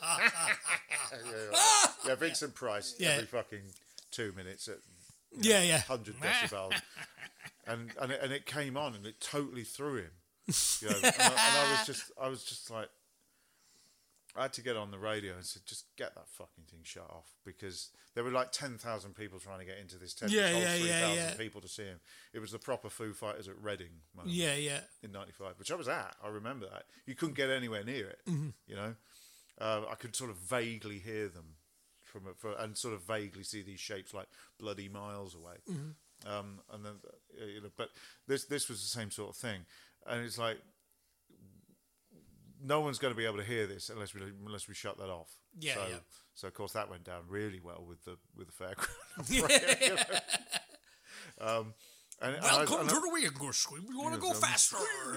Speaker 2: yeah, right. yeah, Vincent Price
Speaker 1: Yeah.
Speaker 2: every fucking two minutes at
Speaker 1: yeah, yeah.
Speaker 2: hundred decibels, and and it, and it came on and it totally threw him. You know, and, I, and I was just I was just like, I had to get on the radio and said, just get that fucking thing shut off because there were like ten thousand people trying to get into this tent.
Speaker 1: Yeah,
Speaker 2: This whole
Speaker 1: yeah, yeah,
Speaker 2: 3,000
Speaker 1: yeah.
Speaker 2: People to see him. It was the proper Foo Fighters at Reading moment
Speaker 1: Yeah, yeah.
Speaker 2: in '95, which I was at. I remember that. You couldn't get anywhere near it.
Speaker 1: Mm-hmm.
Speaker 2: You know, uh, I could sort of vaguely hear them from, a- from and sort of vaguely see these shapes like bloody miles away.
Speaker 1: Mm-hmm.
Speaker 2: Um, and then, uh, you know, but this this was the same sort of thing, and it's like no one's going to be able to hear this unless we unless we shut that off.
Speaker 1: Yeah,
Speaker 2: So,
Speaker 1: yeah.
Speaker 2: so of course that went down really well with the with the fairground And, and I-
Speaker 1: Welcome
Speaker 2: and I-
Speaker 1: to the English screen. We want to
Speaker 2: Yeah,
Speaker 1: go
Speaker 2: um,
Speaker 1: faster.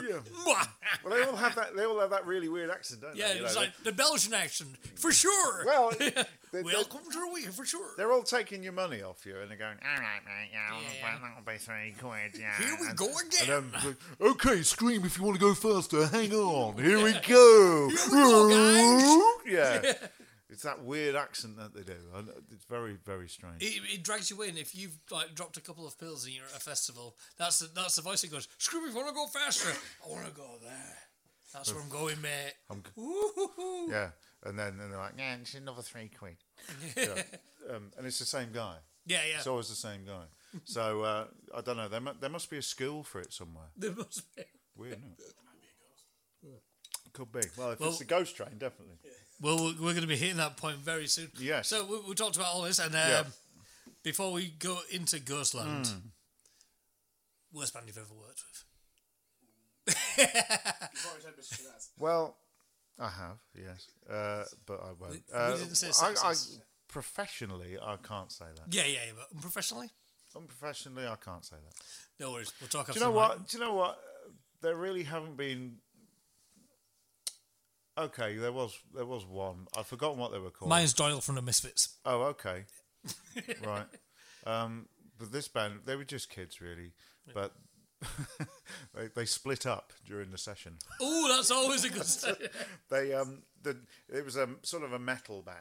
Speaker 2: yeah.
Speaker 1: Mwah.
Speaker 2: well, they all have that. They all have that really weird accent, don't
Speaker 1: Yeah,
Speaker 2: they? You
Speaker 1: it's
Speaker 2: know,
Speaker 1: like the Belgian accent for sure.
Speaker 2: they- well, they- they-
Speaker 1: Welcome to the week for sure.
Speaker 2: they're all taking your money off you, and they're going, "All right, mate, yeah, well,
Speaker 1: Yeah.
Speaker 2: that'll be three quid." Yeah.
Speaker 1: Here we
Speaker 2: And-
Speaker 1: go
Speaker 2: and
Speaker 1: again.
Speaker 2: I'm like, okay, scream if you want to go faster. Hang on. Here we go.
Speaker 1: Here we go,
Speaker 2: yeah. It's that weird accent that they do. I know- It's very, very strange.
Speaker 1: It, it drags you in if you've like dropped a couple of pills and you're at a festival. That's the, that's the voice that goes. Screw me, if you want to go faster. I want to go there. That's where I'm going, mate.
Speaker 2: I'm g-
Speaker 1: Woo-hoo-hoo.
Speaker 2: yeah. And then and they're like, yeah, it's another three quid. Yeah. Um, and it's the same guy.
Speaker 1: Yeah, yeah.
Speaker 2: It's always the same guy. So uh, I don't know. There, mu- there must be a school for it somewhere.
Speaker 1: there must be.
Speaker 2: Weird, isn't it? Could be. Well, if
Speaker 1: Well- um,
Speaker 2: it's the ghost train, definitely.
Speaker 1: Well, we're, we're going to be hitting that point very soon.
Speaker 2: Yes.
Speaker 1: So we, we talked about all this, and um,
Speaker 2: Yeah. Hmm.
Speaker 1: before we go into Ghostland, worst band you've ever worked with.
Speaker 4: You've already had Mr. Chaz.
Speaker 2: Well, I have, yes, uh, but I won't.
Speaker 1: we
Speaker 2: Uh,
Speaker 1: didn't say
Speaker 2: I, I,
Speaker 1: sexist.
Speaker 2: professionally, I can't say that.
Speaker 1: Yeah, yeah, yeah. But unprofessionally,
Speaker 2: Unprofessionally, I can't say that.
Speaker 1: no worries. We'll talk
Speaker 2: Do
Speaker 1: after.
Speaker 2: you know
Speaker 1: the mic.
Speaker 2: what? Do you know what? There really haven't been. Okay, there was there was one. I've forgotten what they were called.
Speaker 1: Mine's Doyle from the Misfits.
Speaker 2: Oh, okay. right. Um, but this band, they were just kids, really. But they, they split up during the session.
Speaker 1: Oh, that's always a good sign.
Speaker 2: They um, the, it was a sort of a metal band,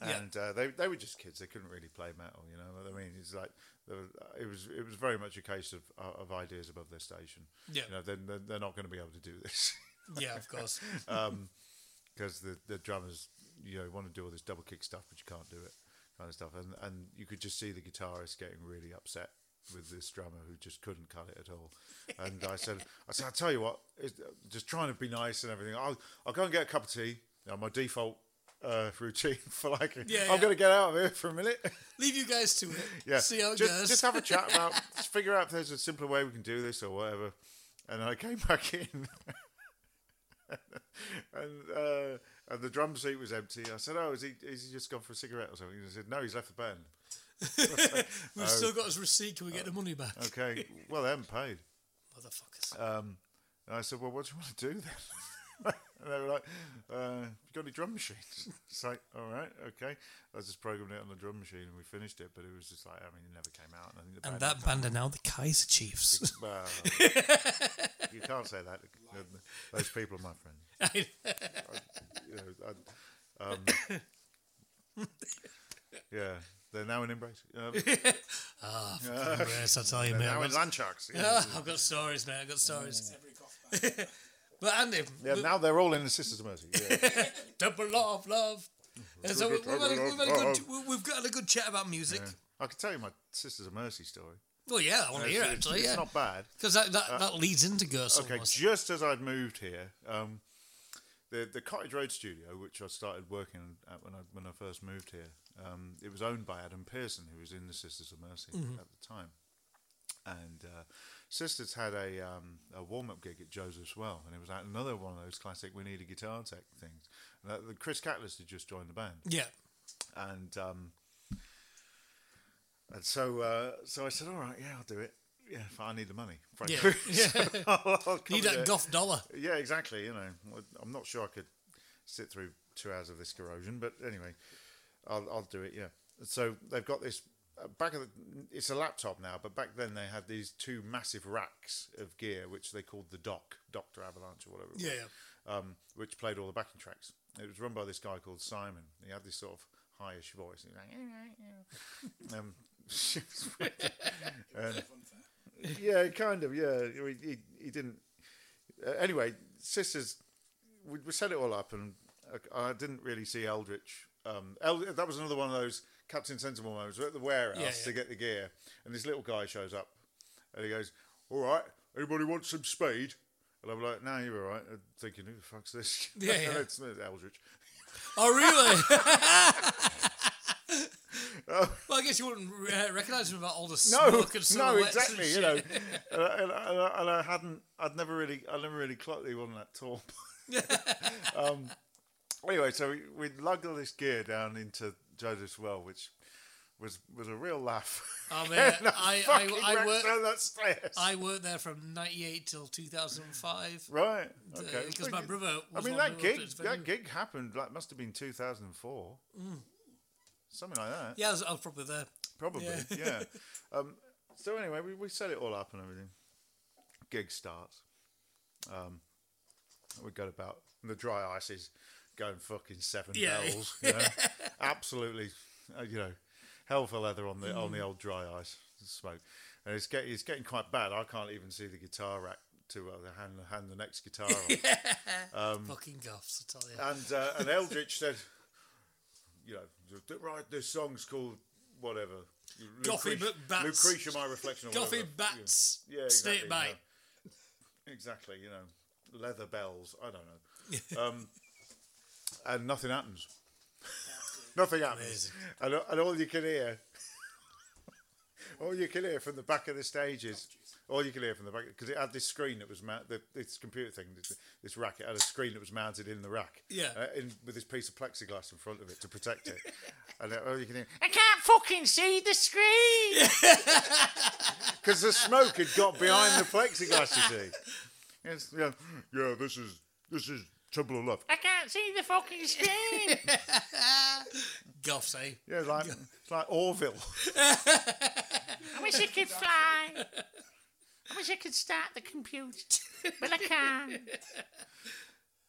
Speaker 1: Yeah.
Speaker 2: and uh, they they were just kids. They couldn't really play metal, you know. what I mean, it's like there was, uh, it was it was very much a case of uh, of ideas above their station.
Speaker 1: Yeah.
Speaker 2: you know, then they're, they're not going to be able to do this.
Speaker 1: yeah, of course.
Speaker 2: because the, the drummers, you know, want to do all this double kick stuff, but you can't do it, kind of stuff. And and you could just see the guitarist getting really upset with this drummer who just couldn't cut it at all. And I said, I said, I tell you what, it's, uh, just trying to be nice and everything. I'll I'll go and get a cup of tea. You know, my default uh, routine for like,
Speaker 1: Yeah,
Speaker 2: I'm
Speaker 1: yeah.
Speaker 2: going to get out of here for a minute.
Speaker 1: Leave you guys to it.
Speaker 2: yeah,
Speaker 1: See how it
Speaker 2: just,
Speaker 1: goes.
Speaker 2: just have a chat about, just figure out if there's a simpler way we can do this or whatever. And I came back in and uh, and the drum seat was empty. I said, "Oh, is he? Is he just gone for a cigarette or something?" And he said, "No, he's left the band."
Speaker 1: We've still got his receipt. Can we get the money back?
Speaker 2: Oh. Okay, Uh, well, they haven't paid.
Speaker 1: Motherfuckers.
Speaker 2: And I said, "Well, what do you want to do then?" and they were like, uh, "You got any drum machines?" It's like, "All right, okay." I just programmed it on the drum machine and we finished it, but it was just like, I mean, it never came out. And I think the
Speaker 1: and
Speaker 2: band
Speaker 1: that band are now the Kaiser Chiefs.
Speaker 2: Well, you can't say that. Those people are my friends. You know, I, um, yeah, they're now in embrace. Um,
Speaker 1: Yes, I tell you, mate.
Speaker 2: now
Speaker 1: I've
Speaker 2: in
Speaker 1: got,
Speaker 2: Lanchucks. Yeah.
Speaker 1: Ah, I've got stories, mate. I've got stories.
Speaker 4: Every goth band.
Speaker 1: But Andy,
Speaker 2: Mm. Yeah,
Speaker 1: we-
Speaker 2: now they're all in the Sisters of Mercy. Yeah.
Speaker 1: double love, love. And so we- we've had, a, we've, had a good,
Speaker 2: Mm-hmm. Love.
Speaker 1: we- we've got a good chat about music.
Speaker 2: I could tell you my Sisters of Mercy story.
Speaker 1: Well, Oh, yeah, I want to hear it,
Speaker 2: It's-
Speaker 1: actually,
Speaker 2: it's
Speaker 1: yeah.
Speaker 2: not bad.
Speaker 1: Because that, that, that leads into Ghost
Speaker 2: Okay,
Speaker 1: almost.
Speaker 2: just as I'd moved here, um, the the Cottage Road studio, which I started working at when I when I first moved here, um, it was owned by Adam Pearson, who was in the Sisters of Mercy
Speaker 1: Mm-hmm.
Speaker 2: at the time, and uh, Sisters had a um, a warm up gig at Joseph's Well, and it was like another one of those classic "We Need a Guitar Tech" things. And that, Chris Catlis had just joined the band,
Speaker 1: Yeah.
Speaker 2: and um, and so uh, so I said, all right, yeah, I'll do it. Yeah, if I need the money.
Speaker 1: Yeah.
Speaker 2: frankly.
Speaker 1: yeah.
Speaker 2: I'll come
Speaker 1: Need
Speaker 2: do
Speaker 1: that
Speaker 2: it.
Speaker 1: goth dollar.
Speaker 2: Yeah, exactly. You know, I'm not sure I could sit through two hours of this corrosion, but anyway, I'll, I'll do it. Yeah. So they've got this uh, back of the. It's a laptop now, but back then they had these two massive racks of gear, which they called the Doc, Doctor Avalanche or whatever. it was,
Speaker 1: Yeah, yeah.
Speaker 2: Um, which played all the backing tracks. It was run by this guy called Simon. He had this sort of highish voice. He was like, "Eh, eh, eh." um, yeah, kind of. Yeah, I mean, he, he didn't. Uh, anyway, sisters, we, we set it all up, and uh, I, I didn't really see Eldritch. Um, Eld- that was another one of those Captain Sensible moments. We're at the warehouse
Speaker 1: Yeah, yeah.
Speaker 2: to get the gear, and this little guy shows up, and he goes, "All right, anybody want some speed?" And I'm like, "No, you're all right." I'm thinking, "Who the fuck's this?"
Speaker 1: Yeah, yeah.
Speaker 2: it's, it's Eldritch.
Speaker 1: Oh, really? well, I guess you wouldn't uh, recognise him about all the smoke
Speaker 2: Oh. no,
Speaker 1: and
Speaker 2: no,
Speaker 1: silhouettes and
Speaker 2: exactly. You
Speaker 1: shit.
Speaker 2: know, and, I- and, I- and I hadn't, I'd never really, I never really clocked that he wasn't that tall. um, anyway, so we, we lugged all this gear down into Joseph's Well, which was was a real laugh.
Speaker 1: Oh, man,
Speaker 2: And
Speaker 1: I- I-
Speaker 2: fucking
Speaker 1: I
Speaker 2: wrecked
Speaker 1: work-
Speaker 2: down that stairs.
Speaker 1: I worked there from '98 till 2005.
Speaker 2: right.
Speaker 1: uh,
Speaker 2: Okay.
Speaker 1: Because my
Speaker 2: Well,
Speaker 1: brother.
Speaker 2: I
Speaker 1: Was
Speaker 2: mean
Speaker 1: one
Speaker 2: that
Speaker 1: of the
Speaker 2: gig
Speaker 1: ones
Speaker 2: that
Speaker 1: venue.
Speaker 2: gig happened like must have been 2004.
Speaker 1: Mm.
Speaker 2: Something like that.
Speaker 1: Yeah, I was, I was probably there.
Speaker 2: Probably.
Speaker 1: Yeah.
Speaker 2: Yeah. Um, so anyway, we, we set it all up and everything. Gig starts. Um, we got about the dry ice is going fucking seven
Speaker 1: Yeah.
Speaker 2: bells. You know? Absolutely, uh, you know, hell for leather on the on the old dry ice smoke, and it's getting it's getting quite bad. I can't even see the guitar rack to uh, hand hand the next guitar on.
Speaker 1: Fucking goths, I tell you.
Speaker 2: And Um, uh, and Eldritch said, you know, right, this song's called whatever.
Speaker 1: Goffy
Speaker 2: Lucretia-
Speaker 1: McBats.
Speaker 2: Lucretia, my reflection. or
Speaker 1: Goffy
Speaker 2: whatever.
Speaker 1: bats,
Speaker 2: Yeah, exactly,
Speaker 1: snake bite.
Speaker 2: yeah. Exactly, you know, leather bells. I don't know. Um, and nothing happens. nothing happens.
Speaker 1: Amazing.
Speaker 2: And, and all you can hear, all you can hear from the back of the stage is, all you can hear from the back because it had this screen that was mount, the, this computer thing, this, this rack. It had a screen that was mounted in the rack.
Speaker 1: Yeah.
Speaker 2: uh, in, with this piece of plexiglass in front of it to protect it. and uh, all you can hear
Speaker 5: I can't fucking see the screen.
Speaker 2: because the smoke had got behind the plexiglass. You see, It's, yeah, yeah, this is this is trouble or love.
Speaker 5: I can't see the fucking screen.
Speaker 1: Goths, eh?
Speaker 2: Yeah, it's like it's like Orville.
Speaker 5: I wish I could fly. I wish I could start the computer, but I can't.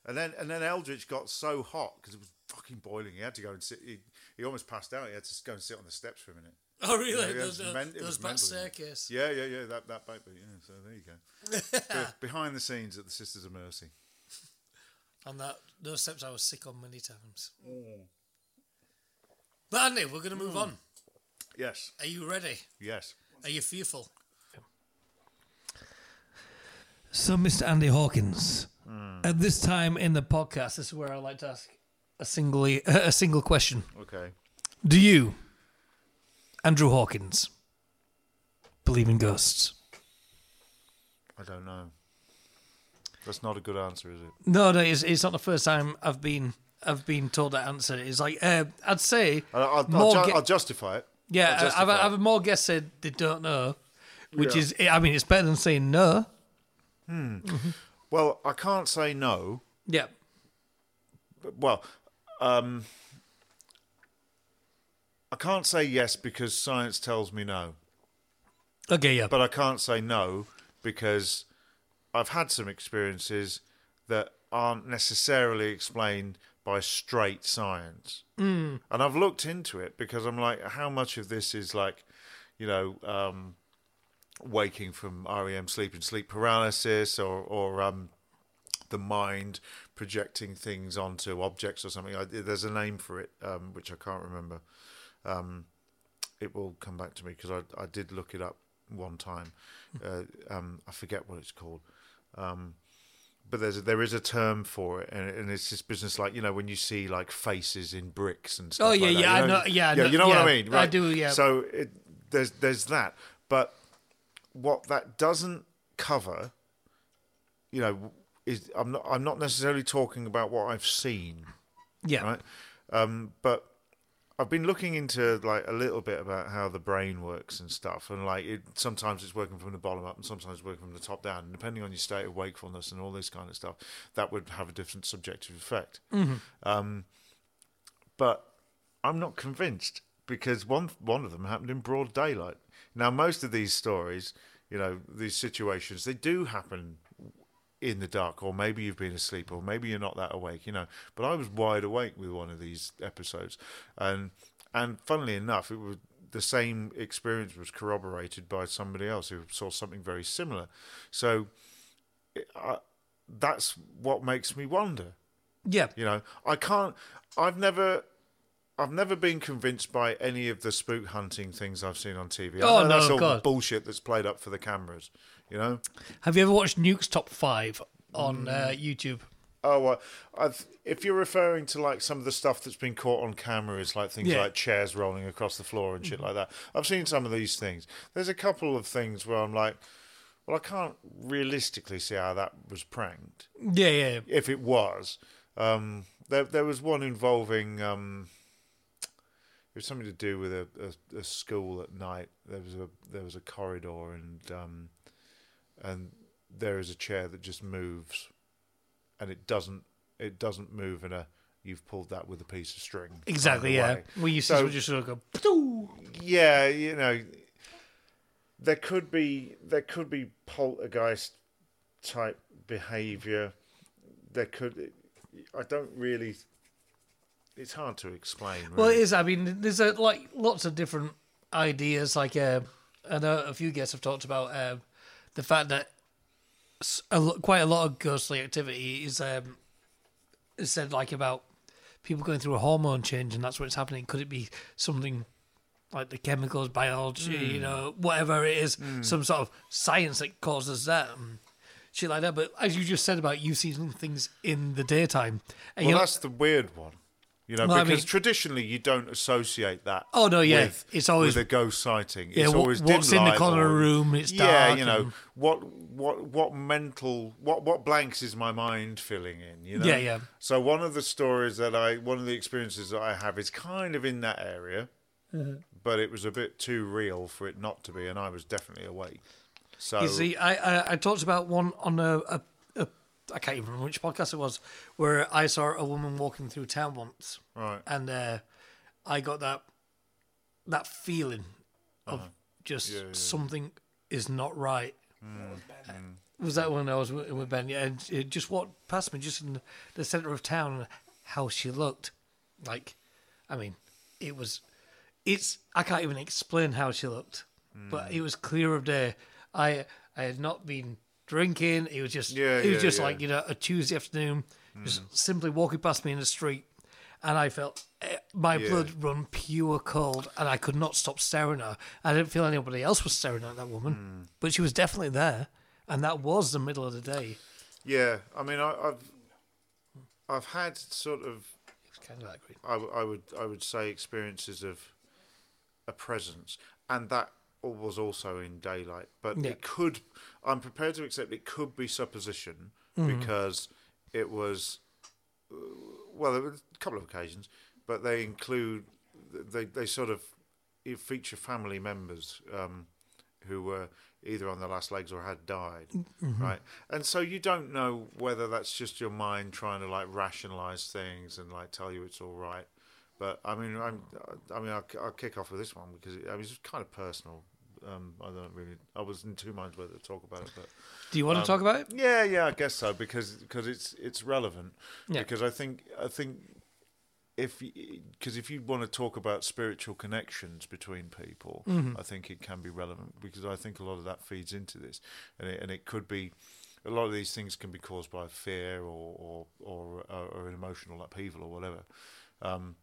Speaker 2: And then and then Eldritch got so hot because it was fucking boiling. He had to go and sit. He, he almost passed out. He had to go and sit on the steps for a minute.
Speaker 1: Oh, really?
Speaker 2: Yeah, it
Speaker 1: those
Speaker 2: was
Speaker 1: uh,
Speaker 2: men- it
Speaker 1: those
Speaker 2: was
Speaker 1: back
Speaker 2: mental, yeah.
Speaker 1: staircase.
Speaker 2: Yeah, yeah, yeah. That that back bit. Yeah. So there you go. Be- behind the scenes at the Sisters of Mercy.
Speaker 1: On that, those steps I was sick on many times.
Speaker 2: Mm.
Speaker 1: But Andy, we're going to move on.
Speaker 2: Yes.
Speaker 1: Are you ready?
Speaker 2: Yes.
Speaker 1: Are you fearful? So, Mr. Andy Hawkins, at this time in the podcast, this is where I like to ask a singly a single question.
Speaker 2: Okay.
Speaker 1: Do you, Andrew Hawkins, believe in ghosts?
Speaker 2: I don't know. That's not a good answer, is it?
Speaker 1: No, no, it's, it's not the first time I've been I've been told that answer. It's like uh, I'd say
Speaker 2: I, I'll, I'll,
Speaker 1: More
Speaker 2: ju-
Speaker 1: ge-
Speaker 2: I'll justify it. I'll
Speaker 1: Yeah,
Speaker 2: justify
Speaker 1: I've,
Speaker 2: it.
Speaker 1: I've more guests said they don't know, which
Speaker 2: Yeah.
Speaker 1: is, I mean, it's better than saying no.
Speaker 2: Well, I can't say no.
Speaker 1: Yeah.
Speaker 2: But, well, um, I can't say yes because science tells me no,
Speaker 1: Okay, yeah.
Speaker 2: but I can't say no because I've had some experiences that aren't necessarily explained by straight science. Mm. And I've looked into it because I'm like, how much of this is like, you know, um, waking from REM sleep and sleep paralysis or, or um, the mind projecting things onto objects or something. I, there's a name for it, um, which I can't remember. Um, it will come back to me because I, I did look it up one time.
Speaker 1: Hmm.
Speaker 2: Uh, um, I forget what it's called. Um, but there's a, there is a term for it, and, and it's this business like you know when you see like faces in bricks and stuff.
Speaker 1: Oh, yeah,
Speaker 2: like that,
Speaker 1: yeah,
Speaker 2: you
Speaker 1: I know- yeah, I know-
Speaker 2: you know what I
Speaker 1: yeah,
Speaker 2: mean.
Speaker 1: I do, yeah.
Speaker 2: So it, there's there's that, but what that doesn't cover you know is I'm not I'm not necessarily talking about what I've seen,
Speaker 1: yeah.
Speaker 2: right? Um, but I've been looking into like a little bit about how the brain works and stuff, and like it, sometimes it's working from the bottom up and sometimes it's working from the top down, and depending on your state of wakefulness and all this kind of stuff, that would have a different subjective effect. Um, but I'm not convinced because one one of them happened in broad daylight. Now most of these stories, you know, these situations, they do happen in the dark, or maybe you've been asleep, or maybe you're not that awake, you know. But I was wide awake with one of these episodes, and and funnily enough, it was the same experience was corroborated by somebody else who saw something very similar. So it, I, that's what makes me wonder.
Speaker 1: Yeah.
Speaker 2: You know, I can't. I've never. I've never been convinced by any of the spook hunting things I've seen on TV. I
Speaker 1: Oh,
Speaker 2: know
Speaker 1: no,
Speaker 2: that's
Speaker 1: of
Speaker 2: all
Speaker 1: course.
Speaker 2: bullshit that's played up for the cameras. You know.
Speaker 1: Have you ever watched Nuke's Top 5 on uh, YouTube?
Speaker 2: Oh, well, I've, if you're referring to like some of the stuff that's been caught on camera, it's like things
Speaker 1: Yeah.
Speaker 2: like chairs rolling across the floor and shit like that. I've seen some of these things. There's a couple of things where I'm like, well, I can't realistically see how that was pranked
Speaker 1: Yeah, yeah. yeah.
Speaker 2: if it was. Um, there, there was one involving um, It was something to do with a, a, a school at night. There was a there was a corridor and um, and there is a chair that just moves, and it doesn't it doesn't move in a you've pulled that with a piece of string. kind of
Speaker 1: Exactly, yeah.
Speaker 2: way.
Speaker 1: We used
Speaker 2: So-
Speaker 1: to just sort of go, "Ptoo!"
Speaker 2: yeah, you know, there could be there could be poltergeist type behavior. There could, I don't really. It's hard to explain. Really.
Speaker 1: Well, it is. I mean, there's a, like lots of different ideas. Like, uh, I know a few guests have talked about um, the fact that s- a lo- quite a lot of ghostly activity is um, is said like about people going through a hormone change, and that's what's happening. Could it be something like the chemicals, biology, you know, whatever it is, some sort of science that causes that? And Shit like that, but as you just said about you seeing things in the daytime, and
Speaker 2: Well,
Speaker 1: you're-
Speaker 2: that's the weird one, you know,
Speaker 1: Well, I
Speaker 2: because
Speaker 1: mean-
Speaker 2: traditionally you don't associate that.
Speaker 1: Oh, no, yeah,
Speaker 2: with,
Speaker 1: it's always-
Speaker 2: with a ghost sighting.
Speaker 1: Yeah,
Speaker 2: it's
Speaker 1: wha-
Speaker 2: always
Speaker 1: what's
Speaker 2: dim
Speaker 1: in the
Speaker 2: light
Speaker 1: corner of the
Speaker 2: or-
Speaker 1: room, it's
Speaker 2: yeah,
Speaker 1: dark
Speaker 2: you know
Speaker 1: and-
Speaker 2: what what what mental what what blanks is my mind filling in? You know,
Speaker 1: Yeah, yeah.
Speaker 2: So one of the stories that I one of the experiences that I have is kind of in that area,
Speaker 1: Uh-huh.
Speaker 2: but it was a bit too real for it not to be, and I was definitely awake. So
Speaker 1: You see, I, I I talked about one on a, a, a I can't even remember which podcast it was where I saw a woman walking through town once,
Speaker 2: right,
Speaker 1: and uh, I got that that feeling
Speaker 2: Uh-huh.
Speaker 1: of just something is not right.
Speaker 2: Mm.
Speaker 1: Was that when I was wi- with Ben? Yeah, and it just walked past me, just in the center of town, and how she looked. Like, I mean, it was, it's. I can't even explain how she looked,
Speaker 2: Mm.
Speaker 1: but it was clear of day. I I had not been drinking. It was just,
Speaker 2: Yeah,
Speaker 1: it was
Speaker 2: yeah,
Speaker 1: just
Speaker 2: yeah.
Speaker 1: like you know a Tuesday afternoon, just simply walking past me in the street, and I felt eh, my
Speaker 2: Yeah.
Speaker 1: blood run pure cold, and I could not stop staring at her. I didn't feel anybody else was staring at that woman, but she was definitely there, and that was the middle of the day.
Speaker 2: yeah. I mean, I, I've I've had sort of
Speaker 1: It was kind of that great.
Speaker 2: I, w- I would I would say experiences of a presence, and that al- was also in daylight. But
Speaker 1: Yeah.
Speaker 2: it could, I'm prepared to accept it could be supposition because it was, uh, well, there were a couple of occasions, but they include they they sort of it feature family members um, who were either on their last legs or had died, right? And so you don't know whether that's just your mind trying to like rationalize things and like tell you it's all right. But I mean, I'm, I mean, I'll, I'll kick off with this one because it, I mean, it's kind of personal. Um, I don't really. I was in two minds whether to talk about it, but
Speaker 1: Do you want to talk about it?
Speaker 2: yeah, yeah, I guess so because because it's it's relevant.
Speaker 1: Yeah.
Speaker 2: Because I think I think if because if you want to talk about spiritual connections between people, I think it can be relevant because I think a lot of that feeds into this, and it, and it could be a lot of these things can be caused by fear or or or, uh, or an emotional upheaval or whatever Um,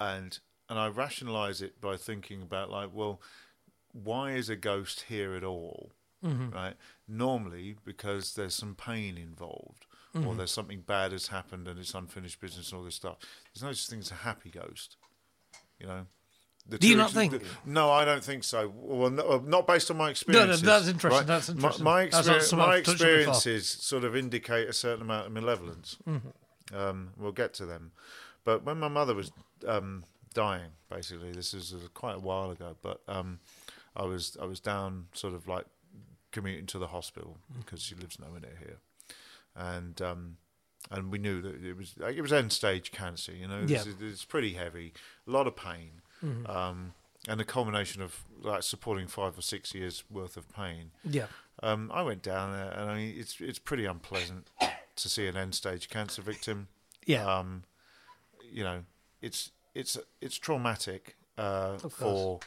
Speaker 2: and and I rationalize it by thinking about like, well, why is a ghost here at all? Right?
Speaker 1: Mm-hmm.
Speaker 2: Normally, because there's some pain involved,
Speaker 1: Mm-hmm.
Speaker 2: or there's something bad has happened and it's unfinished business and all this stuff. There's no such thing as a happy ghost, you know. The
Speaker 1: Do you
Speaker 2: true-
Speaker 1: not think?
Speaker 2: the- no, I don't think so. Well, no, uh, not based on my experiences.
Speaker 1: that's interesting,
Speaker 2: right?
Speaker 1: that's
Speaker 2: My-
Speaker 1: interesting.
Speaker 2: My,
Speaker 1: That's not
Speaker 2: experience,
Speaker 1: something
Speaker 2: my
Speaker 1: I've touched on before.
Speaker 2: experiences sort of indicate a certain amount of malevolence.
Speaker 1: Mm-hmm.
Speaker 2: Um, we'll get to them. But when my mother was um, dying, basically, this is quite a while ago. But um, I was I was down, sort of like commuting to the hospital because she lives nowhere near here, and um, and we knew that it was like, it was end stage cancer. You know, This
Speaker 1: Yeah.
Speaker 2: is- it's pretty heavy, a lot of pain, um, and the culmination of like supporting five or six years worth of pain
Speaker 1: Yeah.
Speaker 2: um, I went down there, and I mean, it's it's pretty unpleasant to see an end stage cancer victim.
Speaker 1: Yeah.
Speaker 2: Um, you know, it's it's it's traumatic uh,
Speaker 1: course.
Speaker 2: for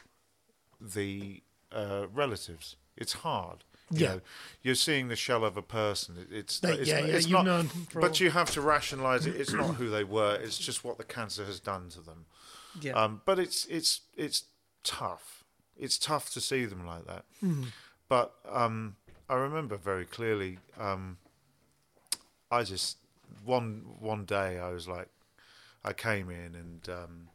Speaker 2: the uh, relatives. It's hard. You
Speaker 1: Yeah.
Speaker 2: know, you're seeing the shell of a person. It- It's,
Speaker 1: That-
Speaker 2: it's
Speaker 1: yeah, yeah,
Speaker 2: it's
Speaker 1: you've
Speaker 2: not,
Speaker 1: known for
Speaker 2: but
Speaker 1: all-
Speaker 2: you have to rationalise it. It's not who they were. It's just what the cancer has done to them.
Speaker 1: yeah.
Speaker 2: Um, but it's it's it's tough. It's tough to see them like that. But um, I remember very clearly. Um, I just one one day I was like, I came in and um,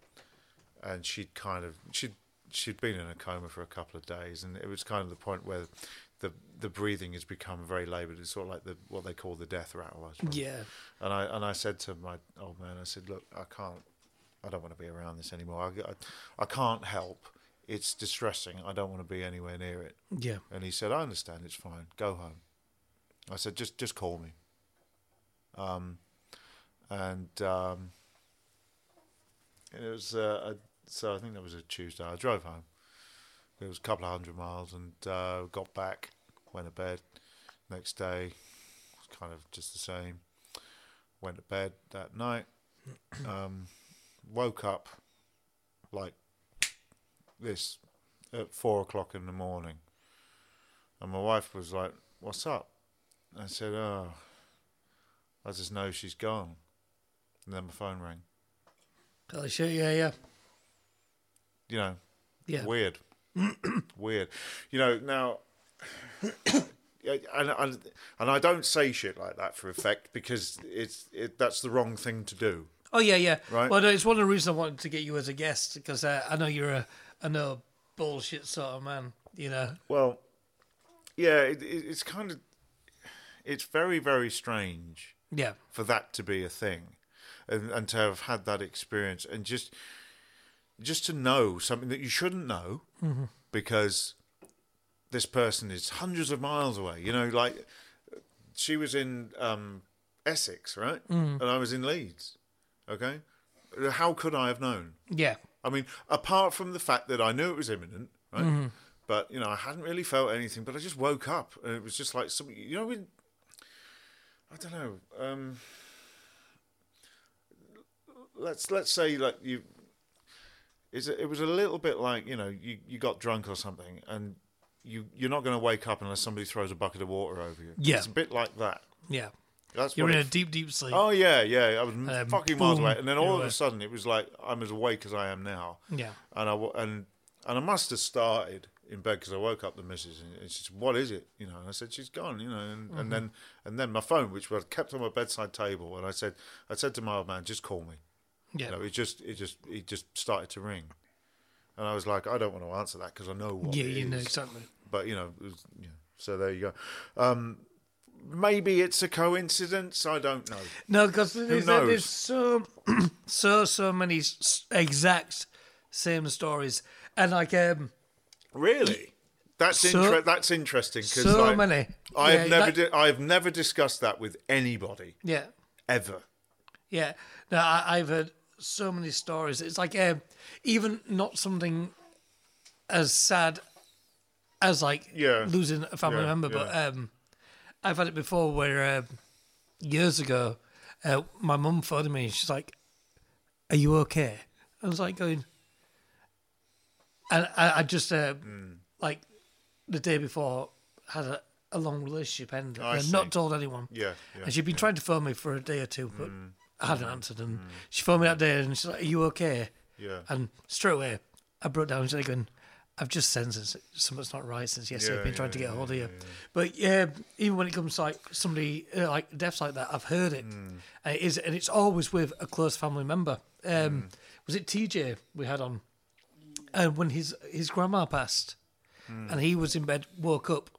Speaker 2: and she'd kind of she'd she'd been in a coma for a couple of days, and it was kind of the point where the the breathing has become very laboured. It's sort of like the what they call the death rattle. I suppose.
Speaker 1: yeah.
Speaker 2: And I and I said to my old man, I said, look, I can't, I don't want to be around this anymore. I, I, I can't help. It's distressing. I don't want to be anywhere near it.
Speaker 1: Yeah.
Speaker 2: And he said, I understand. It's fine. Go home. I said, just just call me. Um, and um, it was uh, a, so I think that was a Tuesday. I drove home. It was a couple of hundred miles, and uh, got back, went to bed. Next day, was kind of just the same. Went to bed that night. Um, woke up like this at four o'clock in the morning, and my wife was like, "What's up?" I said, "Oh, I just know she's gone." And then my phone rang.
Speaker 1: Holy shit, yeah, yeah.
Speaker 2: You know,
Speaker 1: Yeah.
Speaker 2: weird, weird. You know now. yeah, And, and and I don't say shit like that for effect because it's it, that's the wrong thing to do.
Speaker 1: Oh yeah, yeah.
Speaker 2: Right.
Speaker 1: Well, no, it's one of the reasons I wanted to get you as a guest because uh, I know you're a, I know a bullshit sort of man. You know.
Speaker 2: Well, yeah, it, it, it's kind of it's very very strange
Speaker 1: Yeah.
Speaker 2: for that to be a thing, and and to have had that experience and just just to know something that you shouldn't know because this person is hundreds of miles away. You know, like she was in um, Essex, right, and I was in Leeds. Okay, how could I have known?
Speaker 1: Yeah.
Speaker 2: I mean, apart from the fact that I knew it was imminent, right?
Speaker 1: Mm-hmm.
Speaker 2: But you know, I hadn't really felt anything. But I just woke up, and it was just like something. You know, when I don't know. Um, let's let's say like you. It's a, it was a little bit like you know you, you got drunk or something, and you you're not going to wake up unless somebody throws a bucket of water over you.
Speaker 1: Yeah.
Speaker 2: it's a bit like that.
Speaker 1: Yeah.
Speaker 2: That's
Speaker 1: You're
Speaker 2: what
Speaker 1: in
Speaker 2: it
Speaker 1: a deep, deep sleep.
Speaker 2: Oh yeah, yeah. I was
Speaker 1: then
Speaker 2: fucking miles
Speaker 1: boom,
Speaker 2: away, and then
Speaker 1: you're
Speaker 2: all of
Speaker 1: awake.
Speaker 2: a sudden it was like I'm as awake as I am now.
Speaker 1: Yeah.
Speaker 2: And I wa- and and I must have started in bed because I woke up the missus and- and she said, "What is it?" You know, and I said, "She's gone." You know, and,
Speaker 1: Mm-hmm.
Speaker 2: and then and then my phone, which was kept on my bedside table, and I said, I said to my old man, "Just call me."
Speaker 1: yeah.
Speaker 2: You know, it just it just it just started to ring, and I was like, I don't want to answer that because I know what.
Speaker 1: yeah.
Speaker 2: it
Speaker 1: You know
Speaker 2: is."
Speaker 1: exactly.
Speaker 2: but you know, it was, yeah. so there you go. Um, maybe it's a coincidence. I don't know.
Speaker 1: No, because there's,
Speaker 2: knows?
Speaker 1: there's so so so many s- exact same stories, and like um,
Speaker 2: Really? That's
Speaker 1: So-
Speaker 2: inter- that's interesting because
Speaker 1: so many.
Speaker 2: I've
Speaker 1: Yeah,
Speaker 2: never
Speaker 1: that-
Speaker 2: di- I've never discussed that with anybody
Speaker 1: yeah,
Speaker 2: ever.
Speaker 1: yeah. No, I, I've heard so many stories. It's like um, even not something as sad as like
Speaker 2: Yeah.
Speaker 1: losing a family
Speaker 2: Yeah,
Speaker 1: member, but um, I've had it before where um, years ago, uh, my mum phoned me and she's like, "Are you okay?" I was like going, and I, I just uh,
Speaker 2: Mm.
Speaker 1: like the day before had a, a long relationship end.
Speaker 2: I
Speaker 1: and not
Speaker 2: see.
Speaker 1: told anyone.
Speaker 2: Yeah, yeah,
Speaker 1: and she'd been trying to phone me for a day or two, but I hadn't answered. And she phoned me that day, and she's like, "Are you okay?"
Speaker 2: Yeah.
Speaker 1: And straight away, I broke down. She's like, going, "I've just sensed that something's not right since yesterday.
Speaker 2: Yeah,
Speaker 1: I've been
Speaker 2: yeah,
Speaker 1: trying to get a hold of you." But yeah, even when it comes to like somebody uh, like deaths like that, I've heard it.
Speaker 2: Hmm.
Speaker 1: And it is, and it's always with a close family member. Um,
Speaker 2: Hmm.
Speaker 1: Was it TJ we had on? And when his his grandma passed,
Speaker 2: Hmm.
Speaker 1: and he was in bed, woke up,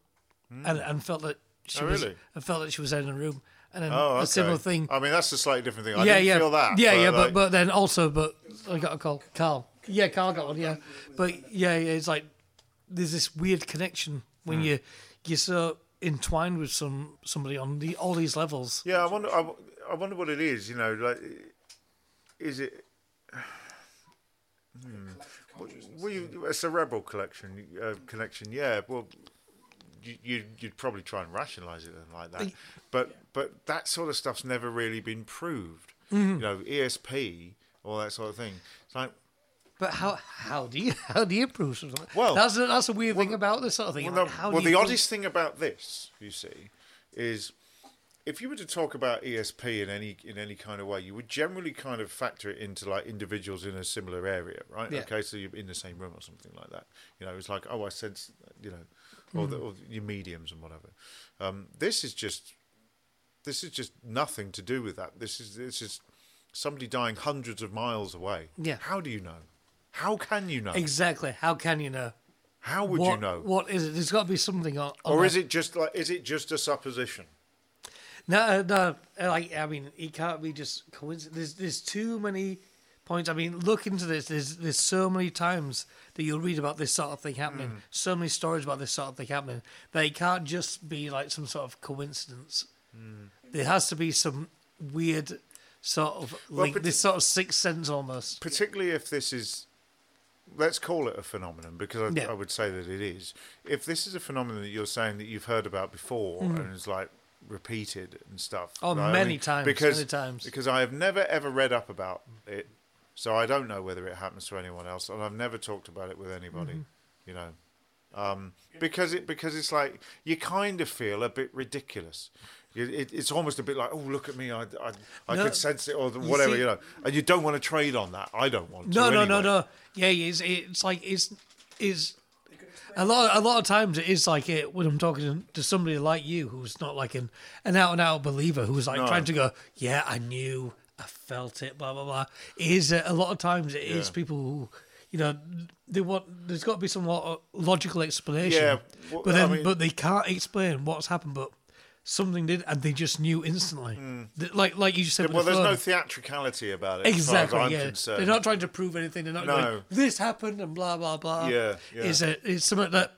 Speaker 1: and, and felt that she
Speaker 2: Oh,
Speaker 1: was
Speaker 2: really?
Speaker 1: and felt that she was out in the room, and then
Speaker 2: Oh,
Speaker 1: a similar
Speaker 2: okay.
Speaker 1: thing.
Speaker 2: I mean, that's a slightly different thing. I
Speaker 1: yeah,
Speaker 2: didn't
Speaker 1: yeah,
Speaker 2: feel that.
Speaker 1: yeah, yeah.
Speaker 2: like-
Speaker 1: But but then also, but I got a call, Carl. Yeah, Carl got one. Yeah, but yeah, yeah. It's like there's this weird connection when
Speaker 2: Hmm.
Speaker 1: you you're so entwined with some somebody on the all these levels.
Speaker 2: yeah, I wonder. I, w- I wonder what it is. You know, like, is it? hmm. Well, you, a cerebral collection uh, connection. Yeah. Well, you, you you'd probably try and rationalise it then like that. But but that sort of stuff's never really been proved.
Speaker 1: Mm-hmm.
Speaker 2: You know, ESP, all that sort of thing. It's like
Speaker 1: But how how do you how do you prove something?
Speaker 2: Well-
Speaker 1: that's a, that's a weird thing about this sort of thing.
Speaker 2: Well,
Speaker 1: like,
Speaker 2: no,
Speaker 1: how
Speaker 2: well,
Speaker 1: do you
Speaker 2: the
Speaker 1: prove-
Speaker 2: oddest thing about this, you see, is if you were to talk about ESP in any in any kind of way, you would generally kind of factor it into like individuals in a similar area, right?
Speaker 1: Yeah.
Speaker 2: Okay, so you're in the same room or something like that. You know, it's like oh, I sense, you know,
Speaker 1: Hmm.
Speaker 2: or, the, or your mediums and whatever. Um, this is just this is just nothing to do with that. This is this is somebody dying hundreds of miles away.
Speaker 1: Yeah.
Speaker 2: How do you know? How can you know?
Speaker 1: Exactly. How can you know?
Speaker 2: How would
Speaker 1: what,
Speaker 2: you know?
Speaker 1: What is it? There's got to be something on. on
Speaker 2: or
Speaker 1: that.
Speaker 2: is it just like is it just a supposition?
Speaker 1: No, uh, no. uh, Like I mean, it can't be just coincidence. There's there's too many points. I mean, look into this. There's there's so many times that you'll read about this sort of thing happening. So many stories about this sort of thing happening. They can't just be like some sort of coincidence. There has to be some weird sort of link.
Speaker 2: but
Speaker 1: this sort of sixth sense almost.
Speaker 2: particularly if this is let's call it a phenomenon because I,
Speaker 1: Yeah.
Speaker 2: I would say that it is if this is a phenomenon that you're saying that you've heard about before and is like repeated and stuff
Speaker 1: Mm. Oh,
Speaker 2: like, I
Speaker 1: many
Speaker 2: mean,
Speaker 1: times,
Speaker 2: because
Speaker 1: many times.
Speaker 2: because I have never ever read up about it so I don't know whether it happens to anyone else and I've never talked about it with anybody
Speaker 1: Mm-hmm.
Speaker 2: you know um, because it because it's like you kind of feel a bit ridiculous. You- It, it's almost a bit like, oh, look at me, I, I, I
Speaker 1: No,
Speaker 2: could sense it or the- whatever,
Speaker 1: see-
Speaker 2: you know. And you don't want to trade on that. I don't want
Speaker 1: No,
Speaker 2: to.
Speaker 1: no, no,
Speaker 2: anyway.
Speaker 1: no. Yeah, it's it's like it's is a lot. A lot of times it is like it when I'm talking to somebody like you who's not like an an out and out believer who's like
Speaker 2: No.
Speaker 1: trying to go, yeah, I knew, I felt it, blah blah blah. It is uh, a lot of times it is
Speaker 2: Yeah.
Speaker 1: people who. You know, they want. There's got to be some lot of logical explanation.
Speaker 2: Yeah, well,
Speaker 1: but
Speaker 2: I
Speaker 1: then,
Speaker 2: mean-
Speaker 1: but they can't explain what's happened. But something did, and they just knew instantly. Th- Like, like you just said. with
Speaker 2: Hmm. Well,
Speaker 1: the
Speaker 2: there's
Speaker 1: phone.
Speaker 2: no theatricality about it. As
Speaker 1: Exactly.
Speaker 2: far as I'm
Speaker 1: yeah.
Speaker 2: concerned.
Speaker 1: They're not trying to prove anything. They're not
Speaker 2: No.
Speaker 1: going, this happened and blah blah blah.
Speaker 2: Yeah, yeah.
Speaker 1: Is a is something that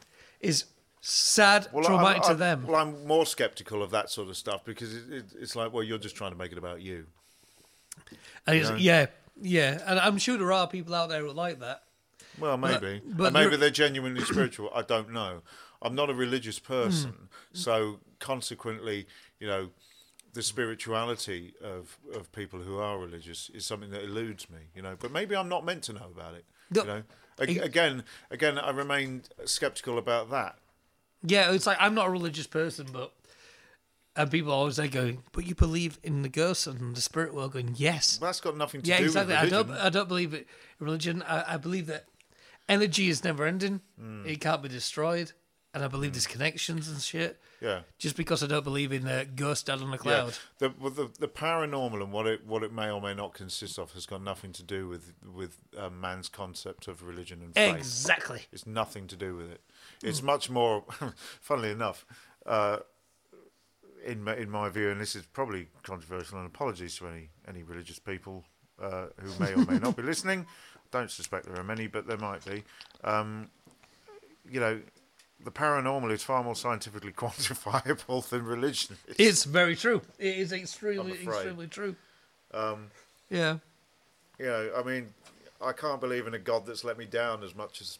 Speaker 1: is sad, traumatic
Speaker 2: I'm,
Speaker 1: to them.
Speaker 2: Well, I'm more skeptical of that sort of stuff because it, it, it's like, well, you're just trying to make it about you.
Speaker 1: and it's, yeah, yeah. And I'm sure there are people out there who are like that.
Speaker 2: Well, maybe.
Speaker 1: but
Speaker 2: And maybe
Speaker 1: there-
Speaker 2: they're genuinely spiritual. I don't know. I'm not a
Speaker 1: Hmm.
Speaker 2: religious person, so consequently, you know, the spirituality of, of people who are religious is something that eludes me. You know, but maybe I'm not meant to know about it.
Speaker 1: No.
Speaker 2: You know, A- again, again, I remain skeptical about that.
Speaker 1: Yeah, it's like I'm not a religious person, but and people are always there going, but you believe in the ghosts and the spirit world, going yes,
Speaker 2: That's got nothing to
Speaker 1: yeah,
Speaker 2: do
Speaker 1: exactly.
Speaker 2: with
Speaker 1: I
Speaker 2: religion.
Speaker 1: don't I don't believe it. Religion. I, I believe that energy is never ending.
Speaker 2: Hmm.
Speaker 1: It can't be destroyed. And I believe there's connections and shit.
Speaker 2: yeah.
Speaker 1: just because I don't believe in a ghost dad on a
Speaker 2: Yeah.
Speaker 1: cloud.
Speaker 2: The, well, the the paranormal and what it what it may or may not consist of has got nothing to do with with uh, man's concept of religion and faith.
Speaker 1: Exactly.
Speaker 2: It's nothing to do with it. It's much more, funnily enough, uh, in my, in my view, and this is probably controversial. And apologies to any any religious people uh, who may or may not be listening. Don't suspect there are many, but there might be. Um, you know, the paranormal is far more scientifically quantifiable than religion.
Speaker 1: It's very true. It is extremely,
Speaker 2: I'm afraid.
Speaker 1: extremely true. Um, yeah.
Speaker 2: you know, I mean, I can't believe in a God that's let me down as much as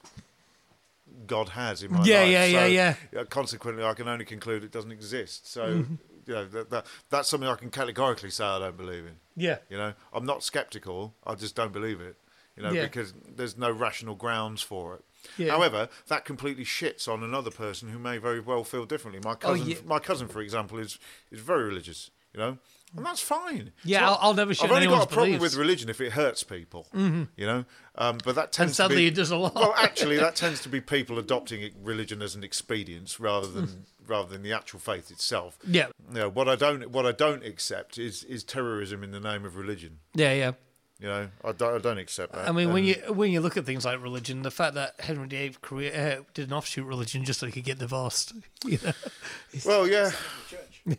Speaker 2: God has in my
Speaker 1: Yeah,
Speaker 2: life.
Speaker 1: yeah, yeah,
Speaker 2: So,
Speaker 1: yeah. Mm-hmm.
Speaker 2: Consequently, I can only conclude it doesn't exist. So, you know, that, that that's something I can categorically say I don't believe in.
Speaker 1: Yeah.
Speaker 2: You know, I'm not skeptical. I just don't believe it. You know,
Speaker 1: Yeah.
Speaker 2: because there's no rational grounds for it.
Speaker 1: Yeah.
Speaker 2: However, that completely shits on another person who may very well feel differently. My cousin,
Speaker 1: Oh, yeah.
Speaker 2: my cousin, for example, is is very religious. You know, and that's fine. It's
Speaker 1: Yeah,
Speaker 2: not-
Speaker 1: I'll- I'll never shit
Speaker 2: I've
Speaker 1: on
Speaker 2: only got a
Speaker 1: anyone's
Speaker 2: problem with
Speaker 1: beliefs.
Speaker 2: religion if it hurts people. You know, um, but that tends to
Speaker 1: Mm-hmm. sadly
Speaker 2: be,
Speaker 1: it does a lot.
Speaker 2: Well, actually, that tends to be people adopting it- religion as an expedience rather than rather than the actual faith itself.
Speaker 1: Mm. Yeah.
Speaker 2: You know, what I don't what I don't accept is is terrorism in the name of religion.
Speaker 1: Yeah. Yeah.
Speaker 2: You know, I don't, I don't accept that.
Speaker 1: I mean, when
Speaker 2: And-
Speaker 1: you when you look at things like religion, the fact that Henry VIII create, uh, did an offshoot religion just so he could get divorced. You know?
Speaker 2: well, yeah.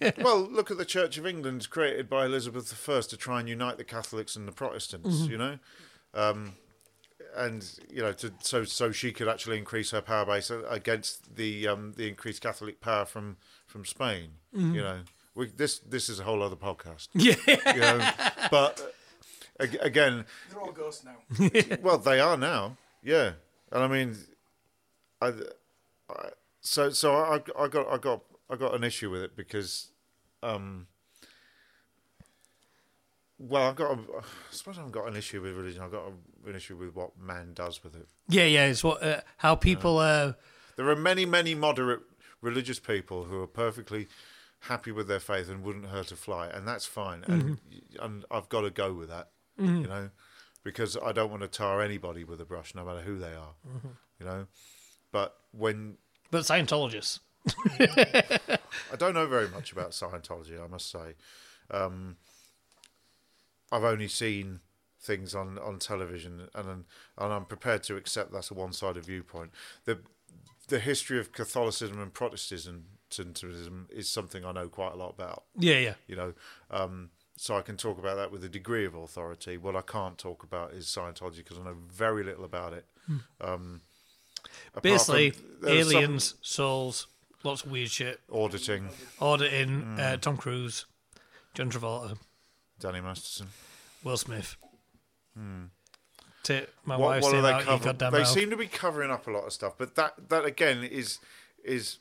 Speaker 2: well, look at the Church of England created by Elizabeth I to try and unite the Catholics and the Protestants. You know, um, and you know, to, so so she could actually increase her power base uh, against the um, the increased Catholic power from from Spain. You know, we, this this is a whole other podcast.
Speaker 1: yeah.
Speaker 2: You know, but uh, ag- again,
Speaker 4: They're all ghosts now.
Speaker 2: well, they are now. Yeah, and I mean, I, I so so I, I got I got I got an issue with it because, um, well, I've got a, I suppose I haven't got an issue with religion. I've got a, an issue with what man does with it.
Speaker 1: Yeah. Yeah. It's what uh, how people. Uh,
Speaker 2: There are many many moderate religious people who are perfectly happy with their faith and wouldn't hurt a fly, and that's fine. And and I've got to go with that, you know, because I don't want to tar anybody with a brush, no matter who they are, you know. But when
Speaker 1: but Scientologists.
Speaker 2: I don't know very much about Scientology, I must say. Um, I've only seen things on, on television, and and I'm prepared to accept that's a one sided viewpoint. the The history of Catholicism and Protestantism Protestantism is something I know quite a lot about.
Speaker 1: Yeah. Yeah.
Speaker 2: You know, um, so I can talk about that with a degree of authority. What I can't talk about is Scientology because I know very little about it. Um, apart from-
Speaker 1: Hmm. Basically,
Speaker 2: there was some
Speaker 1: aliens, souls, lots of weird shit.
Speaker 2: auditing
Speaker 1: Auditing uh,
Speaker 2: Hmm.
Speaker 1: Tom Cruise, John Travolta,
Speaker 2: Danny Masterson.
Speaker 1: Will Smith. Take my
Speaker 2: Hmm. What,
Speaker 1: wife's
Speaker 2: what are
Speaker 1: name
Speaker 2: they
Speaker 1: out your
Speaker 2: covering?
Speaker 1: goddamn
Speaker 2: They
Speaker 1: mouth.
Speaker 2: seem to be covering up a lot of stuff, but that that again is is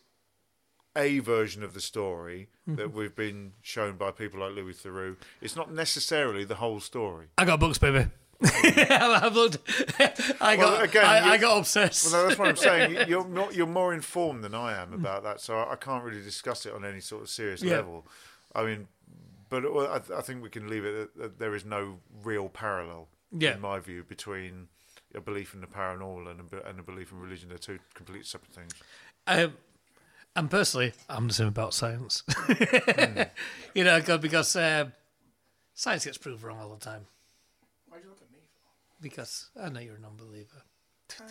Speaker 2: a version of the story that
Speaker 1: Mm-hmm.
Speaker 2: we've been shown by people like Louis Theroux. It's not necessarily the whole story.
Speaker 1: I got books, baby. I've looked. I got.
Speaker 2: again,
Speaker 1: I,
Speaker 2: you-
Speaker 1: I got obsessed.
Speaker 2: Well, no, that's what I'm saying. You're not, you're more informed than I am about that, so I I can't really discuss it on any sort of serious
Speaker 1: Yeah.
Speaker 2: level. I mean, but it- well, I, th- I think we can leave it at that there is no real parallel,
Speaker 1: Yeah.
Speaker 2: in my view, between a belief in the paranormal and a, be- and a belief in religion. They're two completely separate things.
Speaker 1: Um, and personally, I'm the same about science. you know, 'cause- because um, science gets proved wrong all the time.
Speaker 4: Why'd you look at me for?
Speaker 1: Because I know you're a non-believer.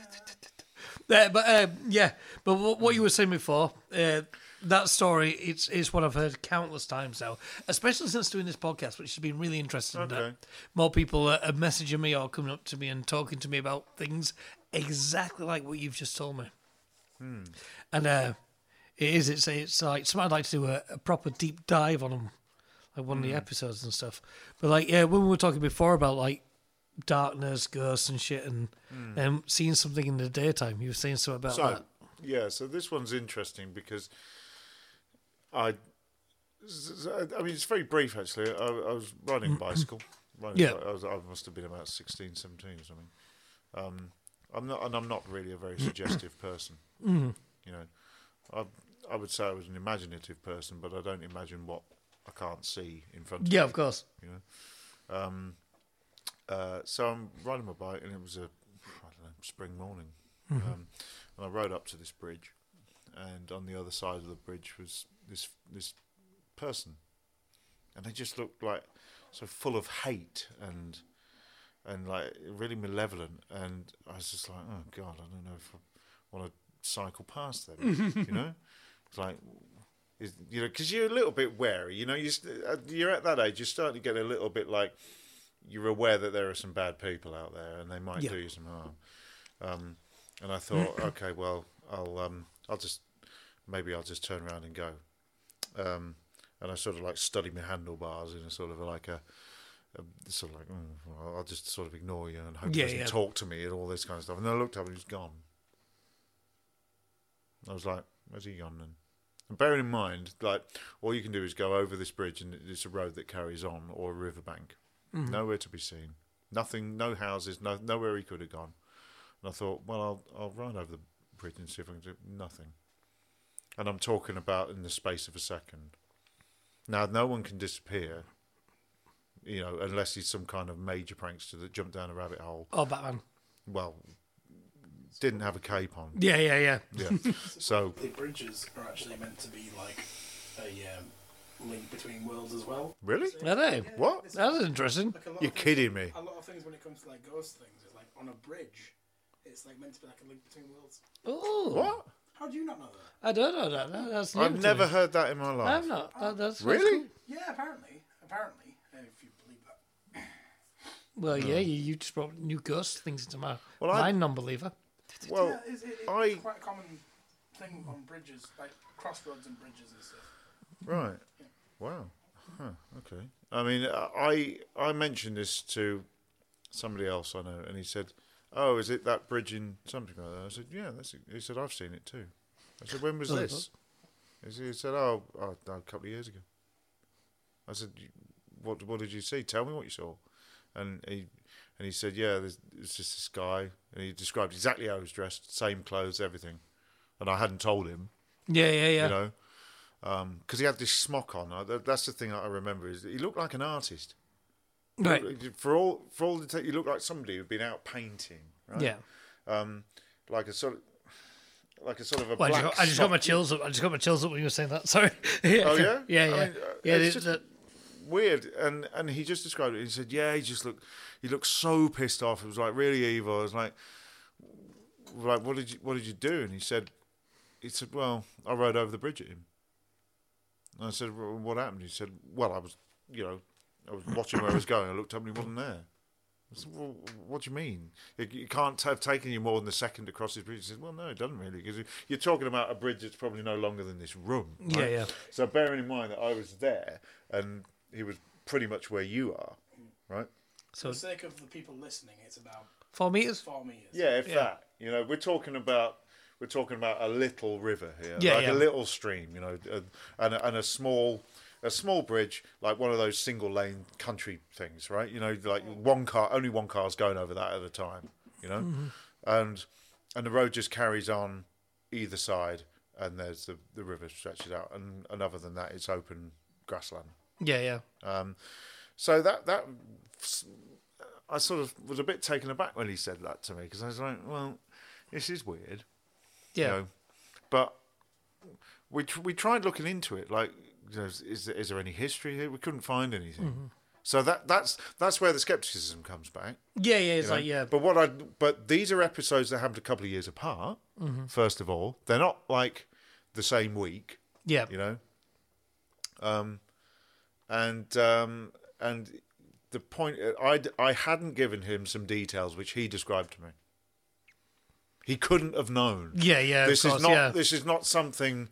Speaker 1: Uh, but um, yeah, but what, what you were saying before, uh, that story, it's it's what I've heard countless times now, especially since doing this podcast, which has been really interesting. that
Speaker 2: Okay.
Speaker 1: more people are, are messaging me or coming up to me and talking to me about things exactly like what you've just told me. And uh, it is, it's it's like something I'd like to do a, a proper deep dive on them, like one
Speaker 2: Hmm.
Speaker 1: of the episodes and stuff. But like, yeah, when we were talking before about like darkness, ghosts and shit, and
Speaker 2: Hmm.
Speaker 1: um, seeing something in the daytime. You were saying something about
Speaker 2: So
Speaker 1: that.
Speaker 2: yeah, so this one's interesting because I, I mean, it's very brief actually. I, I was riding a bicycle. Riding a
Speaker 1: Mm-hmm. Yeah.
Speaker 2: bi- I, was, I must have been about 16, 17 or something. Um, I'm not, and I'm not really a very suggestive person.
Speaker 1: Mm-hmm.
Speaker 2: You know, I I would say I was an imaginative person, but I don't imagine what I can't see in front of
Speaker 1: Yeah,
Speaker 2: me
Speaker 1: of course.
Speaker 2: you know. Um, uh, so I'm riding my bike, and it was a I don't know spring morning, um, and I rode up to this bridge, and on the other side of the bridge was this this person, and they just looked like so full of hate and and like really malevolent, and I was just like, oh god, I don't know if I want to cycle past them, you know. It's like is, you know, because you're a little bit wary. You know, you st- uh, you're at that age. You're starting to get a little bit like you're aware that there are some bad people out there, and they might
Speaker 1: Yeah.
Speaker 2: do you some harm. Um, and I thought, okay, well, I'll um, I'll just maybe I'll just turn around and go. Um, and I sort of like studied my handlebars in a sort of like a, a sort of like mm, well, I'll just sort of ignore you and hope
Speaker 1: Yeah,
Speaker 2: he doesn't
Speaker 1: yeah.
Speaker 2: talk to me and all this kind of stuff. And then I looked up and he was gone. I was like, where's he gone then? And bearing in mind, like, all you can do is go over this bridge and it's a road that carries on or a riverbank.
Speaker 1: Mm-hmm.
Speaker 2: Nowhere to be seen. Nothing, no houses, no, nowhere he could have gone. And I thought, well, I'll, I'll ride over the bridge and see if I can do nothing. And I'm talking about in the space of a second. Now, no one can disappear, you know, unless he's some kind of major prankster that jumped down a rabbit hole.
Speaker 1: Oh, Batman.
Speaker 2: Well, didn't have a cape on.
Speaker 1: Yeah, yeah, yeah.
Speaker 2: Yeah. so,
Speaker 4: The bridges are actually meant to be like a um, link between worlds as well.
Speaker 2: really?
Speaker 1: Are they?
Speaker 2: What?
Speaker 1: That's interesting.
Speaker 4: Like a lot
Speaker 2: You're
Speaker 4: of things-
Speaker 2: kidding me.
Speaker 4: A lot of things when it comes to like ghost things, it's like on a bridge, it's like meant to be like a link between worlds.
Speaker 1: Oh,
Speaker 2: What?
Speaker 4: How do you not know that?
Speaker 1: I don't know that. that that's new
Speaker 2: I've
Speaker 1: to
Speaker 2: never
Speaker 1: me.
Speaker 2: heard that in my life.
Speaker 1: I've not. That, that's that's
Speaker 2: Really?
Speaker 1: cool.
Speaker 4: Yeah, apparently, apparently, uh, if you believe that.
Speaker 1: Well, yeah, you, you just brought new ghost things into my
Speaker 2: Hmm. Well, I-
Speaker 1: my non-believer.
Speaker 2: Well,
Speaker 4: yeah, it's, it, it's
Speaker 2: Oh, I-
Speaker 4: quite a common thing on bridges, like crossroads and bridges and stuff.
Speaker 2: right. Wow. Huh. Okay. I mean, I I mentioned this to somebody else I know, and he said, "Oh, is it that bridge in something like that?" I said, "Yeah, that's." It. He said, "I've seen it too." I said, "When was
Speaker 1: Oh,
Speaker 2: this?" He said- he said, "Oh, oh, no, a couple of years ago." I said, "You- "What? What did you see? Tell me what you saw." And he and he said, "Yeah, there's, it's just this guy," and he described exactly how he was dressed, same clothes, everything. And I hadn't told him.
Speaker 1: Yeah, yeah, yeah.
Speaker 2: you know, because he had this smock on. I, that, that's the thing I remember is he looked like an artist.
Speaker 1: right.
Speaker 2: For all for all the t- he looked like somebody who'd been out painting, right?
Speaker 1: Yeah.
Speaker 2: Um, like a sort of like a sort of a
Speaker 1: Well, I
Speaker 2: black.
Speaker 1: just, got, I just got
Speaker 2: sock.
Speaker 1: my chills up. I just got my chills up when you were saying that. Sorry. yeah.
Speaker 2: Oh, yeah?
Speaker 1: Yeah,
Speaker 2: I
Speaker 1: yeah.
Speaker 2: mean, uh,
Speaker 1: yeah,
Speaker 2: it's
Speaker 1: it-
Speaker 2: just-
Speaker 1: that-
Speaker 2: weird. And and he just described it. He said, "Yeah, he just looked. He looked so pissed off. It was like really evil. I was like, like what did you what did you do?" And he said, "He said, well, I rode over the bridge at him." And I said, well, "What happened?" He said, "Well, I was, you know, I was watching where I was going. I looked up and he wasn't there. I said, well, what do you mean? It, it can't have taken you more than a second across this bridge. He said, well, no, it doesn't really. Because you're talking about a bridge that's probably no longer than this room.
Speaker 1: Yeah, yeah.
Speaker 2: So bearing in mind that I was there and he was pretty much where you are, right?
Speaker 1: So
Speaker 4: For the sake of the people listening, it's about
Speaker 1: four meters.
Speaker 4: four meters.
Speaker 2: Yeah, if that. You know, we're talking about we're talking about a little river here,
Speaker 1: Yeah,
Speaker 2: like
Speaker 1: yeah.
Speaker 2: a little stream. You know, and and a, and a small a small bridge, like one of those single lane country things, right? You know, like one car, only one car's going over that at a time. You know,
Speaker 1: Mm-hmm.
Speaker 2: and and the road just carries on either side, and there's the the river stretches out, and, and other than that, it's open grassland.
Speaker 1: Yeah, yeah.
Speaker 2: So that that I sort of was a bit taken aback when he said that to me because I was like, well, this is weird,
Speaker 1: Yeah.
Speaker 2: you know. But we tr- we tried looking into it, like, you know, is is there- is there any history here? We couldn't find anything.
Speaker 1: Mm-hmm.
Speaker 2: So that that's that's where the skepticism comes back.
Speaker 1: Yeah, yeah. It's
Speaker 2: you know.
Speaker 1: like, yeah.
Speaker 2: But what I but these are episodes that happened a couple of years apart.
Speaker 1: Mm-hmm.
Speaker 2: First of all, they're not like the same week
Speaker 1: yeah.
Speaker 2: you know um and um and the point i i hadn't given him some details which he described to me he couldn't have known
Speaker 1: Yeah, yeah.
Speaker 2: this
Speaker 1: of
Speaker 2: is
Speaker 1: course,
Speaker 2: not
Speaker 1: yeah.
Speaker 2: this is not something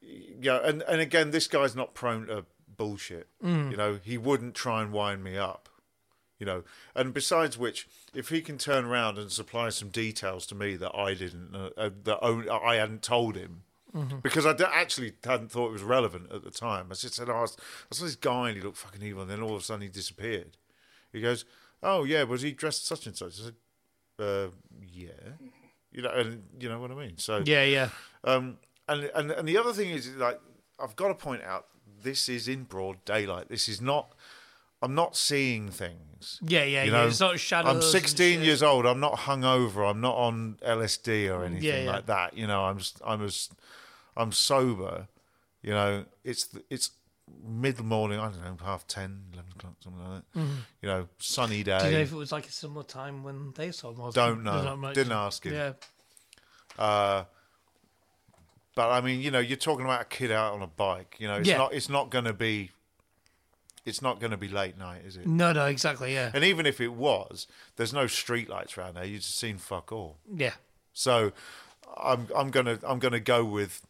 Speaker 2: you know, and and again this guy's not prone to bullshit
Speaker 1: Mm.
Speaker 2: you know he wouldn't try and wind me up you know and besides which if he can turn around and supply some details to me that i didn't uh, uh, that only, i hadn't told him Because I d- actually hadn't thought it was relevant at the time. I just said, oh, I, was- I saw this guy and he looked fucking evil, and then all of a sudden he disappeared. He goes, "Oh yeah, was he dressed such and such?" I said, uh, "Yeah," you know, and you know what I mean. So
Speaker 1: Yeah, yeah.
Speaker 2: um, and, and and the other thing is like I've got to point out this is in broad daylight. This is not. I'm not seeing things.
Speaker 1: Yeah, yeah,
Speaker 2: You
Speaker 1: yeah.
Speaker 2: know,
Speaker 1: It's not shadows
Speaker 2: I'm
Speaker 1: and
Speaker 2: 16
Speaker 1: shit.
Speaker 2: years old. I'm not hungover. I'm not on LSD or anything
Speaker 1: yeah.
Speaker 2: like that. You know, I'm s- I'm as I'm sober. You know, it's th- it's mid morning. I don't know, half 10, 11 o'clock, something like that. You know, sunny day.
Speaker 1: Mm-hmm. Do you know if it was like a similar time when they saw them? or
Speaker 2: Don't
Speaker 1: something?
Speaker 2: know.
Speaker 1: There's not much-
Speaker 2: Didn't ask him.
Speaker 1: Yeah.
Speaker 2: But I mean, you know, you're talking about a kid out on a bike. You know, it's
Speaker 1: Yeah.
Speaker 2: not it's not going to be it's not going to be late night, is it?
Speaker 1: No, no, exactly. Yeah.
Speaker 2: And even if it was, there's no street lights around there. You've just seen fuck all.
Speaker 1: Yeah.
Speaker 2: So I'm I'm gonna I'm gonna go with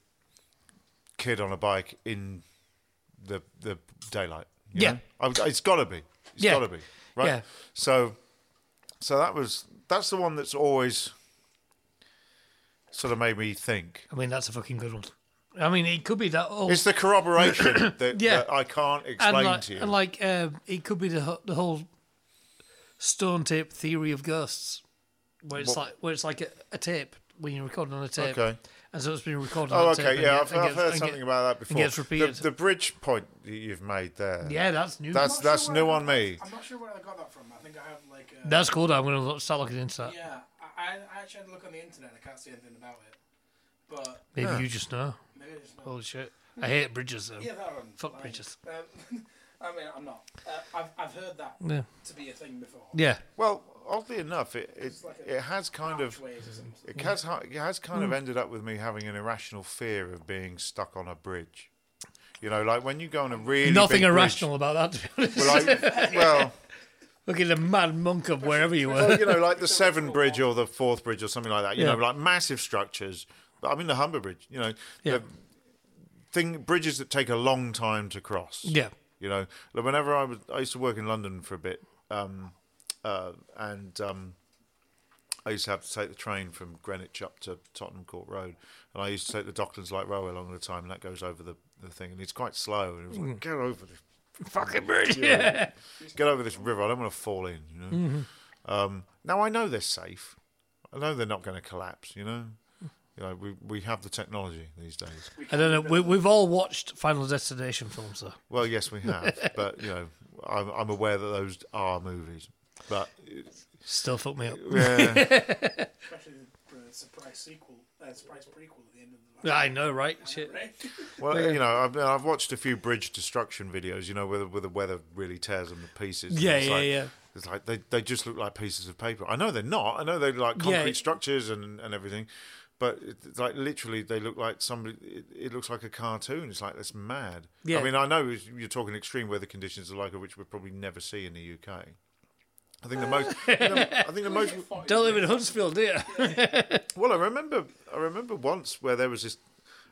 Speaker 2: kid on a bike in the the daylight. you
Speaker 1: Yeah.
Speaker 2: know? I've, it's gotta be. It's
Speaker 1: Yeah.
Speaker 2: gotta be. Right.
Speaker 1: Yeah.
Speaker 2: So so that was that's the one that's always sort of made me think.
Speaker 1: I mean, that's a fucking good one. I mean, it could be that. Oh,
Speaker 2: It's the corroboration that,
Speaker 1: Yeah.
Speaker 2: that I can't
Speaker 1: and
Speaker 2: explain
Speaker 1: like,
Speaker 2: to you.
Speaker 1: and like um, it could be the ho- the whole stone tape theory of ghosts, where it's like where it's like a, a tape when you're recording on a tape.
Speaker 2: Okay.
Speaker 1: And so it's been recorded.
Speaker 2: oh,
Speaker 1: on a tape
Speaker 2: okay,
Speaker 1: and
Speaker 2: yeah,
Speaker 1: get-
Speaker 2: I've,
Speaker 1: and
Speaker 2: I've
Speaker 1: get-
Speaker 2: heard
Speaker 1: and
Speaker 2: something
Speaker 1: get-
Speaker 2: about that before.
Speaker 1: gets repeated.
Speaker 2: The, the bridge point that you've made there.
Speaker 1: Yeah, that's new.
Speaker 2: That's
Speaker 4: I'm not
Speaker 2: that's
Speaker 4: sure
Speaker 2: new
Speaker 4: where I-
Speaker 2: on me.
Speaker 4: I'm not sure where I got that from. I think I have like a.
Speaker 1: that's cool. I'm gonna look, start looking into that.
Speaker 4: Yeah, I, I actually had a look on the internet. I can't see anything about it. But
Speaker 1: Maybe you just know.
Speaker 4: maybe it's not.
Speaker 1: Holy shit! I hate bridges though.
Speaker 4: yeah, that one.
Speaker 1: fuck
Speaker 4: fine.
Speaker 1: bridges.
Speaker 4: Um, I mean, I'm not. Uh, I've, I've heard that
Speaker 1: Yeah.
Speaker 4: to be a thing before.
Speaker 1: Yeah.
Speaker 2: Well, oddly enough, it it,
Speaker 4: like a
Speaker 2: it has kind of
Speaker 4: Ways or something.
Speaker 2: it has ha- it has kind
Speaker 1: Mm.
Speaker 2: of ended up with me having an irrational fear of being stuck on a bridge. You know, like when you go on a really
Speaker 1: Nothing
Speaker 2: big bridge-
Speaker 1: irrational about that, to be honest.
Speaker 2: Well, like, well,
Speaker 1: Look at the mad monk of wherever you were.
Speaker 2: well, you know, like the Severn Bridge or the Fourth Bridge or something like that. You
Speaker 1: Yeah.
Speaker 2: know, like massive structures. I mean, the Humber Bridge. You know,
Speaker 1: Yeah.
Speaker 2: the thing bridges that take a long time to cross.
Speaker 1: Yeah.
Speaker 2: You know, like whenever I was, I used to work in London for a bit, um, uh, and um, I used to have to take the train from Greenwich up to Tottenham Court Road, and I used to take the Docklands Light Railway along the time, and that goes over the, the thing, and it's quite slow. And it was like, get over this
Speaker 1: Fucking bridge. Yeah.
Speaker 2: get over this river. I don't want to fall in. You know. Um, now I know they're safe. I know they're not going to collapse. You know. You know, we we have the technology these days.
Speaker 1: I don't know. We, we've all watched Final Destination films though.
Speaker 2: Well, yes, we have, but you know, I'm, I'm aware that those are movies. But
Speaker 1: Still fuck me up.
Speaker 2: yeah,
Speaker 4: Especially the uh, surprise sequel, uh, surprise prequel at the end of the
Speaker 1: I know, right? Ah, Shit.
Speaker 4: Right?
Speaker 2: well, you know, I've, I've watched a few bridge destruction videos. You know, where the, where the weather really tears them to pieces. and
Speaker 1: Yeah,
Speaker 2: it's
Speaker 1: yeah,
Speaker 2: like-
Speaker 1: yeah.
Speaker 2: It's like they, they just look like pieces of paper. I know they're not. I know they're like
Speaker 1: Yeah.
Speaker 2: concrete structures and, and everything, But it- it's like literally, they look like somebody. It, it looks like a cartoon. It's like that's mad.
Speaker 1: Yeah.
Speaker 2: I mean, I know it's- you're talking extreme weather conditions, the like of which we'll probably never see in the UK. I think the most. I think the most.
Speaker 1: Don't live in Huntsville, do you?
Speaker 2: Well, I remember, I remember once where there was this,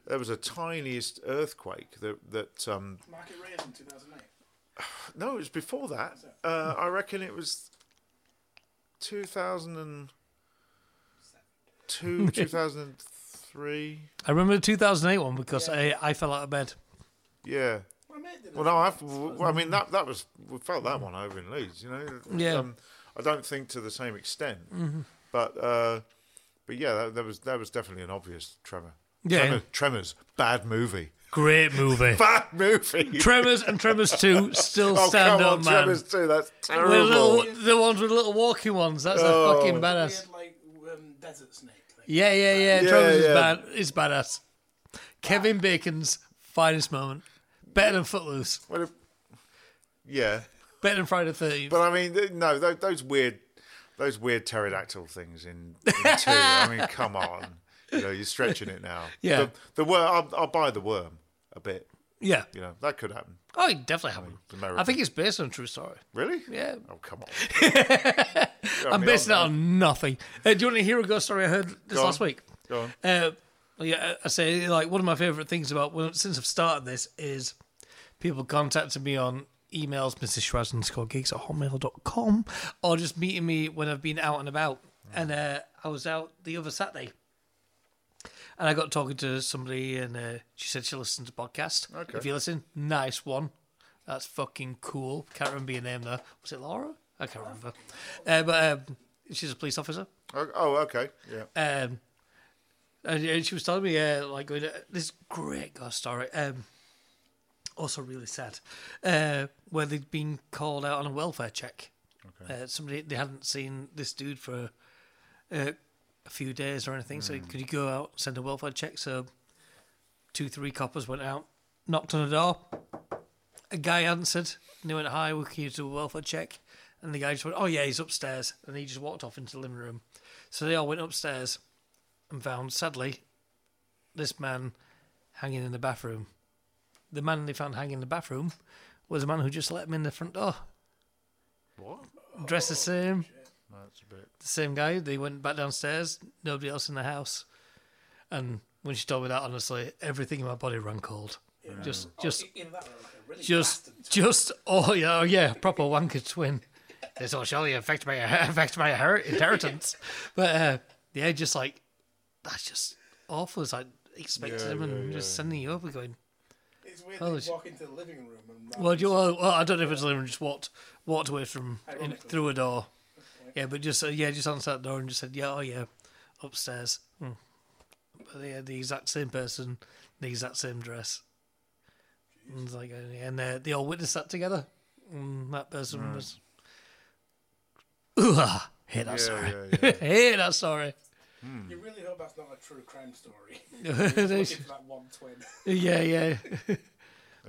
Speaker 2: there was a tiniest earthquake that that um,
Speaker 4: Market Raven 2008.
Speaker 2: no, it was before that. Uh, I reckon it was two thousand and two, two thousand and three.
Speaker 1: I remember the 2008 one because I, I fell out of bed.
Speaker 2: Yeah.
Speaker 4: My mate did it.
Speaker 2: Well, no, I've, well, I mean that that was we felt that one over in Leeds, you know. Um,
Speaker 1: Yeah.
Speaker 2: I don't think to the same extent, but uh, but yeah, that, that was that was definitely an obvious tremor.
Speaker 1: Yeah.
Speaker 2: Tremor, Tremors, bad movie,
Speaker 1: Great movie.
Speaker 2: bad movie.
Speaker 1: Tremors and Tremors 2 still
Speaker 2: oh
Speaker 1: stand
Speaker 2: come on,
Speaker 1: up, man.
Speaker 2: Tremors too. That's
Speaker 1: The,
Speaker 2: terrible.
Speaker 1: little, the ones with the little walking ones, that's a
Speaker 2: Oh.
Speaker 1: fucking badass.
Speaker 4: Weird, like um, desert snake. Thing.
Speaker 1: Yeah, yeah, yeah.
Speaker 2: Yeah,
Speaker 1: Tremors
Speaker 2: yeah.
Speaker 1: is bad. It's badass. Kevin Bacon's finest moment. Better than Footloose.
Speaker 2: What if- yeah,
Speaker 1: Better than Friday the 13th.
Speaker 2: but I mean, th- no, those, those weird, those weird pterodactyl things in, in two. I mean, come on, you know, you're stretching it now.
Speaker 1: Yeah.
Speaker 2: the, the worm. I'll, I'll buy the worm a bit.
Speaker 1: yeah.
Speaker 2: You know, that could happen.
Speaker 1: Oh, it definitely happened.
Speaker 2: it's American.
Speaker 1: I think it's based on a true story.
Speaker 2: Really?
Speaker 1: Yeah.
Speaker 2: Oh come on!
Speaker 1: I'm basing it on nothing. Uh, do you want to hear a ghost story I heard this
Speaker 2: Go on.
Speaker 1: last week?
Speaker 2: Go on.
Speaker 1: Uh, yeah, I I say like one of my favorite things about well, since I've started this is people contacting me on emails, Mrs. Schrazenscore gigs at hotmail.com, or just meeting me when I've been out and about. And uh, I was out the other Saturday and I got talking to somebody, and uh, she said she listens to podcast.
Speaker 2: Okay.
Speaker 1: If you listen, nice one. That's fucking cool. Can't remember your name though. Was it Laura? I can't remember. Uh, but um, she's a police officer.
Speaker 2: Oh, oh, okay. Yeah.
Speaker 1: Um, and, and she was telling me, uh, like, going, uh, this great ghost story. Um, also really sad, uh, where they'd been called out on a welfare check. Uh, somebody they hadn't seen this dude for uh, a few days or anything. So could you go out send a welfare check? So two, three coppers went out, knocked on the door. A guy answered, and he went, "Hi, we can you do a welfare check?" And the guy just went, "Oh yeah, he's upstairs," and he just walked off into the living room. So they all went upstairs and found, sadly, this man hanging in the bathroom. The man they found hanging in the bathroom was a man who just let him in the front door.
Speaker 2: What?
Speaker 1: Dressed the same,
Speaker 2: That's a bit.
Speaker 1: the same guy. They went back downstairs, nobody else in the house. And when she told me that, honestly, everything in my body ran cold. Just, just,
Speaker 4: Either that or like a really
Speaker 1: just, just, oh yeah, oh, yeah, proper wanker twin. This will surely affect my affect my her- inheritance. but uh, yeah, just like that's just awful. It's like expecting
Speaker 2: Yeah,
Speaker 1: him and
Speaker 2: yeah,
Speaker 1: just
Speaker 2: yeah.
Speaker 1: sending you over, going,
Speaker 4: It's weird
Speaker 1: Oh,
Speaker 4: that
Speaker 1: sh-
Speaker 4: you walk into the living room and that
Speaker 1: well, do you, well, well, I don't know if it's living room. Just walked walked away from in,
Speaker 4: Ironically.
Speaker 1: through a door. Yeah, but just uh, yeah, just answered that door and just said, yeah, oh yeah, upstairs. Hmm. But yeah, the exact same person, the exact same dress. And it's like, uh, and uh, they all witnessed that together. And that person was, ooh, ah, hate that
Speaker 2: Yeah,
Speaker 1: story.
Speaker 2: yeah, yeah.
Speaker 1: hate that story.
Speaker 4: you really hope that's not a true crime story. Looking for that one twin.
Speaker 1: yeah, yeah.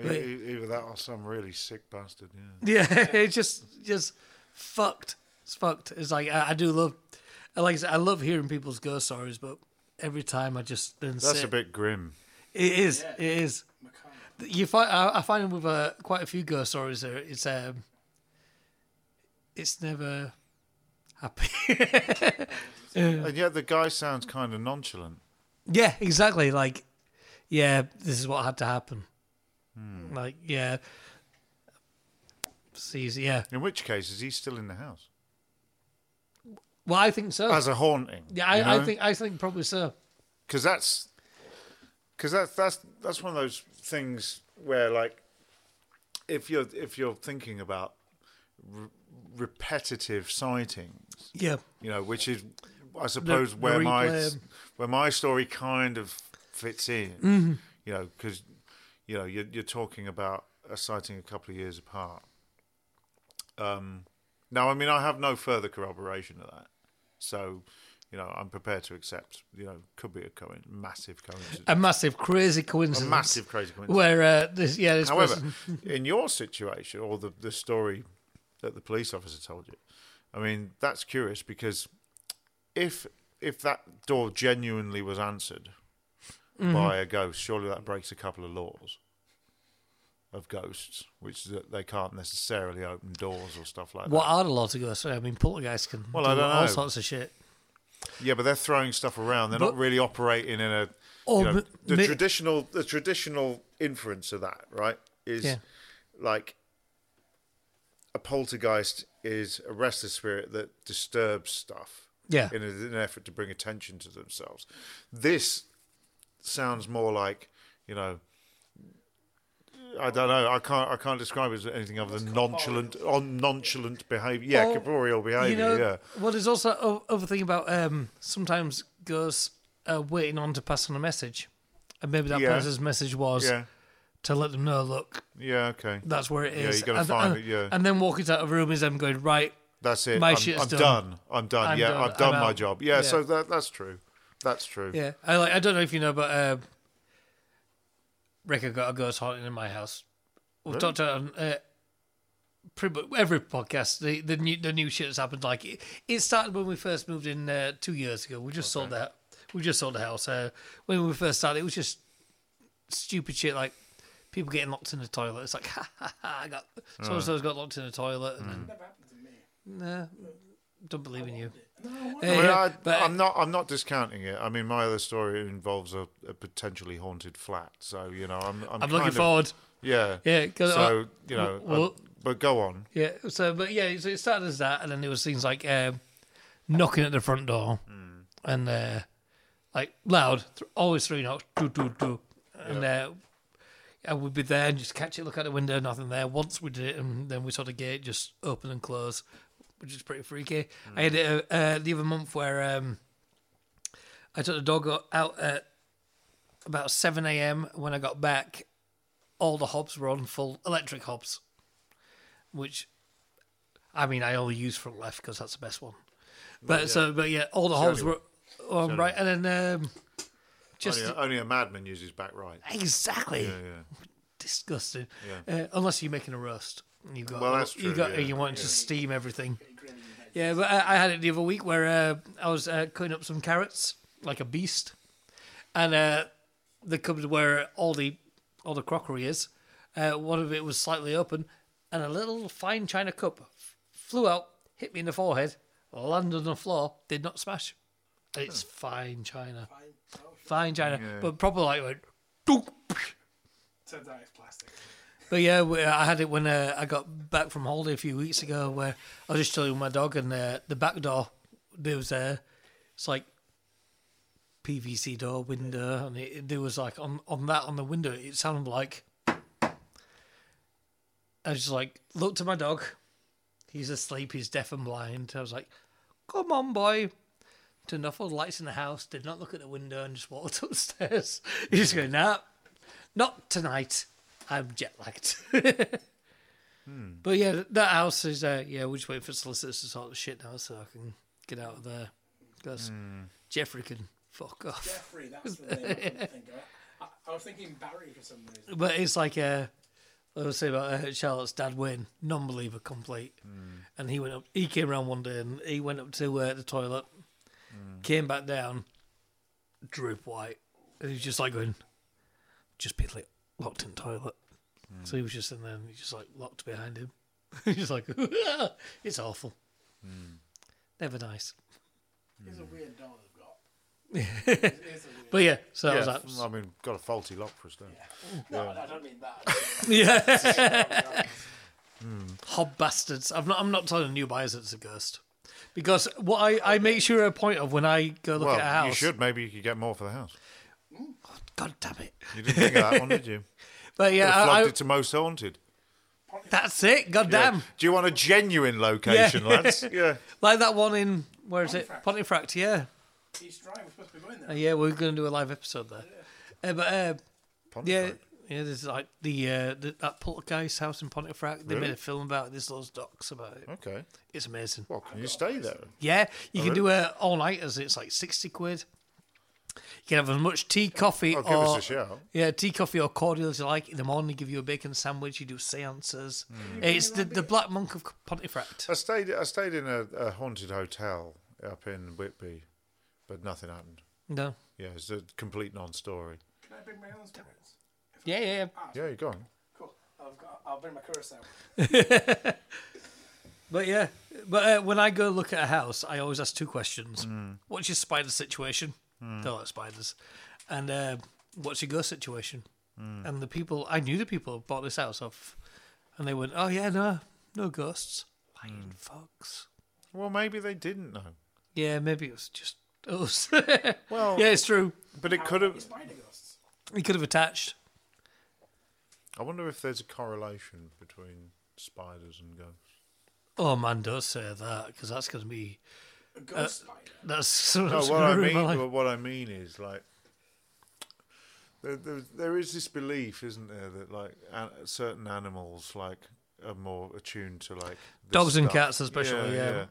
Speaker 2: E- e- Either that or some really sick bastard. Yeah.
Speaker 1: Yeah, it's just just fucked. It's fucked. It's like I, I do love, I like I said, I love hearing people's ghost stories, but every time I just then
Speaker 2: That's
Speaker 1: sit.
Speaker 2: a bit grim.
Speaker 1: It is. It is.
Speaker 4: Macabre.
Speaker 1: You find I, I find with uh, quite a few ghost stories there. It's um, it's never happy.
Speaker 2: And yet the guy sounds kind of nonchalant.
Speaker 1: yeah, exactly. Like, yeah, this is what had to happen.
Speaker 2: Hmm.
Speaker 1: Like, yeah. Sees, yeah.
Speaker 2: In which case, is he still in the house
Speaker 1: Well, I think so.
Speaker 2: as a haunting?
Speaker 1: yeah, I, I think I think probably so.
Speaker 2: because that's because that's that's that's one of those things where like if you're if you're thinking about re- repetitive sightings,
Speaker 1: Yeah.
Speaker 2: you know, which is, I suppose,
Speaker 1: the
Speaker 2: where my
Speaker 1: replay.
Speaker 2: where my story kind of fits in.
Speaker 1: Mm-hmm.
Speaker 2: You know, because you know you're, you're talking about a sighting a couple of years apart. Um, now, I mean, I have no further corroboration of that, so you know, I'm prepared to accept. You know, could be a coin, massive coincidence,
Speaker 1: a massive crazy coincidence.
Speaker 2: massive crazy coincidence.
Speaker 1: Where uh, this yeah this
Speaker 2: However,
Speaker 1: person-
Speaker 2: in your situation, or the, the story that the police officer told you, I mean, that's curious because if if that door genuinely was answered by a ghost, surely that breaks a couple of laws of ghosts, which is that they can't necessarily open doors or stuff like
Speaker 1: What
Speaker 2: that.
Speaker 1: are the laws of ghosts? I mean, poltergeists can
Speaker 2: Well,
Speaker 1: do
Speaker 2: I don't
Speaker 1: all
Speaker 2: know.
Speaker 1: sorts of shit.
Speaker 2: Yeah, but they're throwing stuff around. They're
Speaker 1: But- Oh,
Speaker 2: not really operating in a
Speaker 1: Or
Speaker 2: you know,
Speaker 1: m-
Speaker 2: the
Speaker 1: may-
Speaker 2: traditional the traditional inference of that, right? Is
Speaker 1: Yeah.
Speaker 2: like a poltergeist is a restless spirit that disturbs stuff.
Speaker 1: Yeah.
Speaker 2: In, a, in an effort to bring attention to themselves. This sounds more like, you know, I don't know. I can't. I can't describe it as anything other than nonchalant, on nonchalant behavior. Yeah,
Speaker 1: Or,
Speaker 2: corporeal behavior.
Speaker 1: You know,
Speaker 2: yeah.
Speaker 1: well, there's also o- other thing about um, sometimes ghosts are waiting on to pass on a message, and maybe that
Speaker 2: Yeah.
Speaker 1: person's message was
Speaker 2: Yeah.
Speaker 1: to let them know, look,
Speaker 2: Yeah. Okay.
Speaker 1: that's where it
Speaker 2: Yeah,
Speaker 1: is.
Speaker 2: you gotta
Speaker 1: and,
Speaker 2: find
Speaker 1: and-
Speaker 2: it, yeah.
Speaker 1: and then walking out of the room is them going right.
Speaker 2: That's it.
Speaker 1: My
Speaker 2: I'm,
Speaker 1: shit's
Speaker 2: I'm
Speaker 1: done.
Speaker 2: done. I'm done.
Speaker 1: I'm
Speaker 2: yeah,
Speaker 1: done.
Speaker 2: I've done
Speaker 1: I'm
Speaker 2: my
Speaker 1: out.
Speaker 2: job. Yeah,
Speaker 1: Yeah.
Speaker 2: so that that's true. That's true.
Speaker 1: Yeah, I like. I don't know if you know, but um, Rick got a ghost haunting in my house. We've talked about it on uh, pretty much every podcast. The the new the new shit that's happened. Like it, it started when we first moved in uh, two years ago. We just sold that. We just sold the house. Uh, when we first started, it was just stupid shit like people getting locked in the toilet. It's like ha ha ha. I got so and so's got locked in the toilet, and
Speaker 4: Never happened to me.
Speaker 1: then, nah, don't believe in you.
Speaker 4: No,
Speaker 1: Uh,
Speaker 2: I mean,
Speaker 1: yeah,
Speaker 2: I,
Speaker 1: but-
Speaker 2: I'm not. I'm not discounting it. I mean, my other story involves a, a potentially haunted flat. So you know, I'm. I'm,
Speaker 1: I'm
Speaker 2: kind
Speaker 1: looking
Speaker 2: of-
Speaker 1: forward.
Speaker 2: Yeah.
Speaker 1: Yeah, 'cause
Speaker 2: So you know,
Speaker 1: w-
Speaker 2: I- but go on.
Speaker 1: Yeah. So, but yeah, so it started as that, and then there was things like um, knocking at the front door, and uh, like loud, th- always three knocks, do do do, and uh, I would be there and just catch it, look out the window, nothing there. Once we did it, and then we saw the gate just open and close, which is pretty freaky. I had it uh, uh, the other month where um, I took the dog o- out at about seven a.m. When I got back, all the hobs were on full electric hobs which I mean I only use front left because that's the best one. But so but yeah, all the holes were on right, and then um, just
Speaker 2: Only a, only a madman uses back right.
Speaker 1: exactly
Speaker 2: Yeah, yeah.
Speaker 1: disgusting. Uh, unless you're making a roast, you got
Speaker 2: Well, that's
Speaker 1: you
Speaker 2: true,
Speaker 1: got
Speaker 2: yeah,
Speaker 1: you want to steam everything. Yeah, but I, I had it the other week where uh, I was uh, cutting up some carrots like a beast, and uh, the cupboard where all the all the crockery is, uh, one of it was slightly open, and a little fine china cup f- flew out, hit me in the forehead, landed on the floor, did not smash. And it's fine china, fine china, but proper like went. "Dunk."
Speaker 4: turns out it's plastic.
Speaker 1: But yeah, we, I had it when uh, I got back from holiday a few weeks ago, where I was just chilling with my dog, and uh, the back door there was a, it's like PVC door window, and it, it- there was like on on that on the window, it sounded like. I was just like looked at my dog, he's asleep, he's deaf and blind. I was like, "Come on, boy." Turned off all the lights in the house. Did not look at the window and just walked upstairs. He's just going, "Nah, not tonight. I'm jet lagged. But yeah, that house is uh, yeah. We're just waiting for solicitors to sort the shit now, so I can get out of there. Because Jeffrey can fuck off.
Speaker 4: Jeffrey, that's the name I couldn't think of. I, I was thinking Barry for some reason.
Speaker 1: But it's like uh, I was saying about uh, Charlotte's dad, Wayne, non-believer complete. And he went up. He came around one day and he went up to uh, the toilet, came back down, droop white, and he's just like going, just been like, locked in the toilet. So he was just in there, and he's just like locked behind him. he's like, "Ah, it's awful. Never nice.
Speaker 4: It's a weird doll they've got. it is a weird.
Speaker 1: But yeah, so
Speaker 2: Yeah,
Speaker 1: I was like,
Speaker 2: I mean, got a faulty lock for us, don't you?
Speaker 4: No, I don't mean that.
Speaker 1: Yeah. Hob bastards. I'm not. I'm not telling new buyers it's a ghost, because what I, I make sure a point of when I go look at a
Speaker 2: Well,
Speaker 1: house.
Speaker 2: you should. Maybe you could get more for the house.
Speaker 1: God damn it!
Speaker 2: You didn't think of that one, did you?
Speaker 1: But yeah,
Speaker 2: Could have
Speaker 1: I,
Speaker 2: flogged
Speaker 1: I,
Speaker 2: it to most haunted.
Speaker 1: that's it. God
Speaker 2: Yeah.
Speaker 1: damn!
Speaker 2: Do you want a genuine location, lads? Yeah.
Speaker 1: Like that one in where is it? Pontefract. Yeah,
Speaker 4: East Drive, we're supposed to be going
Speaker 1: Uh,
Speaker 4: there.
Speaker 1: yeah. We're going to do a live episode there. Uh, but uh, yeah,
Speaker 2: Pontefract.
Speaker 1: yeah. There's like the, uh, the that poltergeist house in Pontefract. They
Speaker 2: Really?
Speaker 1: made a film about it. There's loads of docs about it.
Speaker 2: Okay.
Speaker 1: It's amazing.
Speaker 2: Well, can you stay there?
Speaker 1: Yeah, you can do a all nighters. It's like sixty quid. You can have as much tea, coffee,
Speaker 2: Oh,
Speaker 1: or
Speaker 2: give us a shout.
Speaker 1: yeah, tea, coffee, or cordial as you like. In the morning, they give you a bacon sandwich. You do seances.
Speaker 2: Mm.
Speaker 1: It's the, the Black Monk of
Speaker 2: Uh,
Speaker 1: Pontefract.
Speaker 2: I stayed. I stayed in a, a haunted hotel up in Whitby, but nothing happened.
Speaker 1: No.
Speaker 2: Yeah, it's a complete non-story.
Speaker 4: Can I bring my own spirits?
Speaker 1: Yeah, yeah, yeah.
Speaker 2: Yeah, you're gone.
Speaker 4: Cool. I've got. I'll bring my curacao.
Speaker 1: But yeah, but uh, when I go look at a house, I always ask two questions:
Speaker 2: Hmm.
Speaker 1: What's your spider situation? They're like spiders, and uh, what's your ghost situation?
Speaker 2: Hmm.
Speaker 1: And the people I knew the people who bought this house off, and they went, "Oh yeah, no, no ghosts,
Speaker 2: Hmm.
Speaker 1: lying fucks."
Speaker 2: Well, maybe they didn't know.
Speaker 1: Yeah, maybe it was just us.
Speaker 2: Oh. Well,
Speaker 1: yeah, it's true.
Speaker 2: but it could have.
Speaker 4: Spider ghosts.
Speaker 1: We could have attached.
Speaker 2: I wonder if there's a correlation between spiders and ghosts.
Speaker 1: Oh man, don't say that because that's going to be
Speaker 4: A ghost spider.
Speaker 1: that's.
Speaker 2: No,
Speaker 1: that's
Speaker 2: what
Speaker 1: gonna
Speaker 2: I
Speaker 1: ruin
Speaker 2: mean,
Speaker 1: my life.
Speaker 2: well, what I mean is like there, there, there is this belief, isn't there, that like an, certain animals like are more attuned to like this
Speaker 1: Dogs and
Speaker 2: stuff.
Speaker 1: cats especially, yeah.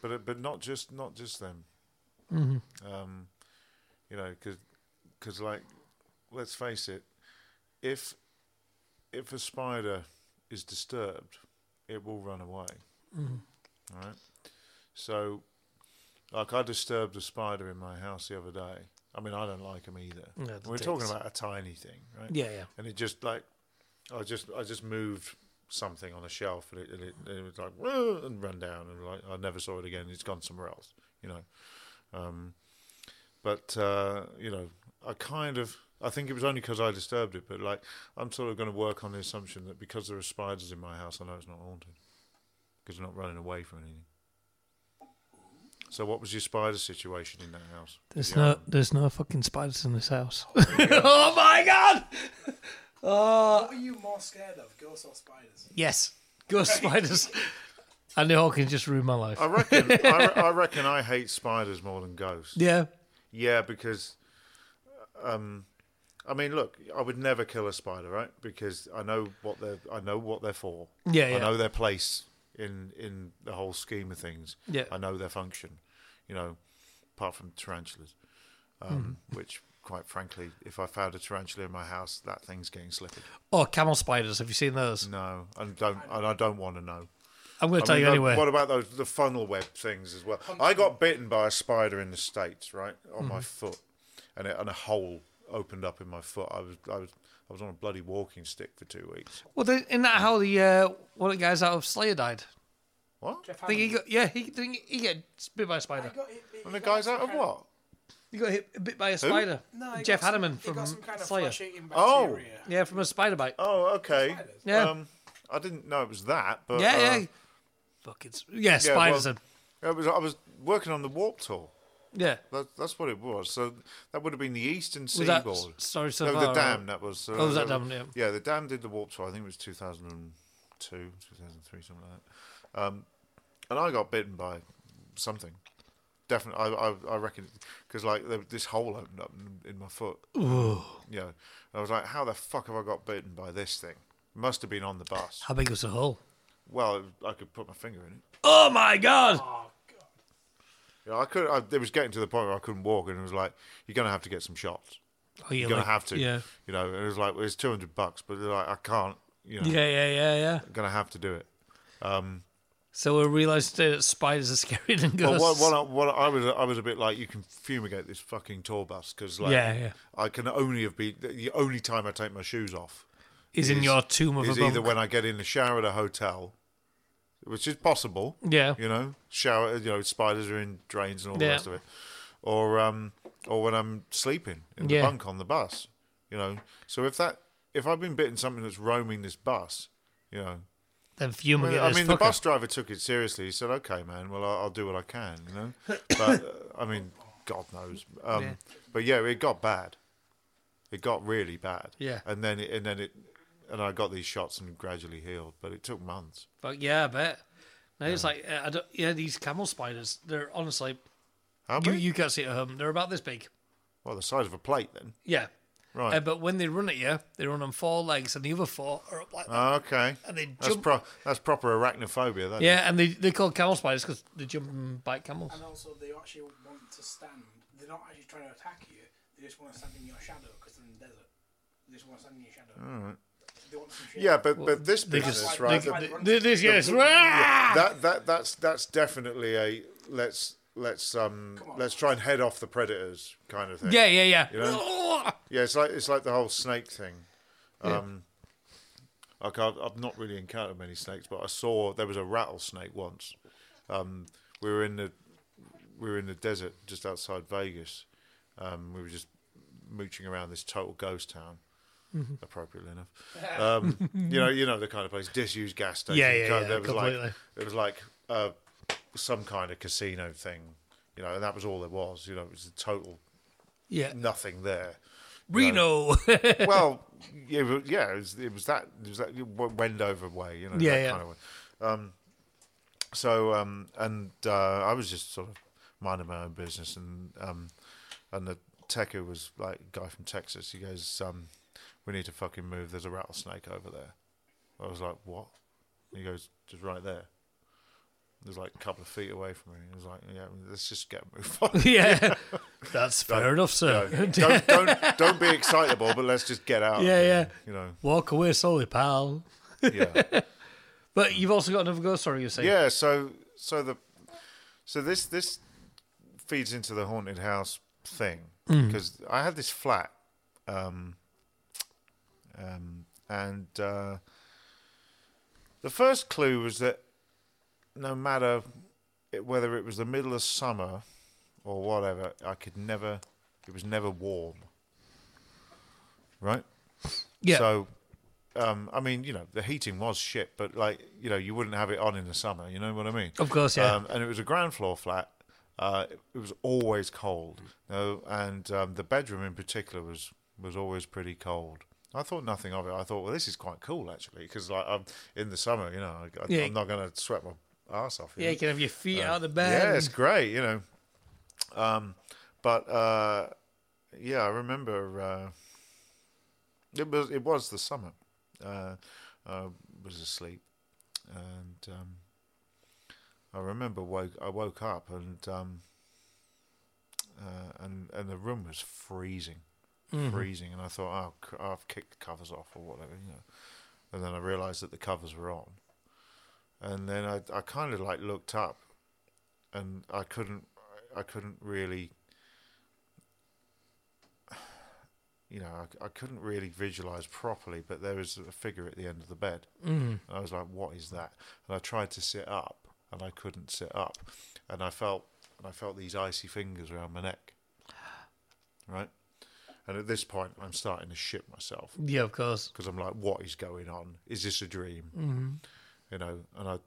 Speaker 2: But it- but not just not just them.
Speaker 1: Mm-hmm.
Speaker 2: Um, you know, because like let's face it, if if a spider is disturbed, it will run away.
Speaker 1: Mm-hmm.
Speaker 2: All right. So, like, I disturbed a spider in my house the other day. I mean, I don't like them either.
Speaker 1: Yeah, the
Speaker 2: We're talking
Speaker 1: dicks.
Speaker 2: about a tiny thing, right?
Speaker 1: Yeah, yeah.
Speaker 2: And it just like, I just I just moved something on a shelf, and it, and it, it was like "Whoa," and run down, and like I never saw it again. It's gone somewhere else, you know. Um, but uh, you know, I kind of I think it was only because I disturbed it, but like I'm sort of going to work on the assumption that because there are spiders in my house, I know it's not haunted because they're not running away from anything. So, what was your spider situation in that house?
Speaker 1: There's
Speaker 2: Yeah.
Speaker 1: no, there's no fucking spiders in this house. oh my god! Oh
Speaker 4: What are you more scared of, ghosts or spiders?
Speaker 1: yes, ghost spiders. I knew Hawkins just ruined my life.
Speaker 2: I reckon. I, re- I reckon I hate spiders more than ghosts.
Speaker 1: Yeah,
Speaker 2: Yeah, because, um, I mean, look, I would never kill a spider, right? Because I know what they're. I know what they're for.
Speaker 1: Yeah,
Speaker 2: I
Speaker 1: yeah.
Speaker 2: know their place in in the whole scheme of things.
Speaker 1: Yeah.
Speaker 2: I know their function. You know, apart from tarantulas, um,
Speaker 1: Hmm.
Speaker 2: which, quite frankly, if I found a tarantula in my house, that thing's getting slippered.
Speaker 1: or Oh, camel spiders. Have you seen those?
Speaker 2: No, and don't, and I don't want to know.
Speaker 1: I'm going to tell
Speaker 2: I mean,
Speaker 1: you
Speaker 2: no,
Speaker 1: anyway.
Speaker 2: What about those the funnel web things as well? I got bitten by a spider in the states, right, on
Speaker 1: Mm-hmm.
Speaker 2: my foot, and it, and a hole opened up in my foot. I was I was I was on a bloody walking stick for two weeks.
Speaker 1: well, they- isn't that how the uh, one of the guys out of Slayer died?
Speaker 2: What?
Speaker 1: I think he got yeah, he didn't he get bit by a spider.
Speaker 4: It got- it- it-
Speaker 2: And the
Speaker 4: it
Speaker 2: guy's
Speaker 4: got
Speaker 2: out of
Speaker 4: some
Speaker 2: what?
Speaker 1: he got hit bit by a spider.
Speaker 4: kind- No, it
Speaker 1: Jeff
Speaker 4: got some-
Speaker 1: Hanneman
Speaker 4: it
Speaker 1: from
Speaker 4: got some kind of
Speaker 1: Slayer.
Speaker 4: flesh-eating
Speaker 2: Oh.
Speaker 4: bacteria.
Speaker 1: Yeah, from a spider bite.
Speaker 2: Oh, okay.
Speaker 1: Yeah.
Speaker 2: Um, I didn't know it was that, but
Speaker 1: yeah,
Speaker 2: uh,
Speaker 1: yeah. Fucking s- yeah,
Speaker 2: yeah,
Speaker 1: spiders.
Speaker 2: well,
Speaker 1: and
Speaker 2: uh, it was I was working on the warp tour.
Speaker 1: yeah,
Speaker 2: That, that's what it was. So that would have been the eastern
Speaker 1: was that
Speaker 2: seaboard.
Speaker 1: sorry so
Speaker 2: No,
Speaker 1: far,
Speaker 2: the
Speaker 1: right?
Speaker 2: dam. That was. Uh,
Speaker 1: Oh, was that dam, yeah.
Speaker 2: the dam did the warp tour. I think it was two thousand and two, two thousand three, something like that. Um, and I got bitten by something. Definitely, I I, I reckon because like there, this hole opened up in, in my foot. Yeah, and I was like, how the fuck have I got bitten by this thing? Must have been on the bus.
Speaker 1: How big was the hole?
Speaker 2: Well, I could put my finger in it.
Speaker 1: Oh my god!
Speaker 2: Yeah, I could. I, it was getting to the point where I couldn't walk, and it was like, you're gonna have to get some shots.
Speaker 1: Oh, you're
Speaker 2: You're gonna have to.
Speaker 1: Yeah.
Speaker 2: You know, and it was like well, it's two hundred bucks, but they're like I can't. You know,
Speaker 1: Yeah, yeah, yeah, yeah.
Speaker 2: gonna have to do it.
Speaker 1: So we realised today that spiders are scarier than
Speaker 2: Well,
Speaker 1: ghosts.
Speaker 2: what, what, I, what I was, I was a bit like, you can fumigate this fucking tour bus because, like,
Speaker 1: Yeah, yeah.
Speaker 2: I can only have been the only time I take my shoes off
Speaker 1: is in your tomb of a
Speaker 2: is either
Speaker 1: bunk.
Speaker 2: when I get in the shower at a hotel, which is possible.
Speaker 1: Yeah.
Speaker 2: You know, shower. You know, spiders are in drains and all the
Speaker 1: Yeah.
Speaker 2: rest of it, or um, or when I'm sleeping in the
Speaker 1: Yeah.
Speaker 2: bunk on the bus. You know, so if that if I've been bitten something that's roaming this bus, you know,
Speaker 1: Then fuming
Speaker 2: Well,
Speaker 1: at
Speaker 2: I
Speaker 1: this
Speaker 2: mean, the
Speaker 1: fucker.
Speaker 2: bus driver took it seriously. He said, "Okay, man. Well, I'll, I'll do what I can." You know, but uh, I mean, God knows. Um,
Speaker 1: Yeah.
Speaker 2: But yeah, it got bad. It got really bad.
Speaker 1: Yeah.
Speaker 2: And then it, and then it, and I got these shots and gradually healed, but it took months.
Speaker 1: Fuck yeah, I bet. No, it's like uh, I don't, yeah, these camel spiders. They're honestly
Speaker 2: How
Speaker 1: you
Speaker 2: big?
Speaker 1: you can't see it at home. They're about this big.
Speaker 2: well, the size of a plate, then.
Speaker 1: Yeah.
Speaker 2: Right.
Speaker 1: Uh, but when they run at you, they run on four legs, and the other four are up like that.
Speaker 2: Ah, okay.
Speaker 1: and they
Speaker 2: That's
Speaker 1: jump-
Speaker 2: pro- that's proper arachnophobia. That is.
Speaker 1: yeah, and they they are called camel spiders because they jump and bite camels.
Speaker 4: And also, they actually want to stand. They're not actually trying to attack you. They just want to stand in your shadow because they're in the desert. They just want to stand in your shadow. They want some shade.
Speaker 2: Yeah, but but this business,
Speaker 4: just-
Speaker 2: right?
Speaker 4: they-
Speaker 2: that-
Speaker 4: they-
Speaker 1: This yes,
Speaker 2: that that that's that's definitely a let's let's um
Speaker 4: Come on.
Speaker 2: let's try and head off the predators kind of thing.
Speaker 1: Yeah, yeah, yeah.
Speaker 2: You know? Yeah, it's like it's like the whole snake thing. Um, Like I've, I've not really encountered many snakes, but I saw there was a rattlesnake once. Um, we were in the we were in the desert just outside Vegas. Um, we were just mooching around this total ghost town,
Speaker 1: Mm-hmm.
Speaker 2: appropriately enough. Um, you know, you know the kind of place, disused gas station.
Speaker 1: Yeah, yeah,
Speaker 2: kind
Speaker 1: yeah,
Speaker 2: there was like
Speaker 1: completely.
Speaker 2: it was like uh, some kind of casino thing. You know, and that was all there was. You know, it was a total
Speaker 1: Yeah.
Speaker 2: nothing there.
Speaker 1: Reno.
Speaker 2: well, yeah, but yeah, it was, it was that it was that w- Wendover way, you know,
Speaker 1: Yeah,
Speaker 2: that
Speaker 1: yeah.
Speaker 2: kind of way. Um, so um, and uh, I was just sort of minding my own business, and um, and the techer was like a guy from Texas. He goes, um, "We need to fucking move. There's a rattlesnake over there." I was like, "What?" He goes, "Just right there." It was like a couple of feet away from me. He was like, "Yeah, let's just get moved on."
Speaker 1: yeah. That's fair enough,
Speaker 2: So
Speaker 1: sir.
Speaker 2: don't, don't don't be excitable, but let's just get out.
Speaker 1: Yeah,
Speaker 2: you know,
Speaker 1: yeah.
Speaker 2: You know,
Speaker 1: Walk away slowly, pal.
Speaker 2: yeah,
Speaker 1: But you've also got another ghost story, you're saying?
Speaker 2: yeah. So so the so this this feeds into the haunted house thing because I had this flat, um, um, and uh, the first clue was that no matter it, whether it was the middle of summer or whatever, I could never. It was never warm. Right.
Speaker 1: Yeah.
Speaker 2: So, um, I mean, you know, the heating was shit, but like, you know, you wouldn't have it on in the summer. You know what I mean?
Speaker 1: Of course, yeah.
Speaker 2: Um, and it was a ground floor flat. Uh, it was always cold. No, and um, the bedroom in particular was was always pretty cold. I thought nothing of it. I thought, well, this is quite cool actually, because like I'm in the summer, you know, I, I,
Speaker 1: Yeah.
Speaker 2: I'm not going to sweat my ass off. you
Speaker 1: yeah,
Speaker 2: know?
Speaker 1: you can have your feet out of the bed.
Speaker 2: uh, Yeah, it's great, you know. Um, but uh, yeah, I remember uh, it was it was the summer. Uh, I was asleep, and um, I remember woke I woke up and um, uh, and and the room was freezing, freezing, and I thought, oh, c- I've kicked the covers off or whatever, you know. And then I realised that the covers were on, and then I I kind of like looked up, and I couldn't I couldn't really you know I, I couldn't really visualize properly but there was a figure at the end of the bed mm. and I was like what is that and I tried to sit up and I couldn't sit up and I felt and I felt these icy fingers around my neck right and at this point I'm starting to shit myself
Speaker 1: Yeah, of course.
Speaker 2: because I'm like, what is going on? Is this a dream?
Speaker 1: Mm-hmm.
Speaker 2: You know, and I,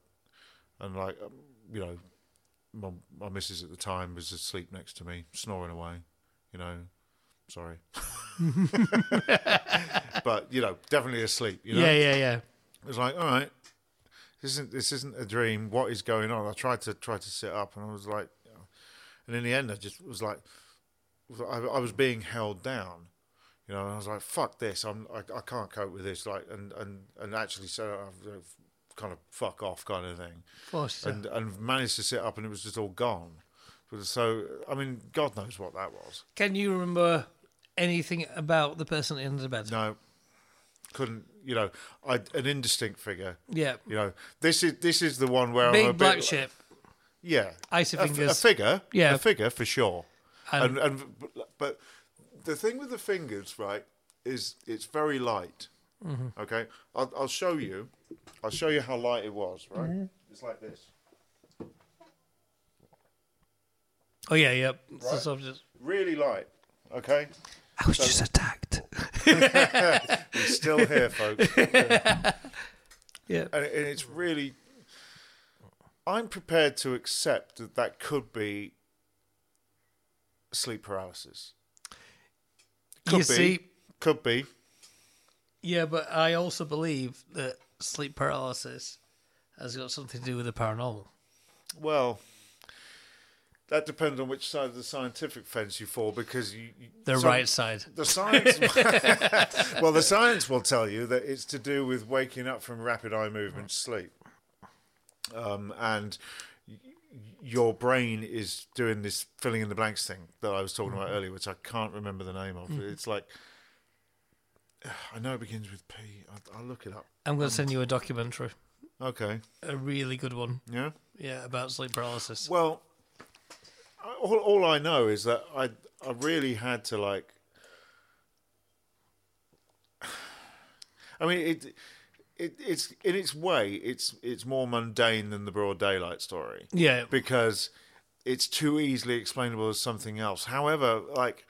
Speaker 2: and like, um, you know, my, my missus at the time was asleep next to me, snoring away. You know, sorry, but you know, definitely asleep. You know,
Speaker 1: Yeah, yeah, yeah.
Speaker 2: it was like, all right, this isn't this isn't a dream. What is going on? I tried to try to sit up, and I was like, and in the end, I just was like, was like- I, I was being held down, you know. And I was like, fuck this, I'm I, I can't cope with this, like, and and and actually said, I've uh, kind of fuck off, kind of thing
Speaker 1: Of course. sir.
Speaker 2: and and managed to sit up, and it was just all gone. But So I mean, God knows what that was.
Speaker 1: Can you remember anything about the person in the bed?
Speaker 2: No, couldn't. You know, I an indistinct figure.
Speaker 1: Yeah.
Speaker 2: You know, this is this is the one where I'm a
Speaker 1: Big
Speaker 2: bit
Speaker 1: black
Speaker 2: like-
Speaker 1: ship.
Speaker 2: Yeah,
Speaker 1: Icy
Speaker 2: A f- A,
Speaker 1: fingers.
Speaker 2: figure.
Speaker 1: Yeah.
Speaker 2: a figure for sure.
Speaker 1: And-
Speaker 2: And, and but- but the thing with the fingers, right, is it's very light.
Speaker 1: Mm-hmm.
Speaker 2: Okay, I'll, I'll show you. I'll show you how light it was. Right,
Speaker 1: Mm-hmm.
Speaker 2: it's like this.
Speaker 1: Oh, yeah, yeah. So- so just-
Speaker 2: Really light. Okay.
Speaker 1: I was Oh, just attacked.
Speaker 2: It's still here, folks.
Speaker 1: Yeah.
Speaker 2: and, and it's really i'm prepared to accept that that could be sleep paralysis could
Speaker 1: You
Speaker 2: be
Speaker 1: see,
Speaker 2: could be
Speaker 1: yeah, but I also believe that sleep paralysis has got something to do with the paranormal.
Speaker 2: well that depends on which side of the scientific fence you fall because you, you-
Speaker 1: The
Speaker 2: some-
Speaker 1: right side.
Speaker 2: the science well the science will tell you that it's to do with waking up from rapid eye movement sleep um, and y- your brain is doing this filling in the blanks thing that I was talking about
Speaker 1: Mm-hmm.
Speaker 2: earlier, which I can't remember the name of. It's like I know it begins with P. I'll, I'll look it up.
Speaker 1: I'm going to send you a documentary,
Speaker 2: Okay.
Speaker 1: a really good one.
Speaker 2: Yeah.
Speaker 1: Yeah, about sleep paralysis.
Speaker 2: Well, I- all, all I know is that I I really had to like. I mean it. It, it's in its way, it's it's more mundane than the broad daylight story
Speaker 1: Yeah.
Speaker 2: because it's too easily explainable as something else. However, like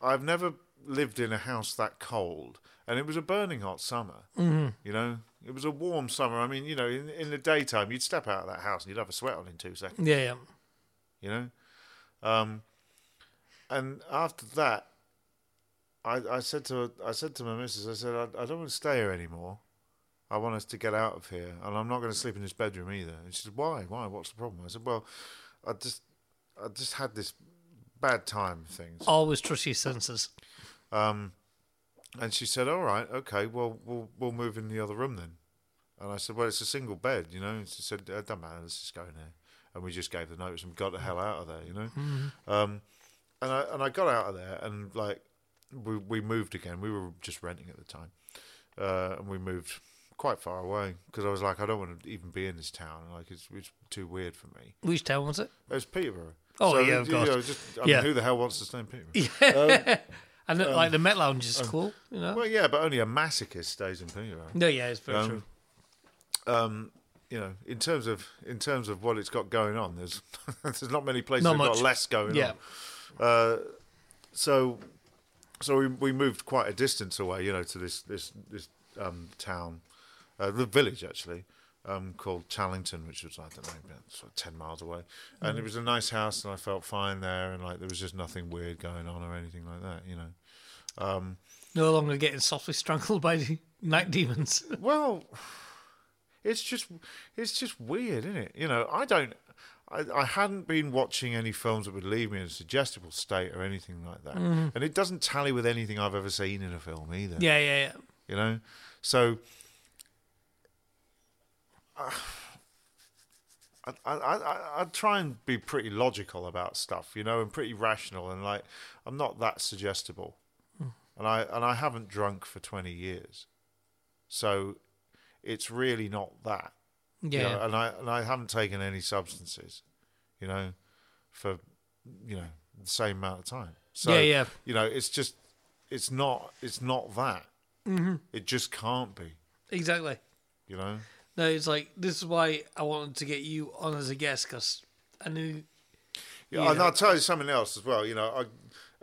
Speaker 2: I've never lived in a house that cold, and it was a burning hot summer. Mm-hmm. You know, it was a warm summer. I mean, you know, in, in the daytime, you'd step out of that house and you'd have a sweat on in two seconds
Speaker 1: Yeah, yeah.
Speaker 2: you know. Um, and after that, I, I said to I said to my missus, I said, I, I don't want to stay here anymore. I want us to get out of here, and I'm not going to sleep in this bedroom either. And she said, Why? Why? What's the problem? I said, Well, I just I just had this bad time thing.
Speaker 1: Always trust your senses.
Speaker 2: And she said, All right, okay, well we'll we'll move in the other room then. And I said, Well, it's a single bed, you know. And she said, It doesn't matter, let's just go in there. And we just gave the notice and got the hell out of there, you know.
Speaker 1: Mm-hmm.
Speaker 2: Um, and I and I got out of there and like we we moved again. We were just renting at the time, uh, and we moved quite far away because I was like, I don't want to even be in this town. Like it's it's too weird for me.
Speaker 1: Which town was it?
Speaker 2: It was Peterborough.
Speaker 1: Oh, yeah, of
Speaker 2: you know,
Speaker 1: course.
Speaker 2: just- I mean,
Speaker 1: Yeah.
Speaker 2: who the hell wants to stay in Peterborough?
Speaker 1: And uh,
Speaker 2: Um,
Speaker 1: like the Met Lounge is cool, you know.
Speaker 2: Well, yeah, but only a masochist stays in Peterborough.
Speaker 1: no, yeah, it's
Speaker 2: Um,
Speaker 1: very true.
Speaker 2: you know, in terms of in terms of what it's got going on, there's there's not many places
Speaker 1: Not
Speaker 2: that have
Speaker 1: much.
Speaker 2: got less going
Speaker 1: Yeah.
Speaker 2: on. Uh, so so we, we moved quite a distance away, you know, to this this this um, town, uh, the village actually, um, called Challington, which was I don't know, about sort of ten miles away, and it
Speaker 1: Mm.
Speaker 2: was a nice house, and I felt fine there, and like there was just nothing weird going on or anything like that, you know.
Speaker 1: No longer getting softly strangled by the night demons.
Speaker 2: Well, it's just it's just weird, isn't it? You know, I don't. I, I hadn't been watching any films that would leave me in a suggestible state or anything like that, and it doesn't tally with anything I've ever seen in a film either.
Speaker 1: yeah, yeah, yeah.
Speaker 2: you know, so uh, I, I I I try and be pretty logical about stuff, you know, and pretty rational, and like I'm not that suggestible, and I and I haven't drunk for twenty years, so it's really not that. you
Speaker 1: Yeah.
Speaker 2: know,
Speaker 1: yeah.
Speaker 2: and I and I haven't taken any substances, you know, for you know the same amount of time. So
Speaker 1: Yeah, yeah.
Speaker 2: you know, it's just it's not it's not that.
Speaker 1: Mm-hmm.
Speaker 2: It just can't be,
Speaker 1: Exactly.
Speaker 2: you know.
Speaker 1: No, it's like this is why I wanted to get you on as a guest because I knew.
Speaker 2: Yeah,
Speaker 1: Yeah.
Speaker 2: and I'll tell you something else as well. You know, I,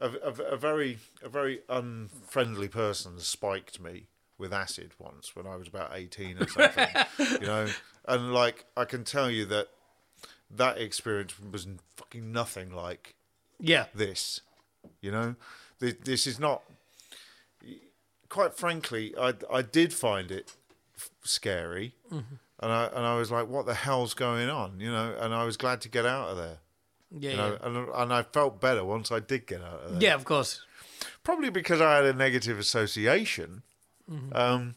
Speaker 2: a, a, a very a very unfriendly person spiked me with acid once when I was about eighteen or something. you know, and like I can tell you that that experience was fucking nothing like
Speaker 1: Yeah,
Speaker 2: this. You know, this, this is not. Quite frankly, I I did find it f- scary,
Speaker 1: Mm-hmm.
Speaker 2: and I and I was like, "What the hell's going on?" You know, and I was glad to get out of there.
Speaker 1: yeah,
Speaker 2: You
Speaker 1: yeah.
Speaker 2: know, and and I felt better once I did get out of there.
Speaker 1: yeah. Of course.
Speaker 2: Probably because I had a negative association.
Speaker 1: Mm-hmm.
Speaker 2: Um,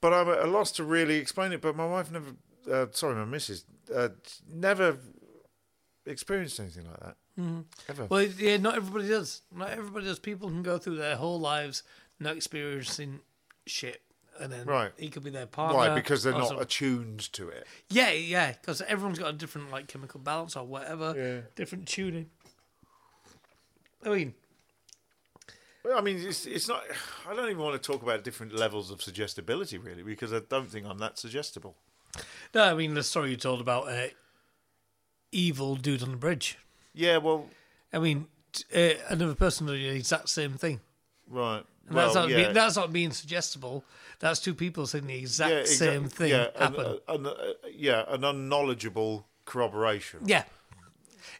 Speaker 2: but I'm at a loss to really explain it. But my wife never, uh, sorry, my missus, uh, never experienced anything like that. Ever.
Speaker 1: Mm-hmm. Well, yeah. Not everybody does. Not everybody does. People can go through their whole lives not experiencing shit, and then
Speaker 2: Right.
Speaker 1: he could be their partner.
Speaker 2: Why? Because they're
Speaker 1: or
Speaker 2: not
Speaker 1: some-
Speaker 2: attuned to it.
Speaker 1: yeah, yeah. Because everyone's got a different like chemical balance or whatever. Different tuning. I mean,
Speaker 2: Well, I mean, it's, it's not. I don't even want to talk about different levels of suggestibility, really, because I don't think I'm that suggestible.
Speaker 1: no. I mean the story you told about uh, evil dude on the bridge.
Speaker 2: Yeah. Well.
Speaker 1: I mean, t- uh, another person did the exact same thing.
Speaker 2: Right.
Speaker 1: And
Speaker 2: well,
Speaker 1: that's not
Speaker 2: yeah.
Speaker 1: being, that's not being suggestible. That's two people saying the exact
Speaker 2: Yeah, exa-
Speaker 1: same thing
Speaker 2: yeah, an-
Speaker 1: happened.
Speaker 2: an- uh, yeah, an unknowledgeable corroboration.
Speaker 1: yeah,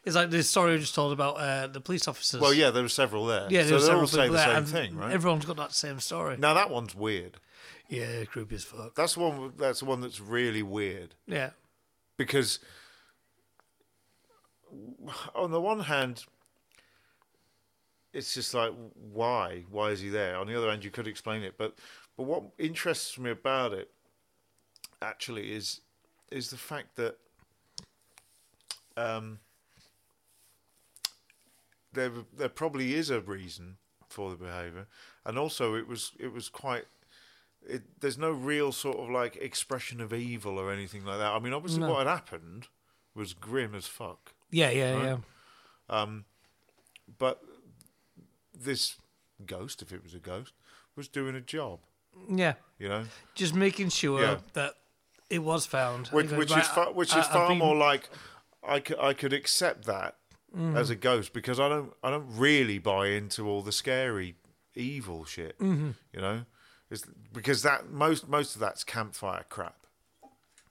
Speaker 1: it's like the story I just told about uh, the police officers.
Speaker 2: Well, yeah, there were several there.
Speaker 1: yeah.
Speaker 2: so
Speaker 1: There were
Speaker 2: they all
Speaker 1: several
Speaker 2: say
Speaker 1: people
Speaker 2: the
Speaker 1: there,
Speaker 2: same
Speaker 1: and
Speaker 2: thing, right?
Speaker 1: Everyone's got that same story.
Speaker 2: now that one's weird.
Speaker 1: Yeah, creepy as fuck.
Speaker 2: That's the one. That's the one that's really weird.
Speaker 1: Yeah,
Speaker 2: because on the one hand it's just like why why is he there on the other hand you could explain it but but what interests me about it actually is is the fact that um there there probably is a reason for the behavior and also it was it was quite it, there's no real sort of like expression of evil or anything like that. I mean, obviously, what had happened was grim as fuck.
Speaker 1: yeah, yeah, yeah.
Speaker 2: but this ghost, if it was a ghost, was doing a job.
Speaker 1: Yeah.
Speaker 2: You know,
Speaker 1: Just making sure
Speaker 2: Yeah.
Speaker 1: that it was found.
Speaker 2: which,
Speaker 1: And
Speaker 2: which
Speaker 1: goes,
Speaker 2: is
Speaker 1: "Right,
Speaker 2: far, which
Speaker 1: I-
Speaker 2: is
Speaker 1: I've
Speaker 2: far
Speaker 1: been-
Speaker 2: more like I could, I could accept that
Speaker 1: Mm.
Speaker 2: as a ghost because I don't I don't really buy into all the scary evil shit.
Speaker 1: Mm-hmm.
Speaker 2: You know, it's because that most most of that's campfire crap,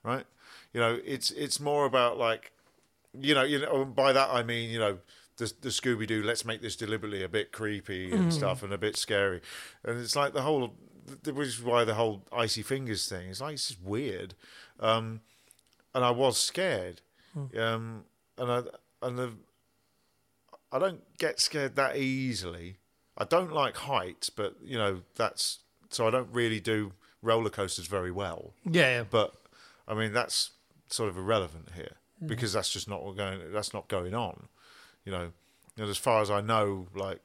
Speaker 2: right? You know, it's it's more about like you know, you know, and by that I mean, you know, the the Scooby Doo. Let's make this deliberately a bit creepy
Speaker 1: Mm-hmm.
Speaker 2: and stuff, and a bit scary. And it's like the whole, th- which is why the whole icy fingers thing. It's like it's just weird, um, and I was scared, um, and I and the, I don't get scared that easily. I don't like heights, but you know that's so I don't really do roller coasters very well
Speaker 1: Yeah, yeah.
Speaker 2: but I mean that's sort of irrelevant here because that's just not what going. That's not going on, you know. And as far as I know, like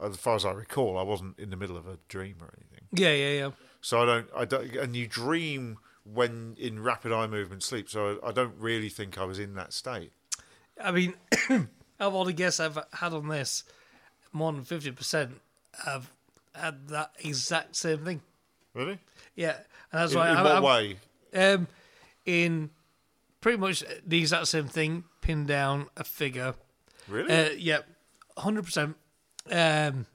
Speaker 2: as far as I recall, I wasn't in the middle of a dream or anything.
Speaker 1: yeah, yeah, yeah.
Speaker 2: So I don't. I don't. And you dream when in rapid eye movement sleep. So I, I don't really think I was in that state.
Speaker 1: I mean, of all the guests I've had on this, more than fifty percent have had that exact same thing.
Speaker 2: Really?
Speaker 1: Yeah, and that's
Speaker 2: In,
Speaker 1: why
Speaker 2: in
Speaker 1: I,
Speaker 2: what
Speaker 1: I'm-
Speaker 2: way?
Speaker 1: Um, in pretty much the exact same thing, pinned down a figure.
Speaker 2: Really?
Speaker 1: Uh, yeah, hundred percent. Um,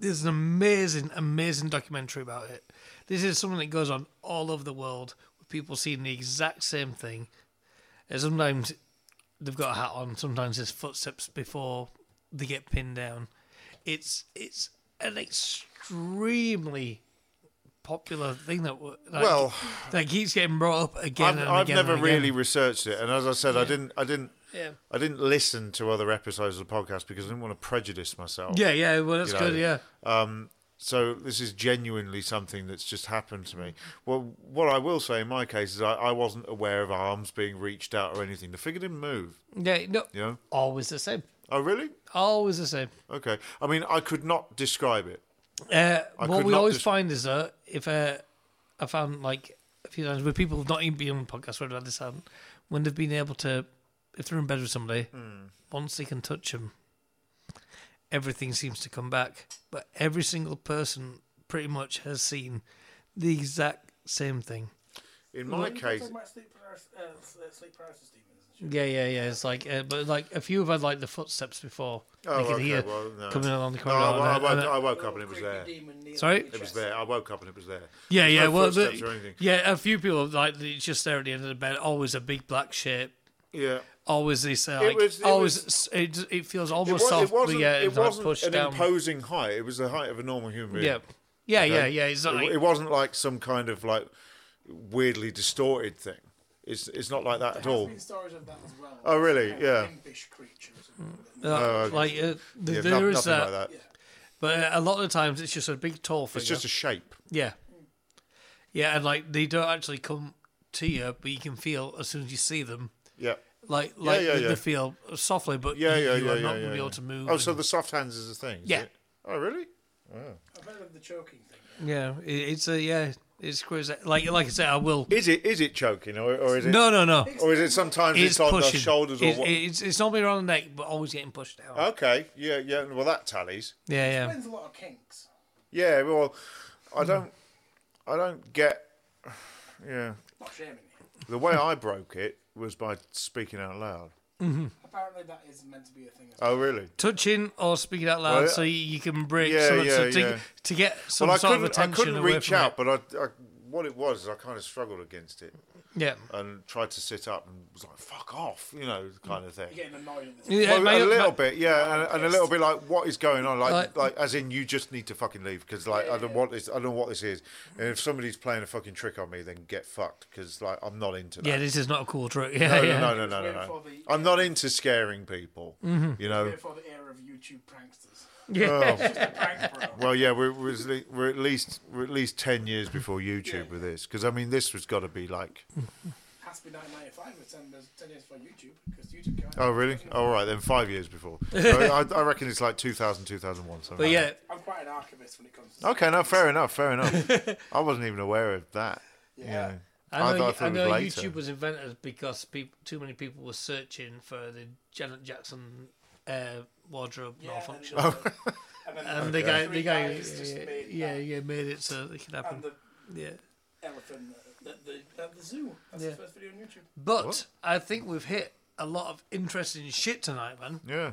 Speaker 1: there's an amazing, amazing documentary about it. This is something that goes on all over the world with people seeing the exact same thing. And sometimes they've got a hat on. Sometimes there's footsteps before they get pinned down. It's it's an extremely popular thing that w- like,
Speaker 2: Well-
Speaker 1: that keeps getting brought up again
Speaker 2: I've,
Speaker 1: and
Speaker 2: I've
Speaker 1: again
Speaker 2: never
Speaker 1: and again.
Speaker 2: really researched it, and as I said, I didn't. I didn't.
Speaker 1: Yeah.
Speaker 2: I didn't listen to other episodes of the podcast because I didn't want to prejudice myself.
Speaker 1: yeah yeah well that's
Speaker 2: You know,
Speaker 1: good yeah
Speaker 2: So this is genuinely something that's just happened to me. Well, what I will say in my case is I, I wasn't aware of arms being reached out or anything. The figure didn't move.
Speaker 1: yeah no
Speaker 2: You know?
Speaker 1: always the same
Speaker 2: Oh, really?
Speaker 1: always the same
Speaker 2: Okay. I mean, I could not describe it.
Speaker 1: Uh, what
Speaker 2: could
Speaker 1: we
Speaker 2: not
Speaker 1: always
Speaker 2: dis-
Speaker 1: find is that if uh, I found like a few times where people have not even been on the podcast where this happen, when they've been able to, if they're in bed with somebody,
Speaker 2: Hmm.
Speaker 1: once they can touch them, everything seems to come back. But every single person pretty much has seen the exact same thing.
Speaker 2: In my case,
Speaker 4: Talking about sleep paralysis, uh, s- uh, sleep paralysis demons. and shit.
Speaker 1: Yeah, yeah, yeah. It's like, uh, but like a few have had like the footsteps before.
Speaker 2: Oh,
Speaker 1: they could
Speaker 2: okay,
Speaker 1: hear
Speaker 2: well, no.
Speaker 1: coming along the
Speaker 2: no,
Speaker 1: corridor.
Speaker 2: I, I
Speaker 1: and, uh,
Speaker 2: woke,
Speaker 1: and, uh,
Speaker 2: I woke up
Speaker 4: Little
Speaker 2: and it was
Speaker 4: creepy
Speaker 2: there.
Speaker 4: demon kneeling
Speaker 1: Sorry?
Speaker 4: on your
Speaker 2: It was
Speaker 4: chest.
Speaker 2: there. I woke up and it was there.
Speaker 1: Yeah,
Speaker 2: There's
Speaker 1: yeah.
Speaker 2: no
Speaker 1: well,
Speaker 2: footsteps
Speaker 1: the-
Speaker 2: or anything.
Speaker 1: yeah, a few people like they just there at the end of the bed. Always a big black shape.
Speaker 2: Yeah.
Speaker 1: Always this. Uh, like,
Speaker 2: was- it
Speaker 1: always it, it feels
Speaker 2: It,
Speaker 1: almost
Speaker 2: was,
Speaker 1: soft.
Speaker 2: it
Speaker 1: but
Speaker 2: wasn't,
Speaker 1: yeah,
Speaker 2: it
Speaker 1: like
Speaker 2: wasn't
Speaker 1: pushed
Speaker 2: an
Speaker 1: down.
Speaker 2: imposing height. It was the height of a normal human being.
Speaker 1: yeah, yeah, yeah,
Speaker 2: Okay.
Speaker 1: yeah. It's not
Speaker 2: It-
Speaker 1: like, uh,
Speaker 2: it wasn't like some kind of like weirdly distorted thing. It's it's not like that at
Speaker 4: There has
Speaker 2: all.
Speaker 4: been stories of that as well.
Speaker 2: Oh, really?
Speaker 4: Like,
Speaker 2: Yeah.
Speaker 4: Impish creatures. and stuff like that.
Speaker 1: uh, like uh,
Speaker 2: oh, Yeah,
Speaker 1: th-
Speaker 2: no-
Speaker 1: there is
Speaker 2: nothing
Speaker 1: that,
Speaker 2: like that.
Speaker 1: but uh, a lot of the times it's just a big tall figure.
Speaker 2: It's just a shape.
Speaker 1: yeah, yeah, and like they don't actually come to you, but you can feel as soon as you see them.
Speaker 2: Yeah.
Speaker 1: Like, like
Speaker 2: yeah,
Speaker 1: they-
Speaker 2: yeah.
Speaker 1: they feel softly, but
Speaker 2: Yeah,
Speaker 1: you,
Speaker 2: yeah,
Speaker 1: you
Speaker 2: yeah,
Speaker 1: are
Speaker 2: yeah,
Speaker 1: not
Speaker 2: yeah,
Speaker 1: gonna be
Speaker 2: yeah.
Speaker 1: able to move.
Speaker 2: Oh, so
Speaker 1: and-
Speaker 2: the soft hands is a thing. is
Speaker 1: Yeah.
Speaker 2: it? Oh, really?
Speaker 4: I've heard of the choking thing.
Speaker 1: yeah, it, it's a yeah, it's crazy. Like, like I said, I will.
Speaker 2: Is it is it choking or, or is it
Speaker 1: No, no, no.
Speaker 2: or is it sometimes it's,
Speaker 1: It's
Speaker 2: on
Speaker 1: pushing.
Speaker 2: the shoulders or
Speaker 1: It-
Speaker 2: what? Uh,
Speaker 1: It's, it's normally around the neck, but always getting pushed out.
Speaker 2: okay. Yeah, yeah. Well, that tallies.
Speaker 1: Yeah, yeah.
Speaker 4: Explains a lot of kinks.
Speaker 2: Yeah. Well, I don't I don't get. Yeah.
Speaker 4: Not shaming you.
Speaker 2: The way I broke it was by speaking out loud.
Speaker 4: Apparently, that is meant to be a thing. As well.
Speaker 2: Oh, really?
Speaker 1: Touching or speaking out loud,
Speaker 2: Well,
Speaker 1: so you, you can break
Speaker 2: yeah,
Speaker 1: some, so
Speaker 2: yeah,
Speaker 1: to,
Speaker 2: yeah.
Speaker 1: to get some
Speaker 2: Well, I
Speaker 1: sort of
Speaker 2: couldn't I
Speaker 1: attention
Speaker 2: couldn't
Speaker 1: away
Speaker 2: reach
Speaker 1: from
Speaker 2: out,
Speaker 1: it.
Speaker 2: but I, I what it was is I kind of struggled against it
Speaker 1: Yeah,
Speaker 2: and tried to sit up and was like "fuck off," you know, kind of thing.
Speaker 4: You're getting annoyed at this.
Speaker 1: yeah
Speaker 2: Well,
Speaker 1: my-
Speaker 2: a little
Speaker 1: my-
Speaker 2: bit, yeah, and, and a little bit like what is going on, like,
Speaker 1: Like-
Speaker 2: like as in you just need to fucking leave because like I don't want this, I don't know what this is, and if somebody's playing a fucking trick on me, then get fucked because like I'm not into that.
Speaker 1: Yeah, this is not a cool trick. Yeah,
Speaker 2: no,
Speaker 1: yeah.
Speaker 2: no, no, no, no,
Speaker 4: Wait
Speaker 2: no.
Speaker 4: for the-
Speaker 2: I'm not into scaring people,
Speaker 1: Mm-hmm.
Speaker 2: you know.
Speaker 4: Before the era of YouTube pranksters.
Speaker 2: Oh,
Speaker 4: Prank bro.
Speaker 2: well, yeah, we're, we're at le- we're at least we're at least ten years before YouTube with this because I mean this was got to be like
Speaker 4: Has to be 1995 with 10, years- 10 years for YouTube because YouTube can't.
Speaker 2: oh really all right then five years before I, I reckon it's like 2000 2001 something
Speaker 1: But
Speaker 2: like
Speaker 1: yeah,
Speaker 4: I'm quite an archivist when it comes to.
Speaker 2: Okay, no, fair enough, fair enough. I wasn't even aware of that. you
Speaker 4: Yeah.
Speaker 2: know.
Speaker 1: I know,
Speaker 2: thought-
Speaker 1: you- I
Speaker 2: thought it
Speaker 1: know
Speaker 2: was later.
Speaker 1: YouTube was invented because peop too many people were searching for the Janet Jackson uh, wardrobe
Speaker 4: Yeah,
Speaker 1: malfunction.
Speaker 2: Oh.
Speaker 4: And, and then
Speaker 1: And
Speaker 4: the
Speaker 1: the guy, the
Speaker 4: three
Speaker 1: guy,
Speaker 4: guys just
Speaker 1: yeah,
Speaker 4: made
Speaker 1: yeah,
Speaker 4: that.
Speaker 1: yeah, made it so it could happen.
Speaker 4: And the
Speaker 1: yeah,
Speaker 4: elephant at the, at the zoo. That's
Speaker 1: Yeah.
Speaker 4: the first video on YouTube.
Speaker 1: but
Speaker 2: What?
Speaker 1: I think we've hit a lot of interesting shit tonight, man.
Speaker 2: Yeah.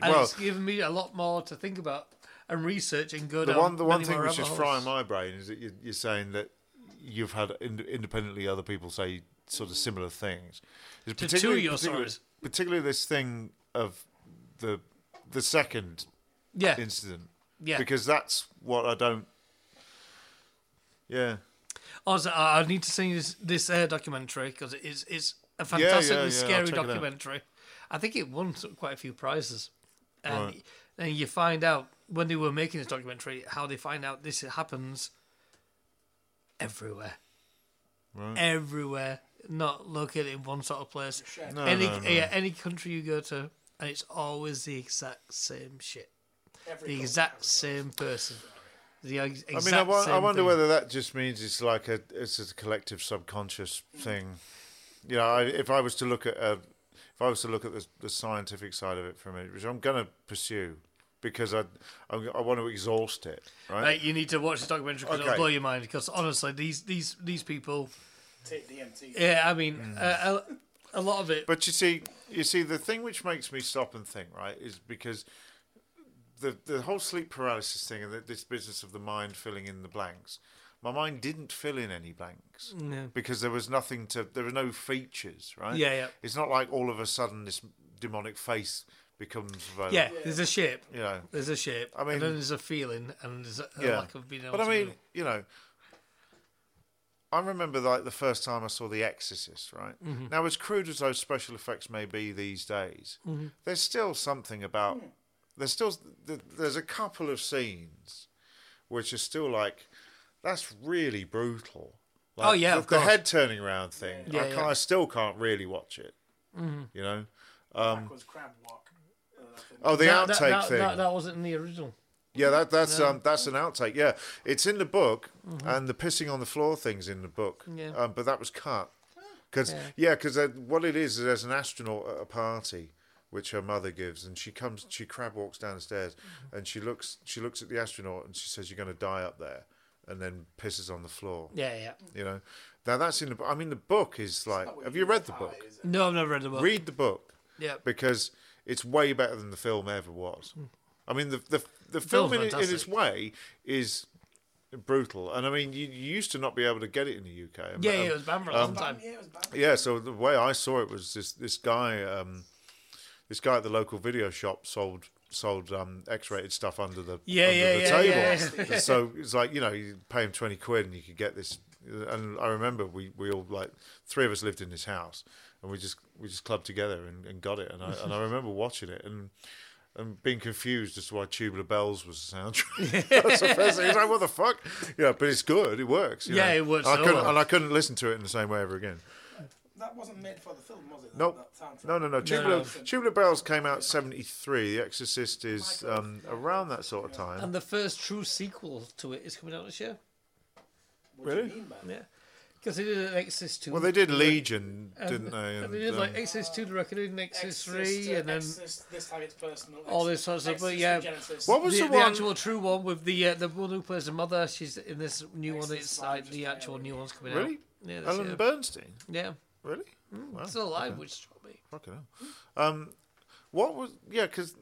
Speaker 1: And
Speaker 2: Well-
Speaker 1: it's given me a lot more to think about and research and go
Speaker 2: The
Speaker 1: down.
Speaker 2: one, the one
Speaker 1: many
Speaker 2: thing
Speaker 1: more
Speaker 2: which is
Speaker 1: rabbit
Speaker 2: frying
Speaker 1: holes.
Speaker 2: my brain is that you're, you're saying that you've had ind- independently other people say sort of similar things. It's
Speaker 1: two of
Speaker 2: particularly-
Speaker 1: your
Speaker 2: particularly-
Speaker 1: stories.
Speaker 2: Particularly this thing of the the second
Speaker 1: Yeah,
Speaker 2: incident.
Speaker 1: Yeah.
Speaker 2: Because that's what I don't. Yeah.
Speaker 1: Also, I I need to see this this uh, documentary because it's it's a fantastically
Speaker 2: yeah, I'll
Speaker 1: scary
Speaker 2: check it out.
Speaker 1: documentary. I think it won sort of quite a few prizes, and
Speaker 2: Right.
Speaker 1: and you find out when they were making this documentary how they find out this happens everywhere,
Speaker 2: Right.
Speaker 1: everywhere, not located in one sort of place.
Speaker 4: Shared.
Speaker 2: No,
Speaker 1: any
Speaker 2: no, no.
Speaker 1: Yeah, any country you go to, and it's always the exact same shit,
Speaker 4: Every
Speaker 1: the
Speaker 4: culture
Speaker 1: exact
Speaker 4: has
Speaker 1: same person. The ex-
Speaker 2: I
Speaker 1: exact
Speaker 2: mean, I, wo- I
Speaker 1: same
Speaker 2: wonder
Speaker 1: thing.
Speaker 2: whether that just means it's like a it's a collective subconscious thing. You know, I, if I was to look at uh if I was to look at the, the scientific side of it for a minute, which I'm going to pursue because I I, I want to exhaust it, right?
Speaker 1: Mate, Uh, you need to watch this documentary because
Speaker 2: Okay.
Speaker 1: it'll blow your mind. Because honestly, these these these people,
Speaker 4: to Take DMT.
Speaker 1: yeah, I mean, uh, a, a lot of it.
Speaker 2: Mm. But you see, you see, the thing which makes me stop and think, right, is because the the whole sleep paralysis thing and th this business of the mind filling in the blanks. My mind didn't fill in any blanks because there was nothing to. There were no features, right?
Speaker 1: Yeah, yeah.
Speaker 2: It's not like all of a sudden this demonic face becomes available.
Speaker 1: yeah, there's a shape.
Speaker 2: You know.
Speaker 1: There's a shape.
Speaker 2: I mean-
Speaker 1: and then there's a feeling, and there's a, a
Speaker 2: Yeah.
Speaker 1: lack of being able.
Speaker 2: But I
Speaker 1: to
Speaker 2: mean,
Speaker 1: move.
Speaker 2: you know, I remember like the first time I saw The Exorcist, right?
Speaker 1: Mm-hmm.
Speaker 2: Now, as crude as those special effects may be these days,
Speaker 1: Mm-hmm.
Speaker 2: there's still something about. There's still th- there's a couple of scenes which are still like that's really brutal. Like,
Speaker 1: Oh, yeah,
Speaker 2: the,
Speaker 1: of
Speaker 2: the
Speaker 1: course.
Speaker 2: head turning around
Speaker 1: Yeah,
Speaker 2: thing.
Speaker 1: Mm-hmm.
Speaker 2: I, can't,
Speaker 1: yeah.
Speaker 2: I still can't really watch it. You know.
Speaker 1: Mm.
Speaker 4: backwards crab walk. Uh, I think.
Speaker 2: Oh, the
Speaker 1: that,
Speaker 2: outtake
Speaker 1: that, that,
Speaker 2: thing.
Speaker 1: That, that wasn't in the original.
Speaker 2: Yeah, that that's um that's an outtake. Yeah, it's in the book, and the pissing on the floor thing's in the book.
Speaker 1: Mm-hmm. Yeah.
Speaker 2: Um, but that was cut because yeah, because what it is is there's an astronaut at a party which her mother gives, and she comes, she crab walks downstairs,
Speaker 1: Mm-hmm.
Speaker 2: and she looks she looks at the astronaut and she says, "You're going to die up there," and then pisses on the floor.
Speaker 1: Yeah, yeah.
Speaker 2: You know, now that's in the. bu- I mean, the book is like. Have you read the book?
Speaker 1: No, I've never read the book.
Speaker 2: Read the book
Speaker 1: yeah,
Speaker 2: because it's way better than the film ever was. I mean, the the,
Speaker 1: Hmm.
Speaker 2: the
Speaker 1: film's
Speaker 2: film in, in its
Speaker 1: fantastic.
Speaker 2: way is brutal, and I mean, you, you used to not be able to get it in the UK.
Speaker 1: yeah,
Speaker 2: Um,
Speaker 1: yeah. It was banned for a long time.
Speaker 4: Yeah, it was bad.
Speaker 2: yeah, so the way I saw it was this this guy um, this guy at the local video shop sold sold um, X-rated stuff under the
Speaker 1: Yeah,
Speaker 2: under
Speaker 1: yeah,
Speaker 2: the
Speaker 1: yeah,
Speaker 2: table. And so it's like you know you pay him twenty quid and you could get this. And I remember we, we all like three of us lived in this house and we just we just clubbed together and, and got it. And I and I remember watching it and. And being confused as to why Tubular Bells was the soundtrack. That's the first thing. It's like, what the fuck? Yeah, but it's good. It works. you
Speaker 1: Yeah,
Speaker 2: know.
Speaker 1: it works
Speaker 2: And I
Speaker 1: so
Speaker 2: couldn't,
Speaker 1: well.
Speaker 2: and I couldn't listen to it in the same way ever again.
Speaker 4: That wasn't made for the film, was it?
Speaker 2: Nope.
Speaker 4: That, that soundtrack.
Speaker 2: No, no, no. Tubular,
Speaker 1: no.
Speaker 2: Tubular Bells came out seventy three. The Exorcist is um, around that sort of time.
Speaker 1: And the first true sequel to it is coming out this year.
Speaker 4: What do
Speaker 2: Really?
Speaker 4: you mean by that?
Speaker 1: Yeah, because they did an Exorcist two.
Speaker 2: Well, they did Legion,
Speaker 1: um,
Speaker 2: didn't they?
Speaker 1: And they
Speaker 2: And,
Speaker 1: did like
Speaker 2: um,
Speaker 1: Exorcist two, the record, and Exorcist
Speaker 4: Exorcist,
Speaker 1: three,
Speaker 4: uh,
Speaker 1: and then
Speaker 4: Exorcist, this time it's personal.
Speaker 1: all this sort of stuff,
Speaker 4: Exorcist
Speaker 1: but yeah.
Speaker 4: and Genesis.
Speaker 2: what was
Speaker 1: the,
Speaker 2: the,
Speaker 1: the,
Speaker 2: one?
Speaker 1: actual true one with the uh, the one who plays the mother. She's in this new one.
Speaker 4: Exorcist
Speaker 1: It's
Speaker 4: one,
Speaker 1: like
Speaker 4: just
Speaker 1: the
Speaker 4: now,
Speaker 1: actual new one's coming
Speaker 2: Really?
Speaker 1: out. Yeah, Hmm. this
Speaker 2: Alan
Speaker 1: year.
Speaker 2: Bernstein.
Speaker 1: yeah,
Speaker 2: Really? Wow.
Speaker 1: still alive, which struck me.
Speaker 2: Fucking hell. Um, what was? Yeah, because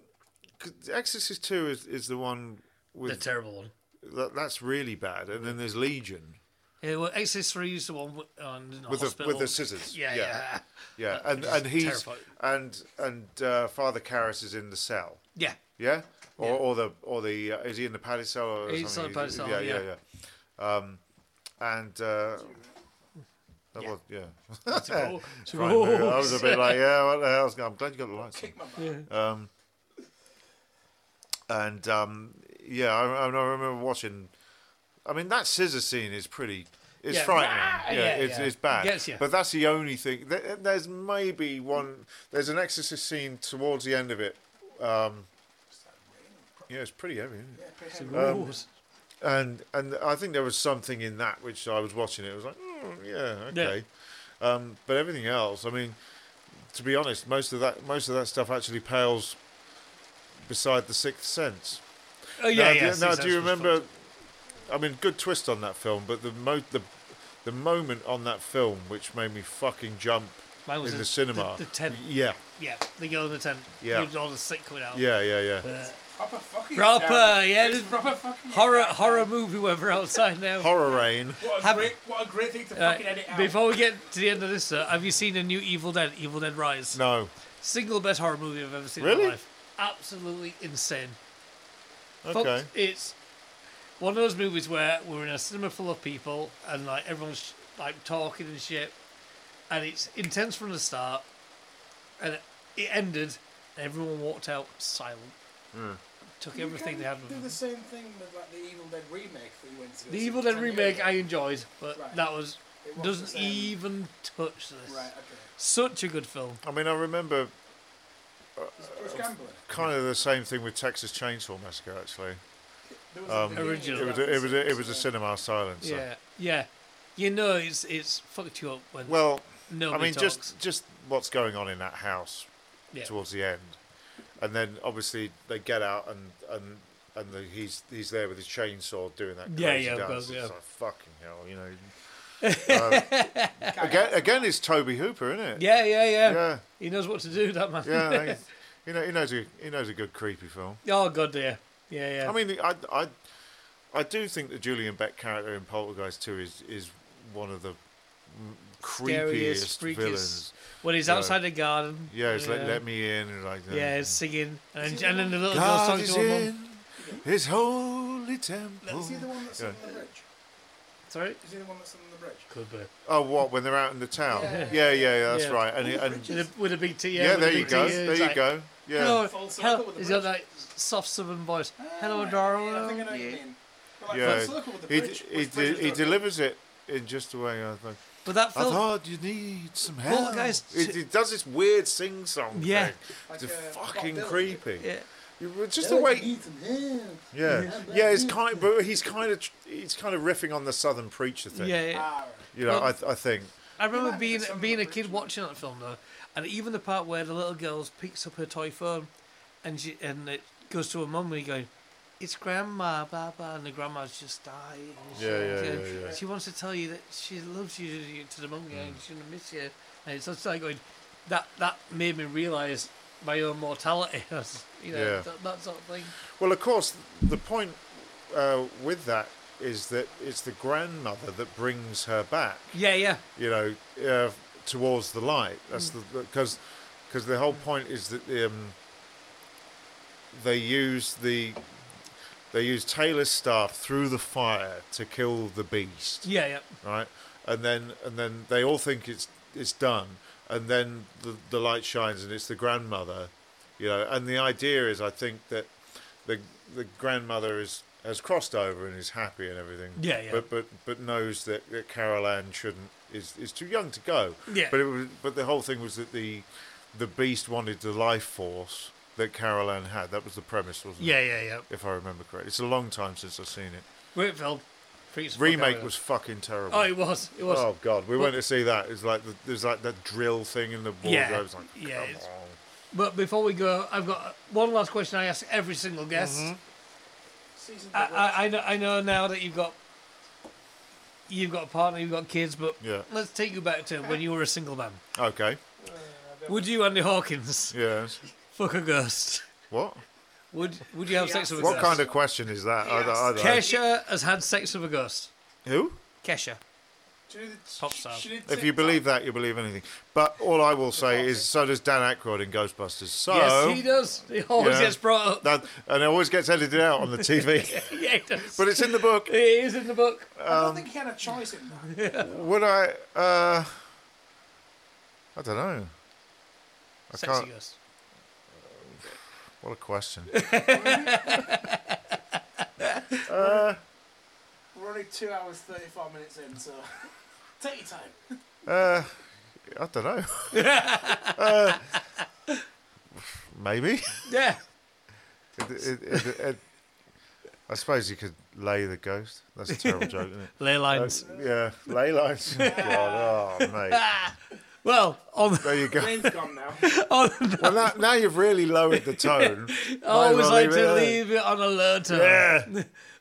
Speaker 2: Exorcist two is, is the one
Speaker 1: The
Speaker 2: with
Speaker 1: terrible one.
Speaker 2: that, that's really bad, and then there's Legion
Speaker 1: Yeah, well, Exorcist three is the one with, on in the
Speaker 2: with the
Speaker 1: hospital.
Speaker 2: with the scissors.
Speaker 1: yeah, yeah,
Speaker 2: yeah, and and he's
Speaker 1: terrifying.
Speaker 2: and and uh, Father Karras is in the cell.
Speaker 1: yeah.
Speaker 2: Yeah, or, or the or the uh, is he in the paddy cell or
Speaker 1: He's on
Speaker 2: something?
Speaker 1: the paddy cell,
Speaker 2: Yeah, yeah,
Speaker 1: yeah.
Speaker 2: yeah. Um, and uh, that was yeah.
Speaker 1: Oh,
Speaker 2: Right, I was a bit like yeah, what the hell's going? I'm glad you got the lights.
Speaker 4: Kick my butt.
Speaker 2: on. And um, yeah, I, I remember watching. I mean, that scissor scene is pretty. It's
Speaker 1: Yeah.
Speaker 2: frightening.
Speaker 1: Ah,
Speaker 2: yeah,
Speaker 1: yeah,
Speaker 2: it's,
Speaker 1: yeah.
Speaker 2: it's bad.
Speaker 1: Gets you.
Speaker 2: But that's the only thing. There, there's maybe one. There's an exorcist scene towards the end of it. Um, yeah, it's pretty heavy. Isn't it? and and I think there was something in that which I was watching. It was like, mm, yeah, okay. Um, but everything else, I mean, to be honest, most of that most of that stuff actually pales beside the Sixth Sense.
Speaker 1: Oh yeah,
Speaker 2: now,
Speaker 1: yeah.
Speaker 2: do, you- now,
Speaker 1: Sixth
Speaker 2: do
Speaker 1: Sense was
Speaker 2: you remember?
Speaker 1: fucked.
Speaker 2: I mean, good twist on that film, but the mo- the the moment on that film which made me fucking jump
Speaker 1: Mine was
Speaker 2: in
Speaker 1: in
Speaker 2: the cinema.
Speaker 1: the- the tent.
Speaker 2: Yeah,
Speaker 1: Yeah, the girl in the tent.
Speaker 2: Yeah.
Speaker 1: With all the sick coming out.
Speaker 2: yeah, yeah, yeah.
Speaker 4: Proper fucking
Speaker 1: Proper,
Speaker 4: shoutout.
Speaker 1: yeah,
Speaker 4: It's
Speaker 1: this-
Speaker 4: proper fucking
Speaker 1: Horror,
Speaker 4: shoutout.
Speaker 1: horror movie when we're outside now.
Speaker 2: Horror Rain.
Speaker 4: What a
Speaker 1: Have-
Speaker 4: great, what a great thing to
Speaker 1: Uh,
Speaker 4: fucking edit out.
Speaker 1: before we get to the end of this, sir, have you seen the new Evil Dead, Evil Dead Rise?
Speaker 2: No.
Speaker 1: Single best horror movie I've ever seen in
Speaker 2: Really?
Speaker 1: my life. Absolutely insane. Fuck,
Speaker 2: Okay.
Speaker 1: it's one of those movies where we're in a cinema full of people and like everyone's like talking and shit, and it's intense from the start, and it ended, and everyone walked out silent.
Speaker 2: Hmm.
Speaker 1: Took
Speaker 4: You
Speaker 1: everything they had.
Speaker 4: kinda
Speaker 1: with
Speaker 4: Do
Speaker 1: them.
Speaker 4: the same thing with like the Evil Dead remake that you went to.
Speaker 1: The
Speaker 4: see
Speaker 1: Evil Dead
Speaker 4: 10 years
Speaker 1: remake
Speaker 4: ago.
Speaker 1: I enjoyed, but
Speaker 4: Right.
Speaker 1: that was
Speaker 4: It wasn't the
Speaker 1: doesn't
Speaker 4: same.
Speaker 1: even touch this.
Speaker 4: Right. Okay.
Speaker 1: Such a good film.
Speaker 2: I mean, I remember
Speaker 4: Bruce Campbell.
Speaker 2: kind of the same thing with Texas Chainsaw Massacre. Actually,
Speaker 4: There was something in
Speaker 1: Original.
Speaker 2: Um, it was
Speaker 4: about
Speaker 2: a, it was a,
Speaker 4: this,
Speaker 2: it was a
Speaker 4: uh,
Speaker 2: cinema silencer.
Speaker 1: Yeah, yeah. You know, it's it's fucked you up when
Speaker 2: Well, I
Speaker 1: nobody
Speaker 2: mean,
Speaker 1: talks.
Speaker 2: just just what's going on in that house
Speaker 1: yeah.
Speaker 2: towards the end, and then obviously they get out and and and the, he's he's there with his chainsaw doing that crazy
Speaker 1: Yeah, yeah, of
Speaker 2: dance.
Speaker 1: course,
Speaker 2: it's
Speaker 1: yeah.
Speaker 2: like fucking hell, you know. Uh, again, again, it's Toby Hooper, isn't it?
Speaker 1: yeah, yeah, yeah,
Speaker 2: yeah,
Speaker 1: He knows what to do, that man.
Speaker 2: yeah. they- you know, he knows a he knows a good creepy film.
Speaker 1: oh god, dear. Yeah, yeah.
Speaker 2: I mean, the- I, I, I do think the Julian Beck character in Poltergeist 2 is, is one of the m- creepiest
Speaker 1: Scariest, freakiest.
Speaker 2: villains.
Speaker 1: when he's
Speaker 2: yeah.
Speaker 1: outside the garden.
Speaker 2: Yeah, it's Like, let me in. and Like, uh,
Speaker 1: Yeah, he's singing, and, and then the little girl's
Speaker 2: God
Speaker 1: talking
Speaker 2: is
Speaker 1: to her
Speaker 2: in
Speaker 1: mum.
Speaker 2: his holy
Speaker 4: Is he the
Speaker 2: temple.
Speaker 4: one that's on the bridge?
Speaker 1: Sorry,
Speaker 4: Is he the one that's on the bridge?
Speaker 1: could be.
Speaker 2: Oh, what? When they're out in the town?
Speaker 4: Yeah.
Speaker 2: Yeah, yeah, yeah, that's
Speaker 1: Yeah.
Speaker 2: right. And, it- and
Speaker 1: With a, with a big T. Yeah,
Speaker 2: yeah,
Speaker 1: with a
Speaker 2: there you
Speaker 1: big T,
Speaker 2: go.
Speaker 1: yeah,
Speaker 2: there
Speaker 1: it's
Speaker 2: you
Speaker 1: like,
Speaker 2: go. Yeah.
Speaker 1: Hello,
Speaker 4: Full circle
Speaker 1: hello.
Speaker 4: with the
Speaker 1: He's got
Speaker 4: bridge.
Speaker 1: that soft southern voice. Hello,
Speaker 4: Ah,
Speaker 1: darling.
Speaker 4: Yeah, I think I know what you mean. But, like,
Speaker 2: yeah.
Speaker 4: full circle with the
Speaker 2: He,
Speaker 4: bridge,
Speaker 2: d- he,
Speaker 4: which bridge
Speaker 2: d- he
Speaker 4: is the-
Speaker 2: delivers it in just the way I thought.
Speaker 1: But that
Speaker 2: I
Speaker 1: film,
Speaker 2: thought you need some help.
Speaker 1: guys,
Speaker 2: it,
Speaker 1: t-
Speaker 2: it does this weird sing song
Speaker 1: Yeah.
Speaker 2: thing.
Speaker 4: Like,
Speaker 2: it's
Speaker 4: uh,
Speaker 2: fucking
Speaker 4: Bob Dylan.
Speaker 2: creepy.
Speaker 1: yeah,
Speaker 2: You- well, Just the way. Yeah, yeah. It's kind, but he's kind of, tr- he's kind of riffing on the Southern preacher
Speaker 1: yeah,
Speaker 2: thing.
Speaker 1: yeah.
Speaker 4: Ah, right.
Speaker 2: You know,
Speaker 1: Well-
Speaker 2: I, th- I think.
Speaker 1: I remember
Speaker 4: might be
Speaker 1: being
Speaker 4: some of
Speaker 1: being
Speaker 4: the
Speaker 1: a kid
Speaker 4: original.
Speaker 1: watching that film though, and even the part where the little girl picks up her toy phone, and she and it goes to her mum and going, "It's grandma, blah blah," and the grandma's just dying. and
Speaker 2: Yeah,
Speaker 1: shit,
Speaker 2: yeah,
Speaker 1: and
Speaker 2: yeah, yeah.
Speaker 1: She wants to tell you that she loves you you- to the monkey and she's gonna miss you, and it's just like going, that that made me realise my own mortality. you know,
Speaker 2: Yeah.
Speaker 1: that, that sort of thing.
Speaker 2: Well, of course, the point uh, with that is that it's the grandmother that brings her back.
Speaker 1: Yeah, yeah,
Speaker 2: You know, uh, towards the light. That's the because because the whole point is that um, they use the they use Taylor's staff through the fire to kill the beast.
Speaker 1: yeah, yeah.
Speaker 2: right? And then and then they all think it's it's done, and then the the light shines and it's the grandmother, you know. And the idea is, I think that the the grandmother is has crossed over and is happy and everything.
Speaker 1: Yeah, yeah.
Speaker 2: But but but knows that, that Carol Ann shouldn't is is too young to go.
Speaker 1: Yeah.
Speaker 2: But it was but the whole thing was that the the beast wanted the life force that Carol Ann had. That was the premise, wasn't
Speaker 1: Yeah,
Speaker 2: it?
Speaker 1: yeah, yeah.
Speaker 2: If I remember correctly, it's a long time since I've seen it.
Speaker 1: Great film. Freaks the fuck out of
Speaker 2: Remake
Speaker 1: me.
Speaker 2: was fucking terrible.
Speaker 1: Oh, it was. It was.
Speaker 2: Oh god, we went to see that. It's like the, there's like that drill thing in the wardrobe.
Speaker 1: Yeah.
Speaker 2: It's like,
Speaker 1: Yeah,
Speaker 2: come
Speaker 1: it's-
Speaker 2: on.
Speaker 1: But before we go, I've got one last question I ask every single guest.
Speaker 2: Mm-hmm.
Speaker 4: Seasoned
Speaker 1: I,
Speaker 4: with
Speaker 1: I, I, know, I know now that you've got you've got a partner, you've got kids, but
Speaker 2: Yeah.
Speaker 1: let's take you back to when you were a single man.
Speaker 2: Okay.
Speaker 1: Would you, Andy Hawkins,
Speaker 2: Yes.
Speaker 1: fuck a ghost?
Speaker 2: What?
Speaker 1: Would Would you have sex with a
Speaker 2: What
Speaker 1: ghost?
Speaker 2: kind of question is that? I, don't- I don't know.
Speaker 1: Kesha has had sex with a ghost.
Speaker 2: Who?
Speaker 1: Kesha.
Speaker 4: Do you know the-
Speaker 1: Pop star.
Speaker 4: she did
Speaker 2: If
Speaker 4: say-
Speaker 2: you believe that, you believe anything. But all I will say is, so does Dan Aykroyd in Ghostbusters. So
Speaker 1: yes, he does. He always
Speaker 2: Yeah.
Speaker 1: gets brought up.
Speaker 2: that, and it always gets edited out on the TV.
Speaker 1: Yeah, he does.
Speaker 2: but it's in the book.
Speaker 1: it is in the book.
Speaker 4: I
Speaker 2: um,
Speaker 4: don't think he had a choice in that.
Speaker 2: Would I? Uh, I don't know. I
Speaker 1: Sexy
Speaker 2: can't.
Speaker 1: ghost.
Speaker 2: What a question.
Speaker 4: We're only two hours thirty-four minutes in, so take your time.
Speaker 2: Uh, I don't know. Uh, maybe.
Speaker 1: Yeah.
Speaker 2: It- it- it- it- it- I suppose you could lay the ghost. That's a terrible joke, isn't it?
Speaker 1: Ley lines.
Speaker 2: Yeah, ley lines. God, oh, mate.
Speaker 1: Well, on,
Speaker 2: There you go.
Speaker 4: Brain's gone now.
Speaker 1: on
Speaker 2: Well, now, now you've really lowered the tone. Might as
Speaker 1: I always
Speaker 2: well
Speaker 1: like
Speaker 2: it
Speaker 1: to
Speaker 2: alone.
Speaker 1: leave it on a low tone.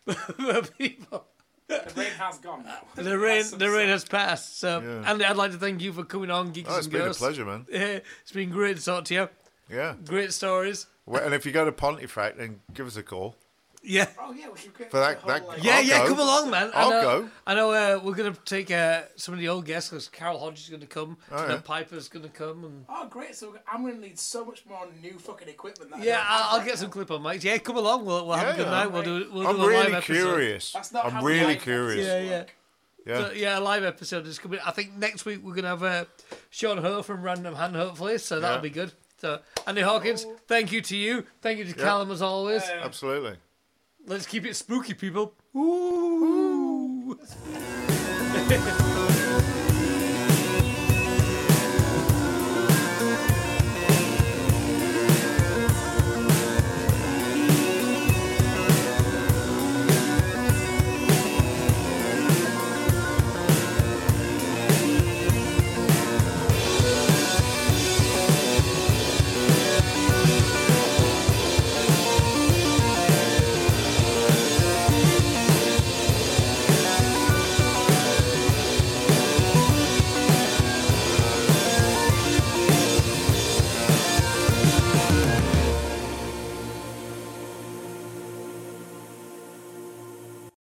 Speaker 2: Yeah.
Speaker 1: for people.
Speaker 4: The brain has gone now.
Speaker 1: The rain,
Speaker 4: That's
Speaker 1: the rain
Speaker 4: upset.
Speaker 1: has passed. So,
Speaker 2: Yeah.
Speaker 1: Andy, I'd like to thank you for coming on Geeks
Speaker 2: Oh, it's
Speaker 1: and
Speaker 2: been a
Speaker 1: Ghosts.
Speaker 2: pleasure, man.
Speaker 1: Yeah, it's been great to talk to you.
Speaker 2: Yeah.
Speaker 1: Great stories.
Speaker 2: Well, and if you go to Pontefract, then give us a call.
Speaker 1: Yeah.
Speaker 4: Oh yeah, we should get
Speaker 2: For that-
Speaker 4: the whole,
Speaker 2: that-
Speaker 4: like,
Speaker 1: Yeah,
Speaker 2: I'll
Speaker 1: yeah,
Speaker 2: go.
Speaker 1: come along, man. I
Speaker 2: I'll
Speaker 1: know,
Speaker 2: go.
Speaker 1: I know uh, we're going to take uh, some of the old guests because Carol Hodge is going to come.
Speaker 2: Oh,
Speaker 1: and
Speaker 2: yeah.
Speaker 1: Piper's going to come. and
Speaker 4: Oh great! So I'm gonna need so much more new fucking equipment. That I
Speaker 1: Yeah,
Speaker 4: don't have
Speaker 1: I'll, I'll
Speaker 4: right
Speaker 1: get some
Speaker 4: now.
Speaker 1: clip on mics. Yeah, come along. We'll, we'll have a
Speaker 2: Yeah,
Speaker 1: good
Speaker 2: yeah.
Speaker 1: night. We'll do, we'll do
Speaker 2: I'm
Speaker 1: a live
Speaker 2: really
Speaker 1: episode.
Speaker 2: curious.
Speaker 4: That's not how
Speaker 2: I'm
Speaker 4: the
Speaker 2: really
Speaker 4: light-
Speaker 2: curious.
Speaker 1: Yeah, yeah.
Speaker 2: Yeah.
Speaker 1: So, yeah, a live episode is coming. I think next week we're going to have uh, Sean Ho from Random Hand, hopefully, so that'll
Speaker 2: Yeah.
Speaker 1: be good. So, Andy Hawkins, thank you to you. Thank you to Callum, as always.
Speaker 2: Absolutely.
Speaker 1: Let's keep it spooky, people. Ooh.